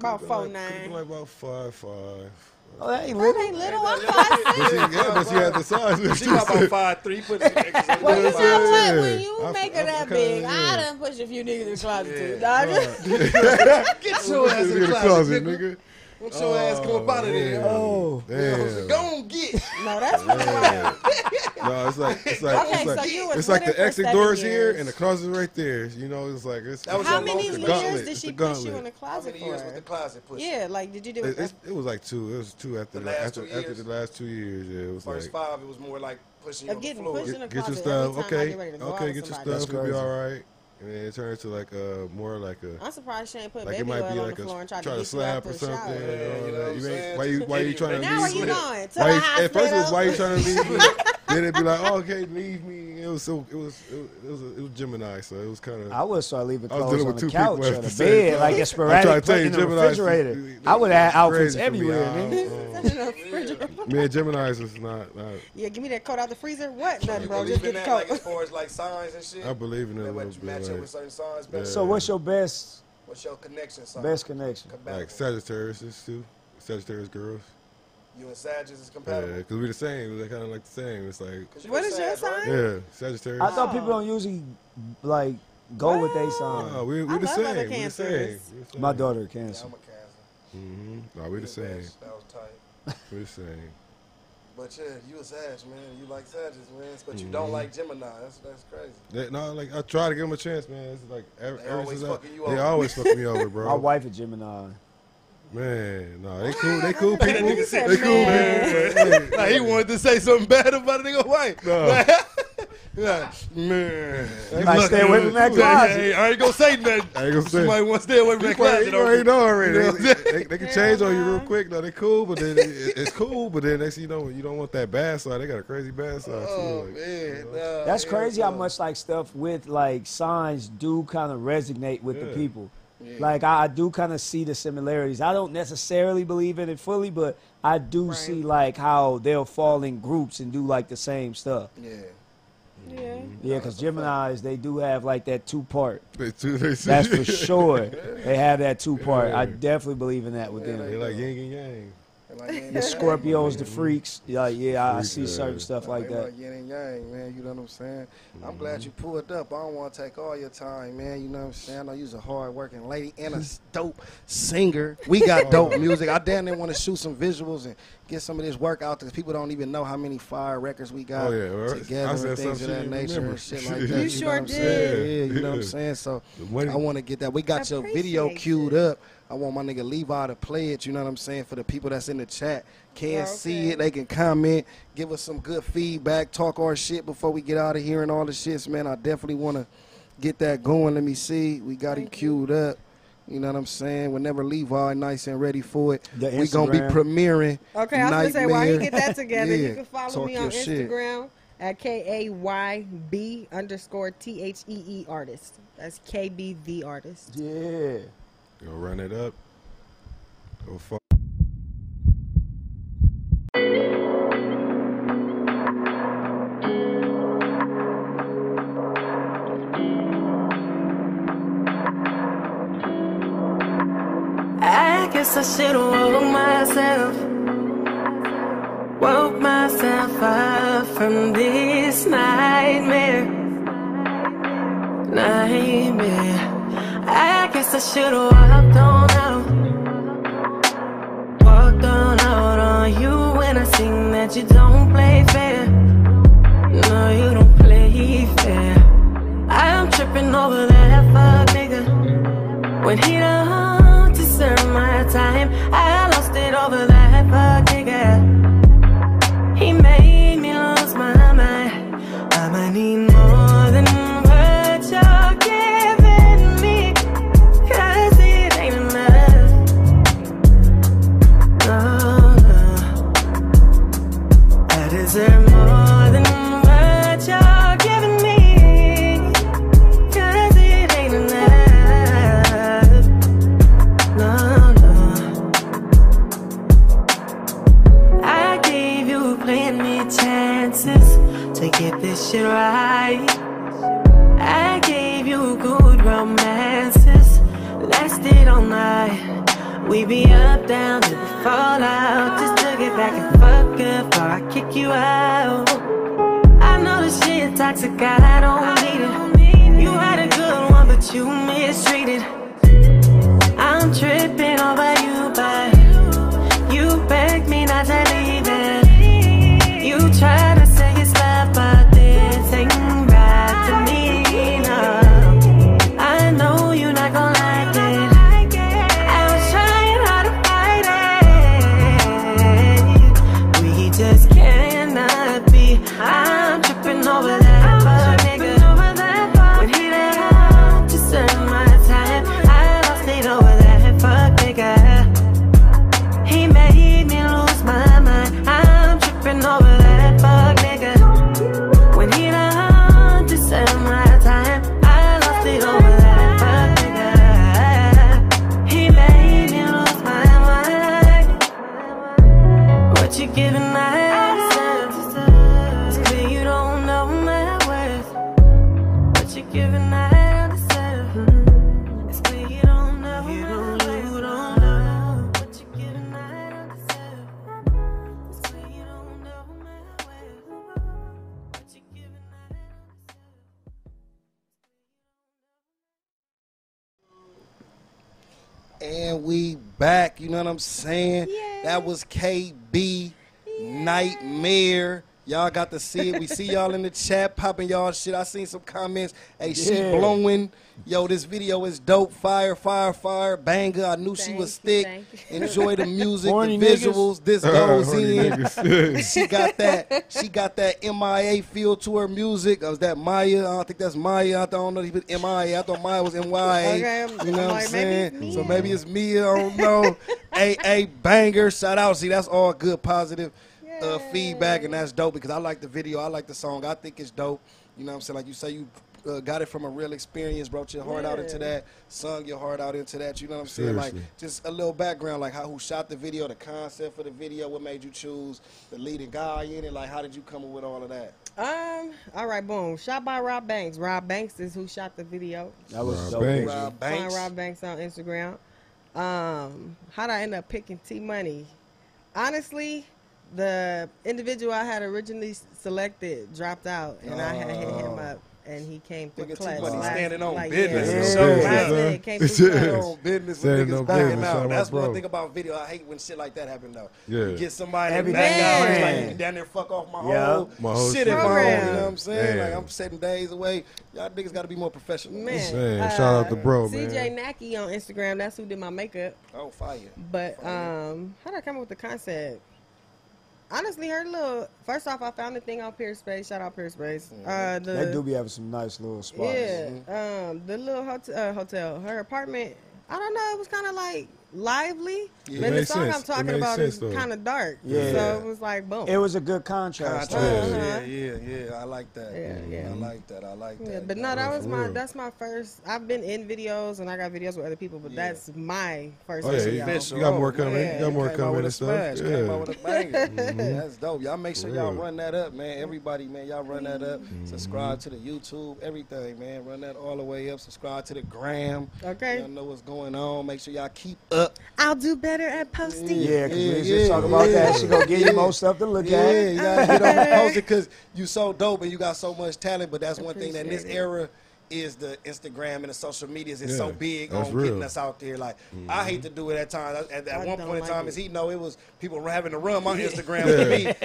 [SPEAKER 4] About
[SPEAKER 2] like,
[SPEAKER 4] four
[SPEAKER 2] could've been
[SPEAKER 4] nine.
[SPEAKER 2] Like about five five.
[SPEAKER 3] oh, that ain't
[SPEAKER 4] That
[SPEAKER 3] little.
[SPEAKER 4] ain't little. I'm five.
[SPEAKER 2] But she, yeah, but she had the size.
[SPEAKER 7] She got about five three. Put some extra.
[SPEAKER 4] Well, you
[SPEAKER 2] Yeah.
[SPEAKER 4] know what? When
[SPEAKER 2] I-
[SPEAKER 4] you make
[SPEAKER 2] I-
[SPEAKER 4] her that
[SPEAKER 2] okay,
[SPEAKER 4] big,
[SPEAKER 2] yeah.
[SPEAKER 4] I done push a few niggas in the closet too.
[SPEAKER 7] Yeah.
[SPEAKER 4] dog.
[SPEAKER 7] Get your ass in the closet, nigga. Get your ass come up out of there.
[SPEAKER 3] Oh,
[SPEAKER 2] Damn.
[SPEAKER 7] Go on, get.
[SPEAKER 4] No, that's pretty wild.
[SPEAKER 2] No, it's like it's like
[SPEAKER 4] Okay,
[SPEAKER 2] it's
[SPEAKER 4] so
[SPEAKER 2] like,
[SPEAKER 4] you were
[SPEAKER 2] it's like
[SPEAKER 4] Twitter
[SPEAKER 2] the
[SPEAKER 4] for
[SPEAKER 2] exit
[SPEAKER 4] seven
[SPEAKER 2] doors
[SPEAKER 4] years.
[SPEAKER 2] here and the closet right there. You know, it's like it's,
[SPEAKER 7] That was
[SPEAKER 4] How
[SPEAKER 7] your
[SPEAKER 4] many
[SPEAKER 7] It's a
[SPEAKER 4] years
[SPEAKER 2] gauntlet.
[SPEAKER 4] did
[SPEAKER 2] It's
[SPEAKER 4] she
[SPEAKER 2] a
[SPEAKER 4] push you
[SPEAKER 2] gauntlet.
[SPEAKER 4] in the
[SPEAKER 7] How
[SPEAKER 4] closet
[SPEAKER 7] many
[SPEAKER 4] for?
[SPEAKER 7] years was the closet push?
[SPEAKER 4] yeah, like did you do
[SPEAKER 2] It,
[SPEAKER 4] it?
[SPEAKER 2] it's- it was like two. It was two after
[SPEAKER 7] The
[SPEAKER 2] the,
[SPEAKER 7] last
[SPEAKER 2] after,
[SPEAKER 7] two
[SPEAKER 2] after
[SPEAKER 7] years?
[SPEAKER 2] the last two years. Yeah, it was
[SPEAKER 7] First
[SPEAKER 2] like
[SPEAKER 7] five, it was more like pushing you
[SPEAKER 4] Of
[SPEAKER 7] on the
[SPEAKER 4] getting
[SPEAKER 7] floor.
[SPEAKER 4] pushed in the
[SPEAKER 2] get, get your
[SPEAKER 4] closet
[SPEAKER 2] stuff.
[SPEAKER 4] every time I
[SPEAKER 2] Okay,
[SPEAKER 4] get ready to go out
[SPEAKER 2] okay,
[SPEAKER 4] with
[SPEAKER 2] get your
[SPEAKER 4] somebody.
[SPEAKER 2] stuff. It'll be
[SPEAKER 3] crazy.
[SPEAKER 2] all right. And then it turned into like uh more like a
[SPEAKER 4] I'm surprised she ain't put
[SPEAKER 2] like
[SPEAKER 4] baby
[SPEAKER 2] it might
[SPEAKER 4] oil
[SPEAKER 2] be
[SPEAKER 4] on
[SPEAKER 2] like
[SPEAKER 4] the
[SPEAKER 2] a
[SPEAKER 4] floor and
[SPEAKER 2] try
[SPEAKER 4] tried to,
[SPEAKER 2] to
[SPEAKER 4] get you out
[SPEAKER 2] slap
[SPEAKER 4] the
[SPEAKER 2] or something.
[SPEAKER 4] shower.
[SPEAKER 2] and all
[SPEAKER 7] Yeah, you know
[SPEAKER 2] that.
[SPEAKER 7] what
[SPEAKER 2] You ain't-
[SPEAKER 7] I'm saying?
[SPEAKER 2] Why you why you
[SPEAKER 7] Just
[SPEAKER 2] trying to
[SPEAKER 4] Now where
[SPEAKER 2] leave?
[SPEAKER 4] you
[SPEAKER 2] me?
[SPEAKER 4] going? To
[SPEAKER 2] Why
[SPEAKER 4] the
[SPEAKER 2] you, at first it was
[SPEAKER 4] hospital.
[SPEAKER 2] why you trying to leave me? then it'd be like, oh, okay, leave me. it was so it was it was it was, a, it was Gemini, so it was kind of.
[SPEAKER 3] I would start leaving
[SPEAKER 2] I was
[SPEAKER 3] clothes
[SPEAKER 2] dealing
[SPEAKER 3] on
[SPEAKER 2] with
[SPEAKER 3] the
[SPEAKER 2] two
[SPEAKER 3] couch
[SPEAKER 2] people at
[SPEAKER 3] or
[SPEAKER 2] the
[SPEAKER 3] the
[SPEAKER 2] same
[SPEAKER 3] bed,
[SPEAKER 2] time.
[SPEAKER 3] like a
[SPEAKER 2] trying to
[SPEAKER 3] sporadic
[SPEAKER 2] tell
[SPEAKER 3] putting
[SPEAKER 2] you,
[SPEAKER 3] in the
[SPEAKER 2] Gemini's-
[SPEAKER 3] refrigerator. I would have
[SPEAKER 2] it's
[SPEAKER 3] outfits
[SPEAKER 2] crazy for me.
[SPEAKER 3] everywhere.
[SPEAKER 2] I don't- I
[SPEAKER 3] nigga.
[SPEAKER 2] don't-
[SPEAKER 4] That's enough refrigerator.
[SPEAKER 2] Man, Gemini's is not, not.
[SPEAKER 4] Yeah, give me that coat out the freezer. What? Nothing, bro. Just
[SPEAKER 7] Believe in
[SPEAKER 4] get the
[SPEAKER 7] that, like as
[SPEAKER 4] coat.
[SPEAKER 7] far as like signs and shit.
[SPEAKER 2] I believe in it a
[SPEAKER 7] That
[SPEAKER 2] little
[SPEAKER 7] what you
[SPEAKER 2] bit.
[SPEAKER 7] match up
[SPEAKER 2] Like,
[SPEAKER 7] with certain signs. better.
[SPEAKER 3] So what's your best
[SPEAKER 7] What's your connection sign?
[SPEAKER 3] best connection?
[SPEAKER 7] Compatible.
[SPEAKER 2] like Sagittarius is too. Sagittarius girls.
[SPEAKER 7] you and Sag
[SPEAKER 4] Oh.
[SPEAKER 7] is
[SPEAKER 2] Yeah,
[SPEAKER 7] compatible.
[SPEAKER 2] because we the same. They're kind of like the same. It's like,
[SPEAKER 7] 'Cause
[SPEAKER 4] What
[SPEAKER 7] a
[SPEAKER 4] is your
[SPEAKER 7] Sag, right?
[SPEAKER 4] sign?
[SPEAKER 2] yeah, Sagittarius.
[SPEAKER 3] I thought people don't usually like go with their
[SPEAKER 2] Nah,
[SPEAKER 3] song.
[SPEAKER 2] we
[SPEAKER 4] I
[SPEAKER 2] we the
[SPEAKER 4] love
[SPEAKER 2] same. We
[SPEAKER 4] other
[SPEAKER 2] the same.
[SPEAKER 4] Cancers.
[SPEAKER 2] We the same.
[SPEAKER 3] My daughter
[SPEAKER 7] Yeah,
[SPEAKER 3] cancer.
[SPEAKER 7] I'm a Cancer.
[SPEAKER 2] hmm Nah, we the same.
[SPEAKER 7] That was tight.
[SPEAKER 2] We the same.
[SPEAKER 7] But yeah, you a Sag, man. You like Sagittarius, man. But you don't like Gemini. That's that's crazy.
[SPEAKER 2] They, no, like I try to give them a chance, man. It's like ever,
[SPEAKER 7] They
[SPEAKER 2] ever
[SPEAKER 7] always
[SPEAKER 2] since I-
[SPEAKER 7] fucking you
[SPEAKER 2] they
[SPEAKER 7] over.
[SPEAKER 2] always fuck me over, bro.
[SPEAKER 3] My wife is Gemini.
[SPEAKER 2] man, no, they cool, they cool people,
[SPEAKER 7] Oh, nigga said,
[SPEAKER 2] they cool people. man.
[SPEAKER 7] Nah, he wanted to say something bad about a nigga wife.
[SPEAKER 2] No.
[SPEAKER 7] Yeah, man. You
[SPEAKER 3] might
[SPEAKER 7] lucky.
[SPEAKER 3] stay away from that
[SPEAKER 7] Yeah,
[SPEAKER 3] closet.
[SPEAKER 7] yeah, I ain't gonna say nothing.
[SPEAKER 2] I ain't gonna say.
[SPEAKER 7] You might want to stay away from that
[SPEAKER 2] You already-
[SPEAKER 7] closet.
[SPEAKER 2] you already
[SPEAKER 7] though.
[SPEAKER 2] know already.
[SPEAKER 7] You know
[SPEAKER 2] They, they, they can change on you real quick. No, they cool, but then it, it- it's cool. But then next thing you know, you don't want that bad side. They got a crazy bad side.
[SPEAKER 7] Oh
[SPEAKER 2] too. Like,
[SPEAKER 7] man, nah,
[SPEAKER 3] That's
[SPEAKER 7] yeah,
[SPEAKER 3] crazy how
[SPEAKER 7] nah.
[SPEAKER 3] much like stuff with like signs do kind of resonate with the
[SPEAKER 2] Yeah.
[SPEAKER 3] people.
[SPEAKER 7] Yeah.
[SPEAKER 3] Like I, I do kind of see the similarities. I don't necessarily believe in it fully, but I do
[SPEAKER 4] Right.
[SPEAKER 3] see like how they'll fall in groups and do like the same stuff.
[SPEAKER 7] Yeah,
[SPEAKER 4] Yeah.
[SPEAKER 3] Yeah, because Gemini's they do have like that two part.
[SPEAKER 2] They too, they too-
[SPEAKER 3] That's for sure. They have that two part. I definitely believe in that with them.
[SPEAKER 2] They like yin and yang.
[SPEAKER 7] And like yin
[SPEAKER 3] The
[SPEAKER 7] and
[SPEAKER 3] Scorpios, the freaks. Yeah, yeah, I, I
[SPEAKER 2] Freaks,
[SPEAKER 3] see certain
[SPEAKER 2] yeah.
[SPEAKER 3] stuff
[SPEAKER 7] yang.
[SPEAKER 3] like
[SPEAKER 7] They
[SPEAKER 3] that.
[SPEAKER 7] Like yin and yang, man. You know what I'm saying? I'm
[SPEAKER 2] Mm-hmm.
[SPEAKER 7] glad you pulled up. I don't want to take all your time, man. You know what I'm saying? I use a hard working lady and a s- dope singer. We got dope music. I damn near want to shoot some visuals and get some of this work out because people don't even know how many fire records we got
[SPEAKER 2] Oh, yeah, right.
[SPEAKER 7] together
[SPEAKER 2] I
[SPEAKER 7] and
[SPEAKER 2] said
[SPEAKER 7] things of
[SPEAKER 2] something
[SPEAKER 7] that
[SPEAKER 2] you
[SPEAKER 7] nature
[SPEAKER 2] remember.
[SPEAKER 7] and shit like that.
[SPEAKER 2] You
[SPEAKER 7] know
[SPEAKER 4] sure
[SPEAKER 7] what I'm
[SPEAKER 4] did.
[SPEAKER 7] saying? Yeah, you know what I'm
[SPEAKER 2] Yeah.
[SPEAKER 7] saying? So
[SPEAKER 2] The money-
[SPEAKER 7] I want to get that. We got your video
[SPEAKER 4] Appreciate
[SPEAKER 7] queued
[SPEAKER 4] it.
[SPEAKER 7] up. I want my nigga Levi to play it. You know what I'm saying? For the people that's in the chat, can
[SPEAKER 4] Okay.
[SPEAKER 7] see it. They can comment, give us some good feedback, talk our shit before we get out of here and all the shits, man. I definitely want to get that going. Let me see. We got him queued up. You know what I'm saying? Whenever Levi nice and ready for it,
[SPEAKER 3] The
[SPEAKER 7] we gonna be
[SPEAKER 3] Instagram.
[SPEAKER 7] premiering.
[SPEAKER 4] Okay, I was gonna say while you
[SPEAKER 7] Nightmare.
[SPEAKER 4] get that together,
[SPEAKER 7] Yeah,
[SPEAKER 4] you can follow
[SPEAKER 7] talk
[SPEAKER 4] me
[SPEAKER 7] your
[SPEAKER 4] on
[SPEAKER 7] shit.
[SPEAKER 4] Instagram at K A Y B underscore T H E E artist. That's K B the artist.
[SPEAKER 3] Yeah.
[SPEAKER 2] Go run it up. Go fuck.
[SPEAKER 6] I guess I should woke myself, woke myself up from this nightmare, nightmare. I guess I should have walked on out, walked on out on you when I seen that you don't play fair. No, you don't play fair. I'm tripping over that fuck nigga. When he don't deserve my time, I lost it over that fuck nigga. He made me lose my mind. I might need more than what you're giving me. Cause it ain't enough. No, no. I deserve more than what you're giving me. Cause it ain't enough. No, no. I gave you plenty chances to get this shit right. I gave you good romances, lasted all night. We be up, down, till we fall out. Just to get back and fuck up, before I kick you out. I know this shit toxic, I don't need it. You had a good one, but you mistreated. I'm tripping over you, but you begged me not to leave it. You try to say it's love, but this ain't right to me. No. I know you're not gonna like it. I was trying hard to fight it. We just cannot be. I'm tripping over that fuck nigga. When he down to serve my time, I lost it over that fuck nigga. He made me lose my mind. I'm tripping over that fuck nigga. When he down
[SPEAKER 7] And we back, you know what I'm saying? That was KB Nightmare. Y'all got to see it. We see y'all in the chat popping y'all shit. I seen some comments. Hey, she
[SPEAKER 3] Yeah.
[SPEAKER 7] blowing. Yo, this video is dope. Fire, fire, fire. Banger. I knew she
[SPEAKER 9] Thank
[SPEAKER 7] was
[SPEAKER 9] you,
[SPEAKER 7] thick.
[SPEAKER 9] thank you.
[SPEAKER 7] Enjoy the music,
[SPEAKER 3] Horny
[SPEAKER 7] the
[SPEAKER 3] niggas.
[SPEAKER 7] visuals. This
[SPEAKER 2] Uh,
[SPEAKER 7] goes
[SPEAKER 2] horny
[SPEAKER 7] in.
[SPEAKER 2] niggas.
[SPEAKER 7] She got that. She got that MIA feel to her music. Uh, Was that Maya? I don't think that's Maya. I don't know. He put MIA. I thought Maya was MYA.
[SPEAKER 4] Okay, I'm-
[SPEAKER 7] you
[SPEAKER 4] I'm
[SPEAKER 7] know what I'm
[SPEAKER 4] like, maybe
[SPEAKER 7] saying?
[SPEAKER 4] it's
[SPEAKER 7] So
[SPEAKER 4] Mia.
[SPEAKER 7] maybe it's Mia. I don't know. AA banger. Shout out. See, that's all good, positive uh, feedback, and that's dope because I like the video. I like the song. I think it's dope. You know what I'm saying? Like you say, you. Uh, got it from a real experience, brought your heart out into that, sung your heart out into that. You know what I'm saying? Like
[SPEAKER 2] Seriously.
[SPEAKER 7] just a little background, like how who shot the video, the concept for the video, what made you choose the leading guy in it, like how did you come up with all of that?
[SPEAKER 4] Um. All right. Boom. Shot by Rob Banks. Rob Banks is who shot the video.
[SPEAKER 3] That was
[SPEAKER 2] Rob
[SPEAKER 3] dope.
[SPEAKER 2] Banks.
[SPEAKER 3] visual.
[SPEAKER 7] Rob
[SPEAKER 4] Find
[SPEAKER 7] Banks.
[SPEAKER 4] Rob Banks on Instagram. Um. How'd I end up picking T Money? Honestly, the individual I had originally s- selected dropped out, and I had hit him up, and he came through
[SPEAKER 7] Oh. Nigga, T
[SPEAKER 4] clutch.
[SPEAKER 7] Money
[SPEAKER 4] last-
[SPEAKER 7] standing on
[SPEAKER 4] like,
[SPEAKER 7] business.
[SPEAKER 4] Yeah,
[SPEAKER 2] It's
[SPEAKER 4] so
[SPEAKER 2] on
[SPEAKER 4] last
[SPEAKER 2] business,
[SPEAKER 4] minute
[SPEAKER 2] huh?
[SPEAKER 4] came through
[SPEAKER 2] It
[SPEAKER 4] clutch.
[SPEAKER 2] is.
[SPEAKER 7] on business
[SPEAKER 2] Say
[SPEAKER 7] with
[SPEAKER 2] no
[SPEAKER 7] niggas backing
[SPEAKER 2] business,
[SPEAKER 7] out.
[SPEAKER 2] I'm
[SPEAKER 7] That's
[SPEAKER 2] my
[SPEAKER 7] one
[SPEAKER 2] bro.
[SPEAKER 7] thing about video. I hate when shit like that happen though.
[SPEAKER 2] Yeah.
[SPEAKER 7] You get somebody
[SPEAKER 3] Everything
[SPEAKER 7] back out, it's
[SPEAKER 3] planned.
[SPEAKER 7] like you down there fuck off my
[SPEAKER 3] Yeah.
[SPEAKER 7] whole
[SPEAKER 2] My whole
[SPEAKER 7] shit
[SPEAKER 2] shit.
[SPEAKER 7] at home. You
[SPEAKER 4] Program.
[SPEAKER 7] know what I'm saying?
[SPEAKER 2] Yeah.
[SPEAKER 7] Like I'm setting days away. Y'all niggas got to be more professional.
[SPEAKER 4] Man, uh,
[SPEAKER 2] Man, shout out to bro,
[SPEAKER 4] CJ
[SPEAKER 2] man.
[SPEAKER 4] Naki on Instagram. That's who did my makeup.
[SPEAKER 7] Oh fire.
[SPEAKER 4] But
[SPEAKER 7] Fire.
[SPEAKER 4] um, how did I come up with the concept? Honestly, her little. First off, I found the thing on Peer Space. Shout out Peer Space.
[SPEAKER 7] Mm-hmm.
[SPEAKER 4] Uh, the
[SPEAKER 3] They do be having some nice little spots.
[SPEAKER 4] yeah, um, the little hotel, uh, hotel, her apartment. I don't know. It was kind of like lively, but the
[SPEAKER 2] made
[SPEAKER 4] song
[SPEAKER 2] sense.
[SPEAKER 4] I'm
[SPEAKER 2] It
[SPEAKER 4] talking
[SPEAKER 2] made
[SPEAKER 4] about
[SPEAKER 2] sense,
[SPEAKER 4] is
[SPEAKER 2] though.
[SPEAKER 4] kind of dark.
[SPEAKER 3] Yeah.
[SPEAKER 4] So it was like boom.
[SPEAKER 3] It was a good contrast.
[SPEAKER 7] Contrast.
[SPEAKER 2] Yeah.
[SPEAKER 7] Yeah, yeah, yeah. I like that.
[SPEAKER 4] Yeah, yeah.
[SPEAKER 7] I like that. I like that.
[SPEAKER 4] yeah, but no, that
[SPEAKER 2] for
[SPEAKER 4] was my.
[SPEAKER 2] real.
[SPEAKER 4] That's my first. I've been in videos and I got videos with other people, but
[SPEAKER 7] Yeah.
[SPEAKER 4] that's my first
[SPEAKER 2] Oh, yeah,
[SPEAKER 4] video.
[SPEAKER 2] you- you got more coming.
[SPEAKER 4] yeah.
[SPEAKER 2] You got more
[SPEAKER 7] Came out
[SPEAKER 2] coming
[SPEAKER 7] with a
[SPEAKER 2] and stuff.
[SPEAKER 7] smash. Came out
[SPEAKER 2] Yeah. Mm-hmm.
[SPEAKER 7] with a banger. That's dope. Y'all make sure y'all
[SPEAKER 2] Real. Mm-hmm.
[SPEAKER 7] run that up, man. Everybody, man, y'all run that up. Subscribe to the YouTube, everything, man. Run that all the way up. Subscribe to the gram.
[SPEAKER 4] Okay.
[SPEAKER 7] Y'all know what's going on. Make sure y'all keep up.
[SPEAKER 4] I'll do better at posting.
[SPEAKER 3] Yeah, because we was
[SPEAKER 7] Yeah,
[SPEAKER 3] just talking about
[SPEAKER 7] yeah.
[SPEAKER 3] that. She gonna give you more stuff to look
[SPEAKER 7] Yeah,
[SPEAKER 3] at.
[SPEAKER 7] you gotta get on the poster because you so dope and you got so much talent. But that's one thing that in this
[SPEAKER 4] Appreciate
[SPEAKER 7] era is the Instagram and the social medias is so
[SPEAKER 2] Yeah,
[SPEAKER 7] big
[SPEAKER 2] that's
[SPEAKER 7] on getting
[SPEAKER 2] real.
[SPEAKER 7] us out there. Like I hate to do it at times. At, at
[SPEAKER 4] I
[SPEAKER 7] one
[SPEAKER 4] don't
[SPEAKER 7] point in
[SPEAKER 4] like
[SPEAKER 7] time,
[SPEAKER 4] it.
[SPEAKER 7] as he know, it was people having to run my Instagram for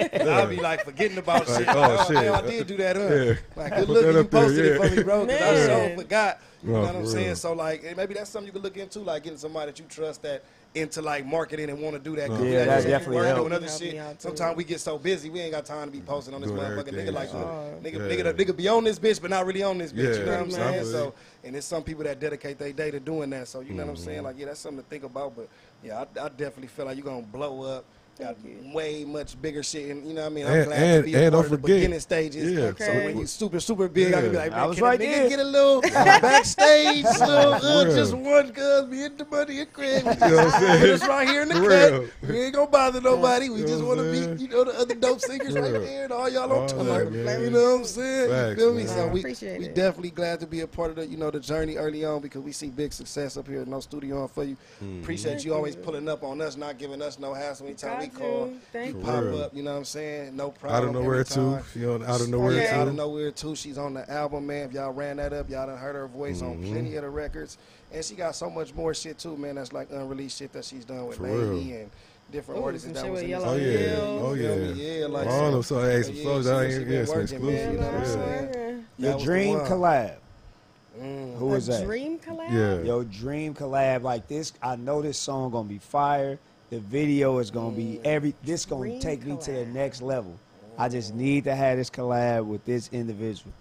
[SPEAKER 7] me. I'll be like forgetting about shit.
[SPEAKER 2] oh,
[SPEAKER 7] Like, oh,
[SPEAKER 2] shit.
[SPEAKER 7] damn, I did do that. Huh?
[SPEAKER 2] Yeah.
[SPEAKER 7] Like good
[SPEAKER 2] Put
[SPEAKER 7] looking,
[SPEAKER 2] that
[SPEAKER 7] you
[SPEAKER 2] up there,
[SPEAKER 7] posted it
[SPEAKER 2] yeah.
[SPEAKER 7] for me, bro. Because I
[SPEAKER 4] Man.
[SPEAKER 7] so forgot. You
[SPEAKER 2] No,
[SPEAKER 7] know what
[SPEAKER 2] for
[SPEAKER 7] I'm saying?
[SPEAKER 2] real.
[SPEAKER 7] So like, and maybe that's something you could look into, like getting somebody that you trust that into like marketing and want to do
[SPEAKER 2] Uh-huh.
[SPEAKER 7] that. 'Cause
[SPEAKER 3] Yeah,
[SPEAKER 7] you
[SPEAKER 3] that
[SPEAKER 7] gotta
[SPEAKER 3] definitely
[SPEAKER 7] work,
[SPEAKER 3] helped.
[SPEAKER 7] doing other
[SPEAKER 4] Helped me out,
[SPEAKER 7] shit.
[SPEAKER 4] too.
[SPEAKER 7] Sometimes we get so busy, we ain't got time to be posting on this
[SPEAKER 2] Doing
[SPEAKER 7] motherfucker. Nigga
[SPEAKER 2] everything.
[SPEAKER 7] like,
[SPEAKER 2] Oh.
[SPEAKER 7] nigga, nigga,
[SPEAKER 2] Yeah.
[SPEAKER 7] the nigga be on this bitch, but not really on this bitch. you know
[SPEAKER 2] Yeah,
[SPEAKER 7] what I'm saying?
[SPEAKER 2] exactly.
[SPEAKER 7] So, and there's some people that dedicate their day to doing that. So you know what I'm
[SPEAKER 2] Mm-hmm.
[SPEAKER 7] saying? Like, yeah, that's something to think about. But yeah, I, I definitely feel like you're gonna blow up. Got way much bigger shit, and you know what I mean. I'm
[SPEAKER 2] And-
[SPEAKER 7] glad
[SPEAKER 2] and-
[SPEAKER 7] to be a
[SPEAKER 2] and
[SPEAKER 7] part
[SPEAKER 2] don't
[SPEAKER 7] of the
[SPEAKER 2] forget-
[SPEAKER 7] beginning stages.
[SPEAKER 2] yeah.
[SPEAKER 7] So
[SPEAKER 4] Okay.
[SPEAKER 7] when you super super big, I can be
[SPEAKER 2] Yeah.
[SPEAKER 7] like,
[SPEAKER 3] I
[SPEAKER 7] man,
[SPEAKER 3] was
[SPEAKER 7] can a
[SPEAKER 3] right
[SPEAKER 7] nigga
[SPEAKER 3] there.
[SPEAKER 7] get a little backstage, little uh,
[SPEAKER 2] Real.
[SPEAKER 7] just one cuz me and the money and
[SPEAKER 2] You
[SPEAKER 7] Craig.
[SPEAKER 2] know what I'm saying?
[SPEAKER 7] Just right here in the
[SPEAKER 2] Real.
[SPEAKER 7] cut. We ain't gonna bother nobody. We
[SPEAKER 2] You
[SPEAKER 7] just
[SPEAKER 2] know
[SPEAKER 7] want
[SPEAKER 2] what
[SPEAKER 7] to
[SPEAKER 2] I'm saying?
[SPEAKER 7] be, you know, the other dope singers right
[SPEAKER 2] Real.
[SPEAKER 7] there and all y'all
[SPEAKER 2] All
[SPEAKER 7] on tour.
[SPEAKER 2] that, man.
[SPEAKER 7] You know what I'm saying?
[SPEAKER 2] Facts,
[SPEAKER 7] you feel me?
[SPEAKER 2] man.
[SPEAKER 7] So we,
[SPEAKER 4] Appreciate
[SPEAKER 7] we
[SPEAKER 4] it.
[SPEAKER 7] definitely glad to be a part of the, you know, the journey early on because we see big success up here in No Studio on for you.
[SPEAKER 2] Hmm.
[SPEAKER 7] Appreciate you always pulling up on us, not giving us no hassle anytime we
[SPEAKER 4] Got
[SPEAKER 7] call.
[SPEAKER 4] you. Thank
[SPEAKER 7] you
[SPEAKER 4] you.
[SPEAKER 7] pop
[SPEAKER 2] Real.
[SPEAKER 7] up, you know what I'm saying? No problem.
[SPEAKER 2] Out of nowhere
[SPEAKER 7] every
[SPEAKER 2] too.
[SPEAKER 7] time.
[SPEAKER 2] You know, out of
[SPEAKER 7] Oh,
[SPEAKER 2] nowhere
[SPEAKER 7] yeah, out of
[SPEAKER 2] too.
[SPEAKER 7] nowhere too. She's on the album, man. If y'all ran that up, y'all done heard her voice on
[SPEAKER 2] Mm-hmm.
[SPEAKER 7] plenty of the records, and she got so much more shit too, man. That's like unreleased shit that she's done with
[SPEAKER 2] For
[SPEAKER 7] Lady
[SPEAKER 2] real.
[SPEAKER 7] and different
[SPEAKER 4] Ooh,
[SPEAKER 7] artists
[SPEAKER 4] some
[SPEAKER 7] that
[SPEAKER 4] shit
[SPEAKER 7] was
[SPEAKER 4] with
[SPEAKER 7] in this
[SPEAKER 4] Yellow
[SPEAKER 2] Oh
[SPEAKER 7] album.
[SPEAKER 2] yeah.
[SPEAKER 4] Hill.
[SPEAKER 2] Oh yeah.
[SPEAKER 7] Yeah, like
[SPEAKER 2] all
[SPEAKER 7] so-
[SPEAKER 2] of them. So hey, some
[SPEAKER 7] Yeah,
[SPEAKER 2] songs
[SPEAKER 7] she
[SPEAKER 2] I
[SPEAKER 7] was- she
[SPEAKER 2] ain't
[SPEAKER 7] been
[SPEAKER 2] yeah, some
[SPEAKER 7] working, man.
[SPEAKER 2] exclusives.
[SPEAKER 7] You know what I'm
[SPEAKER 2] Yeah.
[SPEAKER 7] saying?
[SPEAKER 3] Your
[SPEAKER 7] That was the
[SPEAKER 3] dream
[SPEAKER 7] one. Mm.
[SPEAKER 3] collab. Who
[SPEAKER 4] A
[SPEAKER 3] is that?
[SPEAKER 4] Dream collab.
[SPEAKER 2] Yeah.
[SPEAKER 3] Your dream collab like this. I know this song gonna be fire. The video is gonna
[SPEAKER 7] Mm.
[SPEAKER 3] be every. This gonna
[SPEAKER 4] Dream
[SPEAKER 3] take me to the
[SPEAKER 4] collab.
[SPEAKER 3] next level. I just need to have this collab with this individual.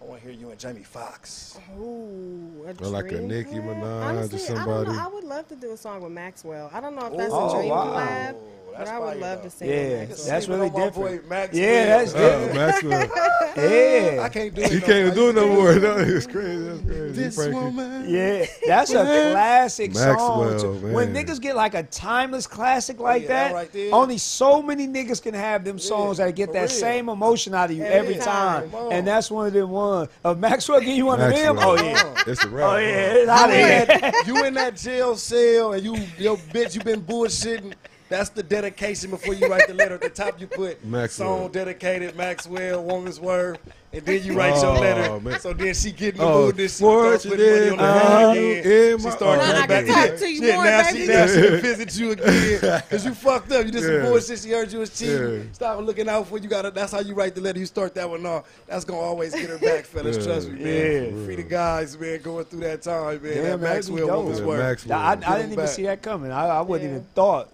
[SPEAKER 7] I want to hear you and Jamie Foxx.
[SPEAKER 4] Uh-huh. Ooh, a
[SPEAKER 2] Or like a
[SPEAKER 4] dream
[SPEAKER 2] Nicki
[SPEAKER 4] collab?
[SPEAKER 2] Minaj or
[SPEAKER 4] Honestly, I, don't
[SPEAKER 2] somebody.
[SPEAKER 4] know. I would love to do a song with Maxwell. I don't know if that's
[SPEAKER 3] Oh,
[SPEAKER 4] a dream
[SPEAKER 3] wow.
[SPEAKER 4] collab, but
[SPEAKER 7] That's
[SPEAKER 4] I would
[SPEAKER 7] fire,
[SPEAKER 4] love
[SPEAKER 7] though.
[SPEAKER 4] to sing
[SPEAKER 3] Yeah,
[SPEAKER 4] with Maxwell.
[SPEAKER 3] that's
[SPEAKER 7] Sleeping
[SPEAKER 3] really
[SPEAKER 7] on my
[SPEAKER 3] different.
[SPEAKER 7] boy, Max
[SPEAKER 3] Yeah, that's
[SPEAKER 7] Bill.
[SPEAKER 3] different.
[SPEAKER 2] Uh, Maxwell.
[SPEAKER 7] I
[SPEAKER 3] Yeah,
[SPEAKER 7] can't do it.
[SPEAKER 2] He
[SPEAKER 7] no
[SPEAKER 2] can't
[SPEAKER 7] more.
[SPEAKER 2] do it no more. No, it's crazy. That's crazy.
[SPEAKER 7] This
[SPEAKER 2] Frankie.
[SPEAKER 7] woman.
[SPEAKER 3] yeah. That's a classic song.
[SPEAKER 2] Maxwell,
[SPEAKER 3] to- When
[SPEAKER 2] man.
[SPEAKER 3] niggas get like a timeless classic like
[SPEAKER 7] Oh, yeah, that
[SPEAKER 3] that,
[SPEAKER 7] right there.
[SPEAKER 3] only so many niggas can have them songs that get
[SPEAKER 7] for
[SPEAKER 3] that
[SPEAKER 7] real.
[SPEAKER 3] same emotion out of you every,
[SPEAKER 4] Every
[SPEAKER 3] time.
[SPEAKER 4] time.
[SPEAKER 7] Come on.
[SPEAKER 3] And that's one of them ones. Uh, Maxwell, give you one of them? Oh
[SPEAKER 2] Maxwell.
[SPEAKER 3] yeah.
[SPEAKER 2] It's a wrap.
[SPEAKER 3] Oh yeah, it's out of
[SPEAKER 7] You
[SPEAKER 3] here.
[SPEAKER 7] in that- you in that jail cell and you your bitch you been bullshitting That's the dedication before you write the letter. At the top, you put
[SPEAKER 2] Maxwell.
[SPEAKER 7] song dedicated Maxwell, woman's word, and then you write your
[SPEAKER 2] Oh,
[SPEAKER 7] letter.
[SPEAKER 2] man.
[SPEAKER 7] So then she get in the
[SPEAKER 2] Oh,
[SPEAKER 7] mood. Then she starts putting money on the
[SPEAKER 2] fortunate
[SPEAKER 7] hand again.
[SPEAKER 2] I'm
[SPEAKER 7] She
[SPEAKER 2] in
[SPEAKER 7] start
[SPEAKER 2] my-
[SPEAKER 4] Now
[SPEAKER 7] coming
[SPEAKER 4] I can
[SPEAKER 7] back in.
[SPEAKER 4] talk to you
[SPEAKER 7] Shit,
[SPEAKER 4] more,
[SPEAKER 7] now she
[SPEAKER 4] baby.
[SPEAKER 7] now she visit you again because you fucked up. You did some
[SPEAKER 2] Yeah.
[SPEAKER 7] bullshit. She heard you was cheating.
[SPEAKER 2] Yeah.
[SPEAKER 7] Stop looking out for you. Got to That's how you write the letter. You start that one off. That's gonna always get her back, fellas.
[SPEAKER 2] Yeah,
[SPEAKER 7] Trust me,
[SPEAKER 2] yeah,
[SPEAKER 7] man.
[SPEAKER 2] for
[SPEAKER 7] Free the
[SPEAKER 2] real.
[SPEAKER 7] guys, man, going through that
[SPEAKER 3] Damn,
[SPEAKER 7] time, man. that
[SPEAKER 3] man, that'd be
[SPEAKER 7] Maxwell
[SPEAKER 3] dope.
[SPEAKER 7] woman's
[SPEAKER 2] Yeah,
[SPEAKER 7] word.
[SPEAKER 2] Maxwell.
[SPEAKER 3] I, I
[SPEAKER 7] Get
[SPEAKER 3] didn't
[SPEAKER 7] him
[SPEAKER 3] even
[SPEAKER 7] back.
[SPEAKER 3] see that coming. I, I wouldn't
[SPEAKER 4] Yeah.
[SPEAKER 3] even thought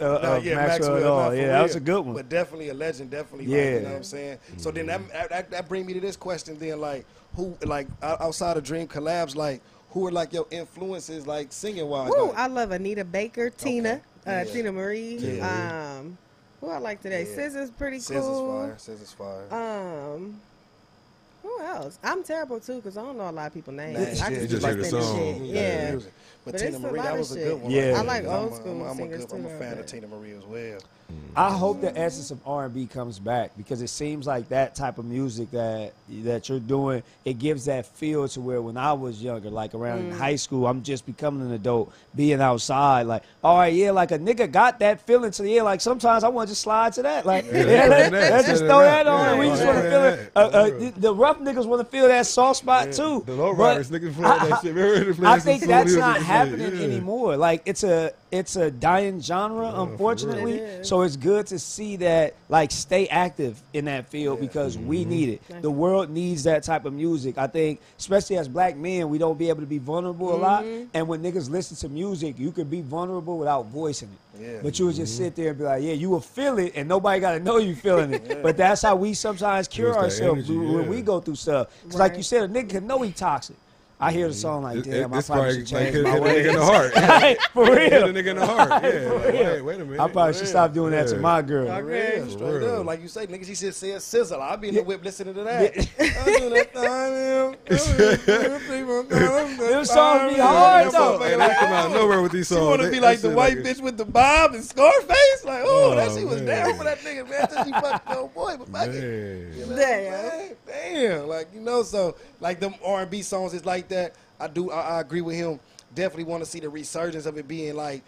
[SPEAKER 3] uh,
[SPEAKER 7] Nah,
[SPEAKER 3] of
[SPEAKER 7] yeah,
[SPEAKER 3] Maxwell, at
[SPEAKER 7] nah,
[SPEAKER 3] all.
[SPEAKER 7] for
[SPEAKER 3] Yeah, that was
[SPEAKER 7] real.
[SPEAKER 3] a good one.
[SPEAKER 7] But definitely a legend, definitely. Yeah,
[SPEAKER 3] Yeah.
[SPEAKER 7] you know what I'm saying. So then that that, that brings me to this question. Then like, who like out- outside of Dream Collabs, like who are like your influences, like singing wise?
[SPEAKER 4] Woo,
[SPEAKER 7] like,
[SPEAKER 4] I love Anita Baker, Tina, uh,
[SPEAKER 7] Yeah.
[SPEAKER 4] Tina Marie.
[SPEAKER 2] Yeah.
[SPEAKER 4] Um, who I like today?
[SPEAKER 7] Yeah.
[SPEAKER 4] Scissors, pretty
[SPEAKER 7] Scissors
[SPEAKER 4] cool.
[SPEAKER 7] fire, scissors fire.
[SPEAKER 4] Um, who else? I'm terrible too because I don't know a lot of people names.
[SPEAKER 7] Man,
[SPEAKER 4] I
[SPEAKER 7] shit,
[SPEAKER 4] can
[SPEAKER 7] you
[SPEAKER 4] just
[SPEAKER 2] just
[SPEAKER 4] like
[SPEAKER 2] hear the
[SPEAKER 4] spinning
[SPEAKER 2] song.
[SPEAKER 4] shit.
[SPEAKER 2] Yeah.
[SPEAKER 4] Yeah.
[SPEAKER 7] music. But,
[SPEAKER 4] But
[SPEAKER 7] Tina
[SPEAKER 4] it's a
[SPEAKER 7] Marie,
[SPEAKER 4] lot
[SPEAKER 7] that
[SPEAKER 4] of
[SPEAKER 7] was a
[SPEAKER 4] shit.
[SPEAKER 7] good one.
[SPEAKER 3] Yeah. I
[SPEAKER 7] there,
[SPEAKER 4] like
[SPEAKER 7] 'cause I'm
[SPEAKER 4] old
[SPEAKER 7] a-
[SPEAKER 4] school
[SPEAKER 7] I'm, a
[SPEAKER 4] singers
[SPEAKER 7] good- I'm
[SPEAKER 4] too,
[SPEAKER 7] a
[SPEAKER 4] I
[SPEAKER 7] fan of
[SPEAKER 4] bet.
[SPEAKER 7] Tina Marie as well.
[SPEAKER 3] I hope the essence of R and B comes back because it seems like that type of music that that you're doing it gives that feel to where when I was younger, like around in high school, I'm just becoming an adult, being outside, like all right, yeah, like a nigga got that feeling to the yeah, like sometimes I want to just slide to that, like yeah, let,
[SPEAKER 2] that,
[SPEAKER 3] let's just
[SPEAKER 2] yeah,
[SPEAKER 3] throw
[SPEAKER 2] that,
[SPEAKER 3] that on,
[SPEAKER 2] yeah,
[SPEAKER 3] and we just
[SPEAKER 7] yeah,
[SPEAKER 3] want to
[SPEAKER 2] yeah,
[SPEAKER 3] feel it. Uh,
[SPEAKER 2] yeah,
[SPEAKER 3] uh,
[SPEAKER 2] for
[SPEAKER 3] the,
[SPEAKER 2] real.
[SPEAKER 3] the rough niggas want to feel that soft spot too.
[SPEAKER 2] The low
[SPEAKER 3] but-
[SPEAKER 2] riders, nigga, play that shit. Remember they
[SPEAKER 3] I
[SPEAKER 2] played some
[SPEAKER 3] think that's
[SPEAKER 2] soul
[SPEAKER 3] not
[SPEAKER 2] music and shit.
[SPEAKER 3] happening
[SPEAKER 2] Yeah.
[SPEAKER 3] anymore. Like it's a it's a dying genre, unfortunately.
[SPEAKER 4] It is.
[SPEAKER 3] so it's good to see that like stay active in that field because
[SPEAKER 2] Mm-hmm.
[SPEAKER 3] we need it. The world needs that type of music. I think, especially as black men, we don't be able to be vulnerable a lot. And when niggas listen to music, you could be vulnerable without voicing it.
[SPEAKER 7] Yeah.
[SPEAKER 3] But you would
[SPEAKER 2] Mm-hmm.
[SPEAKER 3] just sit there and be like, yeah, you will feel it, and nobody got to know you feeling it. But that's how we sometimes cure
[SPEAKER 2] It's that
[SPEAKER 3] ourselves
[SPEAKER 2] energy,
[SPEAKER 3] when
[SPEAKER 2] yeah.
[SPEAKER 3] we go through stuff. 'Cause like
[SPEAKER 4] Right.
[SPEAKER 3] you said, a nigga can know he toxic. I hear the song like,
[SPEAKER 2] It- it-
[SPEAKER 3] damn, I
[SPEAKER 2] it's
[SPEAKER 3] probably
[SPEAKER 2] like,
[SPEAKER 3] should
[SPEAKER 2] like
[SPEAKER 3] change
[SPEAKER 2] hit,
[SPEAKER 3] my
[SPEAKER 2] hit a nigga in the heart.
[SPEAKER 3] ways. Like, for
[SPEAKER 2] hit a
[SPEAKER 3] real.
[SPEAKER 2] nigga in the heart. Yeah. like, wait, wait a minute.
[SPEAKER 3] I probably should stop doing that to
[SPEAKER 2] Yeah.
[SPEAKER 3] my girl.
[SPEAKER 7] Yeah, straight
[SPEAKER 2] real.
[SPEAKER 7] up. Like you say, niggas, she should say sizzle. I'll be in the whip listening to that. I'm doing that thing.
[SPEAKER 3] Them songs be hard,
[SPEAKER 2] That
[SPEAKER 3] though.
[SPEAKER 2] motherfucker, Hey, they come out of nowhere with these
[SPEAKER 7] She
[SPEAKER 2] songs.
[SPEAKER 7] want to
[SPEAKER 2] They-
[SPEAKER 7] be like
[SPEAKER 2] that
[SPEAKER 7] the
[SPEAKER 2] shit
[SPEAKER 7] white
[SPEAKER 2] like
[SPEAKER 7] bitch with the bob and Scarface. Like, oh, that
[SPEAKER 2] Oh,
[SPEAKER 7] she was
[SPEAKER 2] man.
[SPEAKER 7] down for that nigga, man. That she fucked the old boy, but fuck it. You know
[SPEAKER 2] Man.
[SPEAKER 7] what I'm saying? Damn. Like, you know, so, like, them R&B songs is like that. I do, I, I agree with him. Definitely want to see the resurgence of it being, like,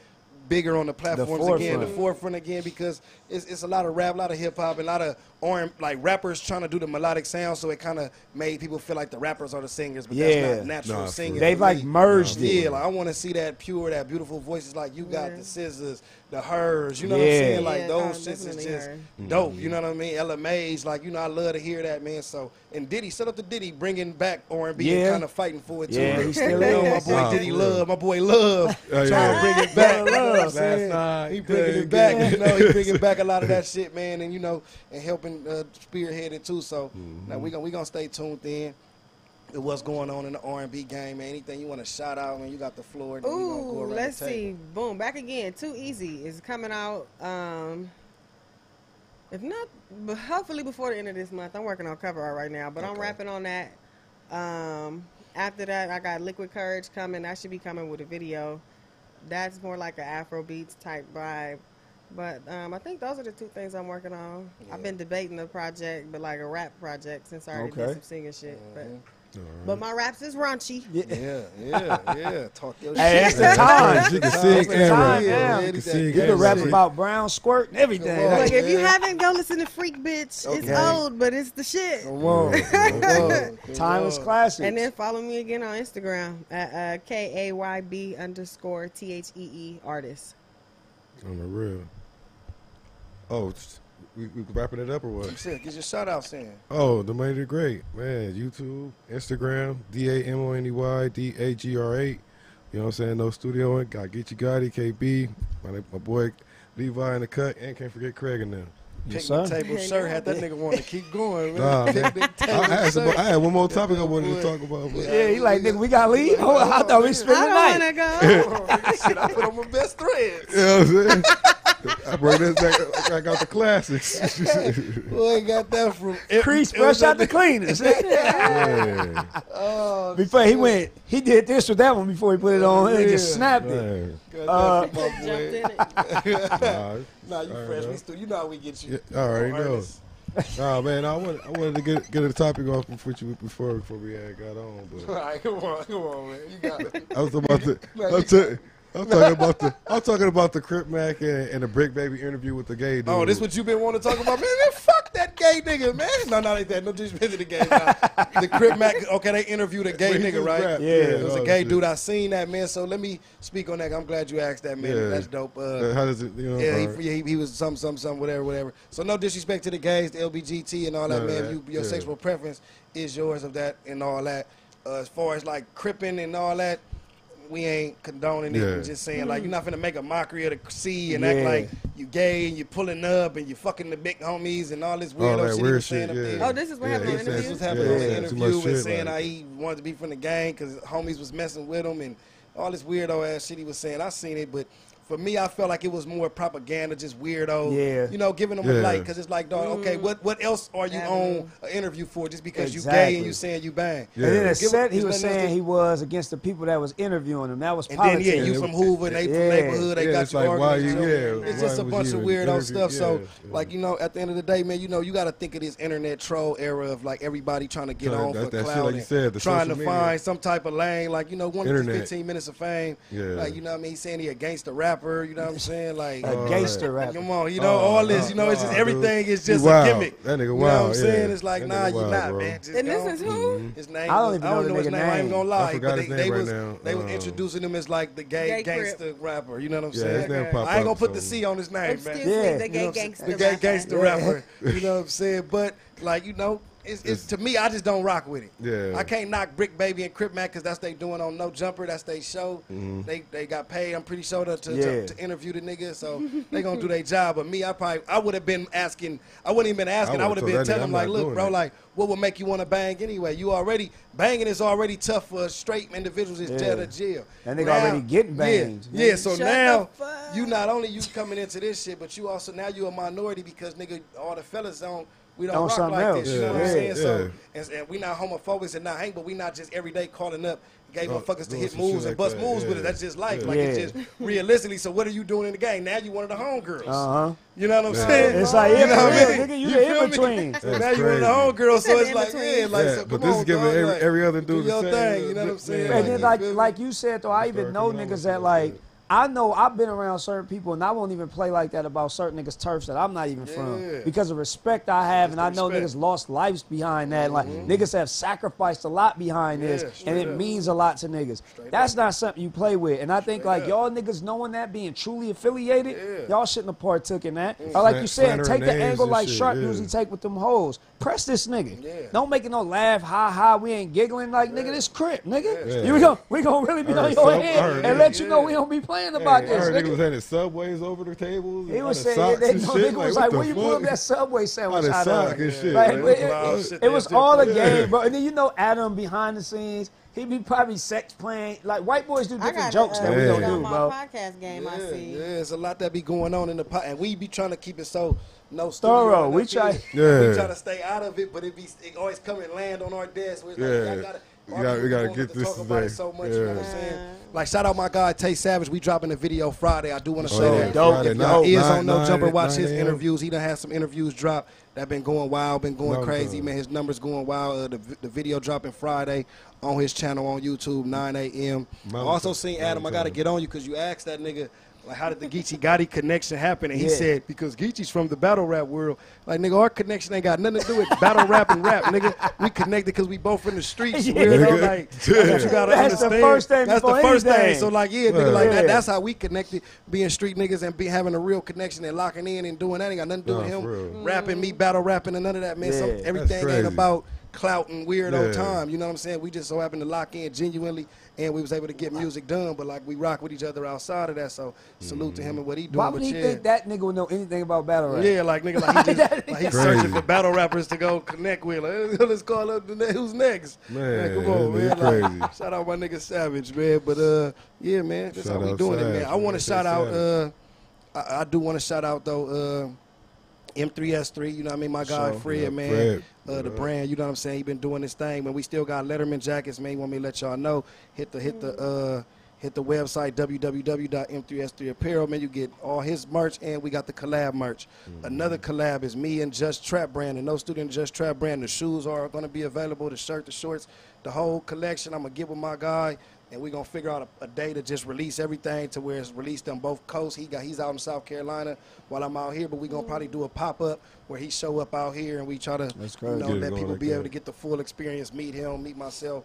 [SPEAKER 7] bigger on the platforms again, the
[SPEAKER 3] forefront.
[SPEAKER 7] forefront again, because it's, it's a lot of rap, a lot of hip-hop, and a lot of R like, rappers trying to do the melodic sound, so it kind of made people feel like the rappers are the singers, but
[SPEAKER 3] Yeah.
[SPEAKER 7] that's not natural
[SPEAKER 2] Nah, for
[SPEAKER 7] singing.
[SPEAKER 2] real.
[SPEAKER 3] They've,
[SPEAKER 7] for
[SPEAKER 3] like,
[SPEAKER 7] me.
[SPEAKER 3] merged it.
[SPEAKER 7] Yeah, like, I want to see that pure, that beautiful voices like you got
[SPEAKER 4] Yeah.
[SPEAKER 7] the scissors, the hers. You know what
[SPEAKER 3] Yeah.
[SPEAKER 7] I'm saying? Like
[SPEAKER 4] Yeah,
[SPEAKER 7] those
[SPEAKER 4] oh,
[SPEAKER 7] shits is
[SPEAKER 4] definitely
[SPEAKER 7] just
[SPEAKER 4] her.
[SPEAKER 7] dope. You know what I mean? Ella Mays, like you know, I love to hear that man. So and Diddy, set up the Diddy, bringing back R and B,
[SPEAKER 3] Yeah.
[SPEAKER 7] kind of fighting for it
[SPEAKER 3] Yeah,
[SPEAKER 7] too.
[SPEAKER 3] he still
[SPEAKER 7] you know, my
[SPEAKER 3] is.
[SPEAKER 7] boy
[SPEAKER 2] Nah,
[SPEAKER 7] Diddy
[SPEAKER 2] for real.
[SPEAKER 7] love, my boy love,
[SPEAKER 2] Oh,
[SPEAKER 7] trying
[SPEAKER 2] yeah.
[SPEAKER 7] to bring it back. You know what I'm
[SPEAKER 3] Last
[SPEAKER 7] saying?
[SPEAKER 2] night, he
[SPEAKER 7] He bringing
[SPEAKER 2] played
[SPEAKER 7] it back, you
[SPEAKER 2] good.
[SPEAKER 7] know. He bringing back a lot of that shit, man, and you know, and helping uh, spearhead it too. So now we gonna we gonna stay tuned in to what's going on in the R&B game, man. Anything you want to shout out, man? You got the floor. and then we gonna go
[SPEAKER 4] Ooh,
[SPEAKER 7] around the
[SPEAKER 4] let's
[SPEAKER 7] table.
[SPEAKER 4] see. Boom, back again. Too easy is coming out. Um, if not, but hopefully before the end of this month. I'm working on cover art right now, but I'm
[SPEAKER 7] Okay.
[SPEAKER 4] rapping on that. Um, after that, I got Liquid Courage coming. That should be coming with a video. That's more like an Afro beats type vibe. But um, I think those are the two things I'm working on. I've been debating the project, but like a rap project since I already
[SPEAKER 3] Okay.
[SPEAKER 4] did some singing shit. But,
[SPEAKER 7] Mm-hmm.
[SPEAKER 4] but my raps is raunchy.
[SPEAKER 7] Yeah, yeah, yeah. Talk your
[SPEAKER 3] Hey, that's
[SPEAKER 7] shit.
[SPEAKER 3] the time.
[SPEAKER 2] You can sing
[SPEAKER 3] the time
[SPEAKER 2] and
[SPEAKER 3] now.
[SPEAKER 2] rap. You can sing
[SPEAKER 7] You
[SPEAKER 3] You can
[SPEAKER 2] and
[SPEAKER 3] rap
[SPEAKER 2] sing.
[SPEAKER 3] about brown squirt and everything.
[SPEAKER 7] Come on.
[SPEAKER 3] Like,
[SPEAKER 4] Like if you
[SPEAKER 7] Yeah.
[SPEAKER 4] haven't, go listen to Freak Bitch. It's
[SPEAKER 7] Okay. Oh,
[SPEAKER 4] old, but it's the shit.
[SPEAKER 7] Come on, come on, come
[SPEAKER 3] timeless
[SPEAKER 7] on.
[SPEAKER 3] classics.
[SPEAKER 4] And then follow me again on Instagram at uh, k a y b underscore t h e e artist.
[SPEAKER 2] On the real. Oh, it's- we, we wrapping it up or what?
[SPEAKER 7] Shit, Get your shout outs in.
[SPEAKER 2] Oh, the Mighty the Great, man. YouTube, Instagram, D A M O N E Y D A G R eight. You know what I'm saying? No studio in. Got Geechee Gotti, KB, my, na- my boy Levi in the cut, and can't forget Craig in there.
[SPEAKER 7] Picnic
[SPEAKER 3] sir.
[SPEAKER 7] table shirt had that nigga want to keep going. Man.
[SPEAKER 2] Nah, man.
[SPEAKER 7] Picnic
[SPEAKER 2] I,
[SPEAKER 7] table
[SPEAKER 2] I, had some,
[SPEAKER 7] shirt.
[SPEAKER 2] I had one more topic I wanted
[SPEAKER 7] boy.
[SPEAKER 2] to talk about. But
[SPEAKER 3] yeah, he like, nigga, we got to leave? Hold on, I thought we spent the
[SPEAKER 4] I
[SPEAKER 3] night.
[SPEAKER 4] don't wanna go.
[SPEAKER 7] Shit, I put on my best threads.
[SPEAKER 2] You know what I'm saying? I bring this back, back out the classics.
[SPEAKER 7] Boy, got that from
[SPEAKER 3] Crease
[SPEAKER 7] it was
[SPEAKER 3] fresh out the
[SPEAKER 7] under-
[SPEAKER 3] cleaners.
[SPEAKER 2] yeah.
[SPEAKER 7] Oh,
[SPEAKER 3] before he went, he did this with that one before he put it on. He just
[SPEAKER 7] Yeah.
[SPEAKER 3] snapped it.
[SPEAKER 2] man.
[SPEAKER 7] got
[SPEAKER 4] Jumped
[SPEAKER 7] that from my boy.
[SPEAKER 4] in it.
[SPEAKER 2] Nah,
[SPEAKER 7] uh, Nah, you
[SPEAKER 2] Alright,
[SPEAKER 7] fresh.
[SPEAKER 2] though.
[SPEAKER 7] We still, you know how we get you.
[SPEAKER 2] Yeah, I already
[SPEAKER 7] Come on,
[SPEAKER 2] know.
[SPEAKER 7] Ernest.
[SPEAKER 2] nah, man, I wanted, I wanted to get get a topic off with you before before we had got on, but
[SPEAKER 7] All right, come on, come on, man. You got it.
[SPEAKER 2] I was about to.
[SPEAKER 7] Like,
[SPEAKER 2] I'm, t- I'm talking about the I'm talking about the Crip Mac and, and the Brick Baby interview with the gay dude.
[SPEAKER 7] Oh, this what you been wanting to talk about, man? man fuck that gay nigga, man. No, not like that. No disrespect to the gay. Nah. The Crip Mac. Okay, they interviewed a gay
[SPEAKER 2] Well, he
[SPEAKER 7] nigga,
[SPEAKER 2] just
[SPEAKER 7] right?
[SPEAKER 2] rapped,
[SPEAKER 3] Yeah.
[SPEAKER 7] It was
[SPEAKER 2] oh,
[SPEAKER 7] a gay
[SPEAKER 2] shit.
[SPEAKER 7] dude. I seen that man. So let me speak on that. I'm glad you asked that man. That's dope.
[SPEAKER 2] Uh,
[SPEAKER 7] Uh,
[SPEAKER 2] How does it? You know,
[SPEAKER 7] yeah, he,
[SPEAKER 2] all right.
[SPEAKER 7] yeah, he, he was some, some, some, whatever, whatever. So no disrespect to the gays, the LBGT, and all that,
[SPEAKER 2] None of
[SPEAKER 7] man.
[SPEAKER 2] that,
[SPEAKER 7] You, your
[SPEAKER 2] yeah.
[SPEAKER 7] sexual preference is yours of that and all that. Uh, as far as like cripping and all that, we ain't condoning it.
[SPEAKER 2] Yeah.
[SPEAKER 7] We're just saying like you're not finna make a mockery of the E sea and act
[SPEAKER 3] Yeah.
[SPEAKER 7] like you gay and you pulling up and you fucking the big homies and all this
[SPEAKER 2] All
[SPEAKER 7] weirdo
[SPEAKER 2] that
[SPEAKER 7] shit. he
[SPEAKER 2] weird
[SPEAKER 7] was saying
[SPEAKER 2] shit,
[SPEAKER 7] up
[SPEAKER 2] yeah.
[SPEAKER 7] there.
[SPEAKER 4] Oh, this is what
[SPEAKER 2] Yeah,
[SPEAKER 4] happened on
[SPEAKER 2] he
[SPEAKER 4] the
[SPEAKER 2] said-
[SPEAKER 7] This
[SPEAKER 4] interview.
[SPEAKER 7] was happening on
[SPEAKER 2] Yeah,
[SPEAKER 7] the
[SPEAKER 2] yeah, too much
[SPEAKER 7] interview and
[SPEAKER 2] shit
[SPEAKER 7] saying
[SPEAKER 2] like
[SPEAKER 7] how
[SPEAKER 2] that.
[SPEAKER 7] he wanted to be from the gang because homies was messing with him and all this weirdo ass shit he was saying. I seen it, but for me, I felt like it was more propaganda, just weirdo.
[SPEAKER 3] Yeah.
[SPEAKER 7] You know, giving them a
[SPEAKER 2] Yeah.
[SPEAKER 7] light because it's like, dog, okay,
[SPEAKER 4] Mm.
[SPEAKER 7] what what else are you on an interview for just because you gay and
[SPEAKER 3] Exactly.
[SPEAKER 7] you saying you bang?
[SPEAKER 2] Yeah.
[SPEAKER 3] And then
[SPEAKER 2] Give
[SPEAKER 3] a
[SPEAKER 2] it-
[SPEAKER 3] set he
[SPEAKER 7] just
[SPEAKER 3] was
[SPEAKER 7] let us
[SPEAKER 3] saying
[SPEAKER 7] do-
[SPEAKER 3] he was against the people that was interviewing him. That was
[SPEAKER 7] And
[SPEAKER 3] politics.
[SPEAKER 7] then yeah, you from Hoover, and they from
[SPEAKER 3] Yeah.
[SPEAKER 7] neighborhood, they
[SPEAKER 2] Yeah,
[SPEAKER 7] got
[SPEAKER 2] it's
[SPEAKER 7] you
[SPEAKER 2] like, why
[SPEAKER 7] arguing.
[SPEAKER 2] you-
[SPEAKER 7] you know?
[SPEAKER 2] yeah,
[SPEAKER 7] it's
[SPEAKER 2] why
[SPEAKER 7] just a
[SPEAKER 2] was
[SPEAKER 7] bunch
[SPEAKER 2] you
[SPEAKER 7] of
[SPEAKER 2] in
[SPEAKER 7] weirdo
[SPEAKER 2] interview?
[SPEAKER 7] stuff. so,
[SPEAKER 2] Yeah, yeah.
[SPEAKER 7] like you know, at the end of the day, man, you know, you got to think of this internet troll era of like everybody trying to get
[SPEAKER 2] Trying-
[SPEAKER 7] on
[SPEAKER 2] that-
[SPEAKER 7] for
[SPEAKER 2] that shit,
[SPEAKER 7] clout,
[SPEAKER 2] like you
[SPEAKER 7] and
[SPEAKER 2] said, the
[SPEAKER 7] trying to
[SPEAKER 2] social media.
[SPEAKER 7] find some type of lane. Like you know, one of these
[SPEAKER 2] Internet.
[SPEAKER 7] fifteen minutes of fame.
[SPEAKER 2] Yeah. Oh,
[SPEAKER 7] Like you know, what I mean, he's saying he a gangster rapper. You know what I'm saying? Like
[SPEAKER 3] A gangster rapper.
[SPEAKER 7] Come on, you know all this. You know, it's just
[SPEAKER 2] nah,
[SPEAKER 7] everything
[SPEAKER 2] dude.
[SPEAKER 7] is just
[SPEAKER 2] He
[SPEAKER 7] a
[SPEAKER 2] wild.
[SPEAKER 7] gimmick.
[SPEAKER 2] That nigga
[SPEAKER 7] You know what
[SPEAKER 2] wild,
[SPEAKER 7] I'm saying?
[SPEAKER 2] yeah.
[SPEAKER 7] It's like,
[SPEAKER 2] That
[SPEAKER 7] nah,
[SPEAKER 2] nigga
[SPEAKER 7] you
[SPEAKER 2] wild,
[SPEAKER 7] not,
[SPEAKER 2] bro.
[SPEAKER 7] man. Just
[SPEAKER 4] And this
[SPEAKER 7] go.
[SPEAKER 4] is who?
[SPEAKER 7] His name.
[SPEAKER 3] I don't even
[SPEAKER 7] was- I don't
[SPEAKER 3] know the
[SPEAKER 7] know his
[SPEAKER 3] nigga
[SPEAKER 7] name. I ain't
[SPEAKER 3] name.
[SPEAKER 7] gonna lie.
[SPEAKER 2] I forgot
[SPEAKER 7] but they,
[SPEAKER 2] his name
[SPEAKER 7] they
[SPEAKER 2] right
[SPEAKER 7] was
[SPEAKER 2] now.
[SPEAKER 7] they was
[SPEAKER 2] Um,
[SPEAKER 7] introducing him as like the gay
[SPEAKER 4] Gay Crip.
[SPEAKER 7] gangster rapper. You know what I'm
[SPEAKER 2] Yeah,
[SPEAKER 7] saying?
[SPEAKER 2] his name pop
[SPEAKER 7] I ain't gonna
[SPEAKER 2] up
[SPEAKER 7] put the
[SPEAKER 2] somewhere.
[SPEAKER 7] C on his name, man.
[SPEAKER 4] Excuse
[SPEAKER 3] Yeah.
[SPEAKER 4] me, the
[SPEAKER 2] You know
[SPEAKER 4] gay
[SPEAKER 2] what I'm
[SPEAKER 4] gangster.
[SPEAKER 7] The gay
[SPEAKER 4] rapper.
[SPEAKER 7] gangster rapper. You know what I'm saying? But like you know. It's, it's, to me, I just don't rock with it.
[SPEAKER 2] Yeah.
[SPEAKER 7] I can't knock Brick Baby and Crip Mac because that's they doing on No Jumper. That's they show. They they got paid. I'm pretty sure to to,
[SPEAKER 3] Yeah.
[SPEAKER 7] to, to interview the nigga, so they gonna do their job. But me, I probably I would have been asking. I wouldn't even been asking. I
[SPEAKER 2] would've
[SPEAKER 7] would
[SPEAKER 2] told
[SPEAKER 7] have been
[SPEAKER 2] that nigga,
[SPEAKER 7] telling
[SPEAKER 2] I'm
[SPEAKER 7] him like,
[SPEAKER 2] not
[SPEAKER 7] look,
[SPEAKER 2] doing
[SPEAKER 7] bro,
[SPEAKER 2] that.
[SPEAKER 7] like what would make you want to bang anyway? You already banging is already tough for straight individuals. It's
[SPEAKER 3] Yeah.
[SPEAKER 7] jail to jail.
[SPEAKER 3] That nigga already getting banged.
[SPEAKER 7] Yeah, yeah so
[SPEAKER 4] Shut the
[SPEAKER 7] now
[SPEAKER 4] fuck.
[SPEAKER 7] you not only you coming into this shit, but you also now you a minority because nigga, all the fellas don't. We don't
[SPEAKER 3] On
[SPEAKER 7] rock
[SPEAKER 3] something
[SPEAKER 7] like
[SPEAKER 3] else.
[SPEAKER 7] this, you know what I'm
[SPEAKER 3] Yeah.
[SPEAKER 7] saying?
[SPEAKER 3] Yeah.
[SPEAKER 7] So,
[SPEAKER 2] Yeah.
[SPEAKER 7] and, and we not homophobics and not hang, but we not just every day calling up gay
[SPEAKER 2] Oh,
[SPEAKER 7] motherfuckers to
[SPEAKER 2] doing
[SPEAKER 7] hit
[SPEAKER 2] some shit
[SPEAKER 7] moves and
[SPEAKER 2] like
[SPEAKER 7] bust
[SPEAKER 2] that,
[SPEAKER 7] moves with it.
[SPEAKER 2] yeah.
[SPEAKER 7] That's just life.
[SPEAKER 2] Yeah.
[SPEAKER 7] Like
[SPEAKER 3] Yeah.
[SPEAKER 7] it's just realistically. So what are you doing in the game? Now you one of the homegirls.
[SPEAKER 3] Uh-huh.
[SPEAKER 7] You know what I'm saying?
[SPEAKER 3] It's like, yeah,
[SPEAKER 7] You know
[SPEAKER 3] for
[SPEAKER 7] what I
[SPEAKER 3] real,
[SPEAKER 7] mean?
[SPEAKER 3] nigga, you
[SPEAKER 7] You
[SPEAKER 3] the
[SPEAKER 7] feel me?
[SPEAKER 3] in-between.
[SPEAKER 2] That's
[SPEAKER 7] now you one of the
[SPEAKER 2] crazy.
[SPEAKER 7] homegirls, so
[SPEAKER 4] Said
[SPEAKER 7] it's like,
[SPEAKER 4] in-between.
[SPEAKER 7] yeah, like,
[SPEAKER 2] Yeah,
[SPEAKER 7] so
[SPEAKER 2] but
[SPEAKER 7] come
[SPEAKER 2] this is
[SPEAKER 7] on,
[SPEAKER 2] giving
[SPEAKER 7] dog,
[SPEAKER 2] every-
[SPEAKER 7] like,
[SPEAKER 2] every other
[SPEAKER 7] do
[SPEAKER 2] dude the
[SPEAKER 7] your
[SPEAKER 2] same,
[SPEAKER 7] thing, you know
[SPEAKER 2] uh,
[SPEAKER 7] what I'm saying?
[SPEAKER 2] yeah.
[SPEAKER 3] And then
[SPEAKER 7] you
[SPEAKER 3] like
[SPEAKER 7] feel me?
[SPEAKER 3] like you said though, I even
[SPEAKER 2] Start
[SPEAKER 3] know
[SPEAKER 2] coming out
[SPEAKER 3] niggas
[SPEAKER 2] with
[SPEAKER 3] that
[SPEAKER 2] it,
[SPEAKER 3] like
[SPEAKER 2] yeah.
[SPEAKER 3] I know I've been around certain people and I won't even play like that about certain niggas turfs that I'm not even
[SPEAKER 7] Yeah.
[SPEAKER 3] from because of respect I have and
[SPEAKER 7] the
[SPEAKER 3] I know
[SPEAKER 7] respect. Mm-hmm.
[SPEAKER 3] niggas lost lives behind that like niggas have sacrificed a lot behind
[SPEAKER 7] Yeah,
[SPEAKER 3] this and
[SPEAKER 7] straight
[SPEAKER 3] it
[SPEAKER 7] up.
[SPEAKER 3] means a lot to niggas. That's not something you play with and I think like y'all niggas knowing that being truly affiliated y'all shouldn't have partook in that.
[SPEAKER 7] Mm.
[SPEAKER 3] Or like
[SPEAKER 2] Slan-
[SPEAKER 3] you said,
[SPEAKER 2] slandering
[SPEAKER 3] take the
[SPEAKER 2] names
[SPEAKER 3] angle
[SPEAKER 2] and
[SPEAKER 3] like
[SPEAKER 2] shit,
[SPEAKER 3] Sharp
[SPEAKER 2] yeah.
[SPEAKER 3] usually take with them hoes. Press this nigga.
[SPEAKER 7] Yeah.
[SPEAKER 3] Don't make it no laugh, ha ha. We ain't giggling like nigga. This crip, nigga.
[SPEAKER 2] Yeah.
[SPEAKER 3] You gon' we gon' really be
[SPEAKER 2] All
[SPEAKER 3] on
[SPEAKER 2] right,
[SPEAKER 3] your
[SPEAKER 2] so- all
[SPEAKER 3] head
[SPEAKER 2] right,
[SPEAKER 3] and
[SPEAKER 2] yeah,
[SPEAKER 3] let you know we don't be playing about
[SPEAKER 2] I
[SPEAKER 3] this.
[SPEAKER 2] heard niggas was
[SPEAKER 3] Nigga.
[SPEAKER 2] having subways over the tables.
[SPEAKER 3] He was
[SPEAKER 2] and
[SPEAKER 3] saying
[SPEAKER 2] all the
[SPEAKER 3] that they,
[SPEAKER 2] socks and
[SPEAKER 3] no,
[SPEAKER 2] shit.
[SPEAKER 3] nigga was
[SPEAKER 2] what
[SPEAKER 3] like,
[SPEAKER 2] the
[SPEAKER 3] "Where you
[SPEAKER 2] fuck?
[SPEAKER 3] pull that subway sandwich
[SPEAKER 2] All the
[SPEAKER 3] out
[SPEAKER 2] sock
[SPEAKER 3] of?"
[SPEAKER 2] and shit.
[SPEAKER 3] Like,
[SPEAKER 2] man.
[SPEAKER 3] it,
[SPEAKER 7] wild
[SPEAKER 3] it-
[SPEAKER 7] shit
[SPEAKER 3] it
[SPEAKER 7] they
[SPEAKER 3] was
[SPEAKER 7] did,
[SPEAKER 3] all a
[SPEAKER 7] bro.
[SPEAKER 3] game, bro. And then you know Adam behind the scenes, he be probably sex playing. Like white boys do
[SPEAKER 4] I got
[SPEAKER 3] different jokes that we
[SPEAKER 2] Yeah.
[SPEAKER 3] don't
[SPEAKER 2] uh, Yeah.
[SPEAKER 3] do,
[SPEAKER 4] my
[SPEAKER 3] bro.
[SPEAKER 4] podcast game. I
[SPEAKER 7] Yeah,
[SPEAKER 4] see.
[SPEAKER 7] yeah, it's a lot that be going on in the pot, and we be trying to keep it so
[SPEAKER 3] Thorough.
[SPEAKER 7] no studio
[SPEAKER 3] We
[SPEAKER 7] enough
[SPEAKER 3] try-
[SPEAKER 7] either.
[SPEAKER 2] Yeah.
[SPEAKER 7] we try to stay out of it, but it be it always come and land on our desk. Where it's like,
[SPEAKER 2] Yeah.
[SPEAKER 7] I gotta,
[SPEAKER 2] We gotta- we gotta
[SPEAKER 7] Motherfuckers
[SPEAKER 2] get this
[SPEAKER 7] talk about it
[SPEAKER 2] today.
[SPEAKER 7] so much. You know what I'm
[SPEAKER 2] Yeah.
[SPEAKER 7] saying? Like shout out my guy Tay Savage. We dropping a video Friday. I do want to
[SPEAKER 2] Oh,
[SPEAKER 7] say
[SPEAKER 2] yeah,
[SPEAKER 7] that.
[SPEAKER 2] dope.
[SPEAKER 7] If y'all
[SPEAKER 2] Friday
[SPEAKER 7] is
[SPEAKER 2] night,
[SPEAKER 7] on No
[SPEAKER 2] nine-
[SPEAKER 7] Jumper,
[SPEAKER 2] nine
[SPEAKER 7] watch his
[SPEAKER 2] a.m.
[SPEAKER 7] interviews. He done had some interviews drop that been going wild, been going
[SPEAKER 2] Long
[SPEAKER 7] crazy.
[SPEAKER 2] time.
[SPEAKER 7] Man, his numbers going wild. Uh, the, vi- the video dropping Friday on his channel on YouTube 9 a.m. I
[SPEAKER 2] Mountain
[SPEAKER 7] also
[SPEAKER 2] time.
[SPEAKER 7] seen Adam. I
[SPEAKER 2] Mountain
[SPEAKER 7] gotta
[SPEAKER 2] time.
[SPEAKER 7] get on you because you asked that nigga. Like, how did the Geechee Gotti connection happen? And he
[SPEAKER 3] Yeah.
[SPEAKER 7] said, because Geechee's from the battle rap world. Like, nigga, our connection ain't got nothing to do with battle rap and rap, nigga. We connected because we both in the streets.
[SPEAKER 3] Yeah.
[SPEAKER 7] Weirdo,
[SPEAKER 2] Nigga.
[SPEAKER 7] like, that's what you gotta
[SPEAKER 3] That's the
[SPEAKER 7] understand.
[SPEAKER 3] first thing
[SPEAKER 7] That's the
[SPEAKER 3] before
[SPEAKER 7] first thing.
[SPEAKER 3] anything.
[SPEAKER 7] So, like, yeah, nigga, like,
[SPEAKER 3] Yeah.
[SPEAKER 7] that, that's how we connected, being street niggas and be having a real connection and locking in and doing that. Ain't got nothing to do
[SPEAKER 2] Nah,
[SPEAKER 7] with him
[SPEAKER 2] for real.
[SPEAKER 7] rapping, me battle rapping, and none of that, man. Some-
[SPEAKER 3] Yeah. That's
[SPEAKER 7] everything ain't
[SPEAKER 2] crazy.
[SPEAKER 7] about clout and weird on
[SPEAKER 2] Yeah.
[SPEAKER 7] time. You know what I'm saying? We just so happened to lock in genuinely, and we was able to get music done. But like we rock with each other outside of that. So salute to him and what he doing.
[SPEAKER 3] Why would
[SPEAKER 7] but
[SPEAKER 3] he
[SPEAKER 7] yeah.
[SPEAKER 3] think that nigga would know anything about battle rap?
[SPEAKER 7] Yeah, like nigga, like he just, like he's
[SPEAKER 2] Crazy.
[SPEAKER 7] searching for battle rappers to go connect with. Like, let's call up the ne- who's next.
[SPEAKER 2] Man,
[SPEAKER 7] come
[SPEAKER 2] that
[SPEAKER 7] on, man.
[SPEAKER 2] nigga
[SPEAKER 7] Like,
[SPEAKER 2] crazy.
[SPEAKER 7] shout out my nigga Savage, man. But uh, yeah, man, that's
[SPEAKER 2] Shout
[SPEAKER 7] how we
[SPEAKER 2] out
[SPEAKER 7] doing it,
[SPEAKER 2] Savage,
[SPEAKER 7] man. I want
[SPEAKER 2] man.
[SPEAKER 7] to shout out. Uh,
[SPEAKER 2] Shout
[SPEAKER 7] I, I do want to shout out though. Uh, M3S3, you know what I mean? My guy
[SPEAKER 3] Sure.
[SPEAKER 7] Fred,
[SPEAKER 2] Yeah,
[SPEAKER 7] man.
[SPEAKER 2] Fred.
[SPEAKER 7] Uh, the brand, you know what I'm saying? He been doing this thing, man. We still got Letterman jackets, man. Want me to let y'all know? Hit the hit the uh, Hit the website www.m3s3apparel. Man, you get all his merch, and we got the collab merch. Another collab is me and Just Trap Brand, and no student Just Trap Brand. The shoes are going to be available. The shirt, the shorts, the whole collection. I'm gonna get with my guy, and we're gonna figure out a, a day to just release everything to where it's released on both coasts. He got he's out in South Carolina while I'm out here, but we're gonna probably do a pop up where he show up out here and we try to
[SPEAKER 3] That's
[SPEAKER 7] you
[SPEAKER 3] crazy.
[SPEAKER 7] know,
[SPEAKER 2] Get it
[SPEAKER 7] let
[SPEAKER 2] going
[SPEAKER 7] people
[SPEAKER 2] like
[SPEAKER 7] be able
[SPEAKER 2] that.
[SPEAKER 7] to get the full experience, meet him, meet myself.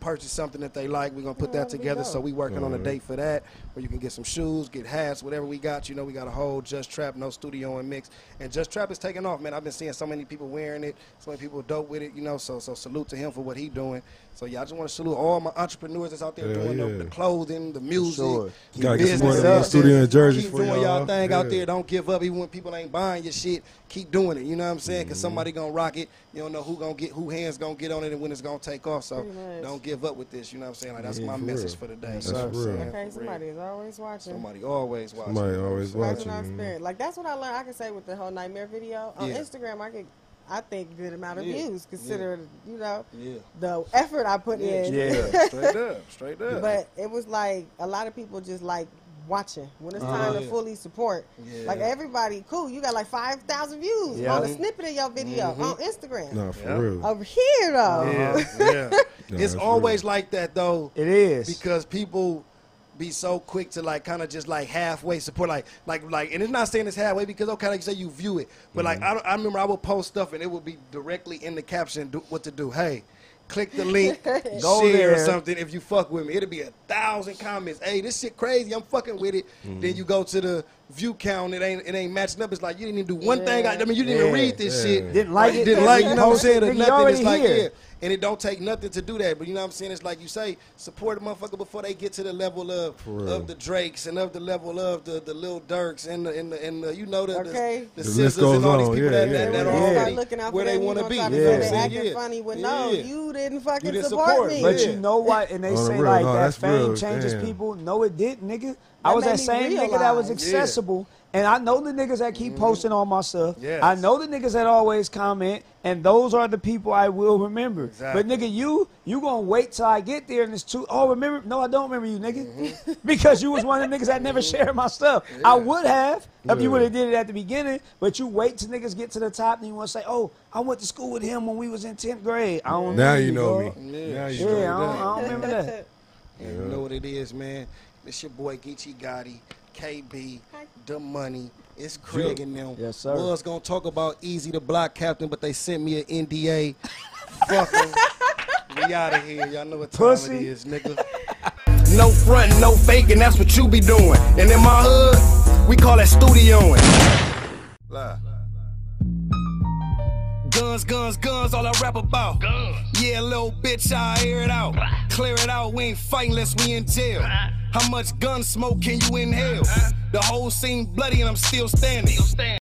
[SPEAKER 7] Purchase something that they like. We're gonna put that
[SPEAKER 4] that'd be
[SPEAKER 7] together.
[SPEAKER 4] dope.
[SPEAKER 7] So we working on a
[SPEAKER 2] Alright.
[SPEAKER 7] date for that, where you can get some shoes, get hats, whatever we got. You know, we got a whole Just Trap, no studio and mix, and Just Trap is taking off, man. I've been seeing so many people wearing it, so many people dope with it. You know, so so salute to him for what he doing. So yeah, I just want to salute all my entrepreneurs that's out there
[SPEAKER 2] Hell
[SPEAKER 7] doing
[SPEAKER 2] yeah.
[SPEAKER 7] the, the clothing, the music,
[SPEAKER 3] sure.
[SPEAKER 7] the
[SPEAKER 2] Gotta get some more of
[SPEAKER 7] business
[SPEAKER 2] them
[SPEAKER 7] out
[SPEAKER 2] in the studio
[SPEAKER 7] there.
[SPEAKER 2] in Jersey
[SPEAKER 7] Keep
[SPEAKER 2] for
[SPEAKER 7] doing
[SPEAKER 2] y'all.
[SPEAKER 7] thing out
[SPEAKER 2] Yeah.
[SPEAKER 7] there. Don't give up, even when people ain't buying your shit. Keep doing it. You know what I'm saying?
[SPEAKER 2] Mm-hmm.
[SPEAKER 7] Because somebody gonna rock it. You don't know who gonna get who hands gonna get on it and when it's gonna take off. So
[SPEAKER 4] Pretty much.
[SPEAKER 7] don't give up with this. You know what I'm saying? Like that's
[SPEAKER 2] Yeah,
[SPEAKER 7] my
[SPEAKER 2] for
[SPEAKER 7] message
[SPEAKER 2] real.
[SPEAKER 7] for the day.
[SPEAKER 2] That's
[SPEAKER 7] you know what I'm
[SPEAKER 2] real.
[SPEAKER 7] saying?
[SPEAKER 4] Okay,
[SPEAKER 7] For
[SPEAKER 4] somebody
[SPEAKER 7] real.
[SPEAKER 4] is always watching.
[SPEAKER 7] Somebody always watching. mm-hmm.
[SPEAKER 2] Somebody always
[SPEAKER 4] Rising
[SPEAKER 2] watching.
[SPEAKER 4] our
[SPEAKER 2] you know?
[SPEAKER 4] spirit. Like that's what I learned. I can say with the whole nightmare video on
[SPEAKER 7] Yeah.
[SPEAKER 4] Instagram, I could, I think good amount of
[SPEAKER 7] Yeah.
[SPEAKER 4] views considering you know
[SPEAKER 7] Yeah.
[SPEAKER 4] the effort I put in.
[SPEAKER 7] Yeah. straight up. Straight up.
[SPEAKER 4] But it was like a lot of people just like watching when it's time to
[SPEAKER 7] Uh-huh. Yeah.
[SPEAKER 4] fully support.
[SPEAKER 7] Yeah.
[SPEAKER 4] Like everybody, cool. You got like five thousand views
[SPEAKER 3] Yeah.
[SPEAKER 4] on a snippet of your video on Instagram.
[SPEAKER 2] Nah, for
[SPEAKER 7] Yeah.
[SPEAKER 2] real.
[SPEAKER 4] Over here though,
[SPEAKER 7] Mm-hmm. yeah, yeah.
[SPEAKER 2] that's
[SPEAKER 7] it's
[SPEAKER 2] real.
[SPEAKER 7] always like that though.
[SPEAKER 3] It is.
[SPEAKER 7] because people be so quick to like kind of just like halfway support like like like and it's not saying it's halfway because okay like you say you view it but like
[SPEAKER 3] Mm-hmm.
[SPEAKER 7] I, don't- I remember i would post stuff and it would be directly in the caption do, what to do hey click the link
[SPEAKER 3] Go
[SPEAKER 7] share or
[SPEAKER 3] there.
[SPEAKER 7] something if you fuck with me it'll be a thousand comments hey this shit crazy i'm fucking with it
[SPEAKER 3] Mm-hmm.
[SPEAKER 7] then you go to the view count it ain't it ain't matching up it's like you didn't even do one thing I, I mean you didn't even
[SPEAKER 3] Yeah.
[SPEAKER 7] read this
[SPEAKER 2] Yeah.
[SPEAKER 7] shit
[SPEAKER 3] Didn't like
[SPEAKER 7] Or you
[SPEAKER 3] it.
[SPEAKER 7] didn't like you know what i'm saying or
[SPEAKER 3] Nigga, you
[SPEAKER 7] nothing it's
[SPEAKER 3] already
[SPEAKER 7] like
[SPEAKER 3] here.
[SPEAKER 7] yeah and it don't take nothing to do that. But you know what I'm saying? It's like you say, support a motherfucker before they get to the level of
[SPEAKER 2] real.
[SPEAKER 7] of the Drakes and of the level of the the Lil Dirks and the and the, and the you know the
[SPEAKER 4] Okay.
[SPEAKER 7] the,
[SPEAKER 2] The
[SPEAKER 7] the
[SPEAKER 2] list
[SPEAKER 7] scissors and
[SPEAKER 2] goes
[SPEAKER 7] all these
[SPEAKER 2] on.
[SPEAKER 7] people
[SPEAKER 2] Yeah,
[SPEAKER 7] that,
[SPEAKER 2] yeah,
[SPEAKER 7] that, that
[SPEAKER 2] yeah.
[SPEAKER 4] Everybody
[SPEAKER 7] are
[SPEAKER 3] Yeah.
[SPEAKER 7] already
[SPEAKER 4] looking out for
[SPEAKER 7] where they
[SPEAKER 4] them, you
[SPEAKER 7] want to
[SPEAKER 4] gonna
[SPEAKER 7] be.
[SPEAKER 4] try
[SPEAKER 7] You
[SPEAKER 4] to say
[SPEAKER 7] know what I'm
[SPEAKER 4] they
[SPEAKER 3] Yeah.
[SPEAKER 7] saying?
[SPEAKER 4] acting
[SPEAKER 7] Yeah.
[SPEAKER 4] funny when no,
[SPEAKER 7] Yeah.
[SPEAKER 4] you didn't fucking
[SPEAKER 7] You didn't
[SPEAKER 4] support,
[SPEAKER 7] support
[SPEAKER 4] me.
[SPEAKER 7] me.
[SPEAKER 3] But
[SPEAKER 7] Yeah.
[SPEAKER 3] you know what? And they
[SPEAKER 2] On the
[SPEAKER 3] say
[SPEAKER 2] real,
[SPEAKER 3] like
[SPEAKER 2] no,
[SPEAKER 3] that
[SPEAKER 2] that's
[SPEAKER 3] fame
[SPEAKER 2] real,
[SPEAKER 3] changes
[SPEAKER 2] damn.
[SPEAKER 3] people. No, it did, nigga.
[SPEAKER 4] That
[SPEAKER 3] I was
[SPEAKER 4] made
[SPEAKER 3] that
[SPEAKER 4] me
[SPEAKER 3] same nigga that was
[SPEAKER 4] realize.
[SPEAKER 7] Yeah.
[SPEAKER 3] accessible, and I know the niggas that keep posting on my stuff.
[SPEAKER 7] Yes.
[SPEAKER 3] I know the niggas that always comment, and those are the people I will remember.
[SPEAKER 7] Exactly.
[SPEAKER 3] But nigga, you you gonna wait till I get there and it's too. Oh, remember? No, I don't remember you, nigga, because you was one of the niggas that never shared my stuff. I would have if
[SPEAKER 2] Yeah.
[SPEAKER 3] you would have did it at the beginning, but you wait till niggas get to the top and you want to say, oh, I went to school with him when we was in tenth grade. I don't
[SPEAKER 2] Now
[SPEAKER 3] remember
[SPEAKER 2] you know
[SPEAKER 3] dog.
[SPEAKER 2] me.
[SPEAKER 7] Yeah.
[SPEAKER 2] Now you
[SPEAKER 3] Yeah, I
[SPEAKER 2] know me.
[SPEAKER 3] don't, I don't remember that.
[SPEAKER 7] And You know what it is, man. It's your boy Geechee Gotti, KB, the money. It's Craig and them.
[SPEAKER 3] Yes, sir.
[SPEAKER 7] Was gonna talk about easy to block captain, but they sent me an NDA. Fuck 'em. We out of here. Y'all know what time it
[SPEAKER 3] Pussy.
[SPEAKER 7] is, nigga.
[SPEAKER 1] No front, no faking, that's what you be doing. And in my hood, we call that studioing. Lie. Guns, guns, guns, all I rap about. Yeah, little bitch, I air it out. Clear it out, we ain't fighting unless we in jail. How much gun smoke can you inhale? The whole scene bloody and I'm Uh-huh. still standing.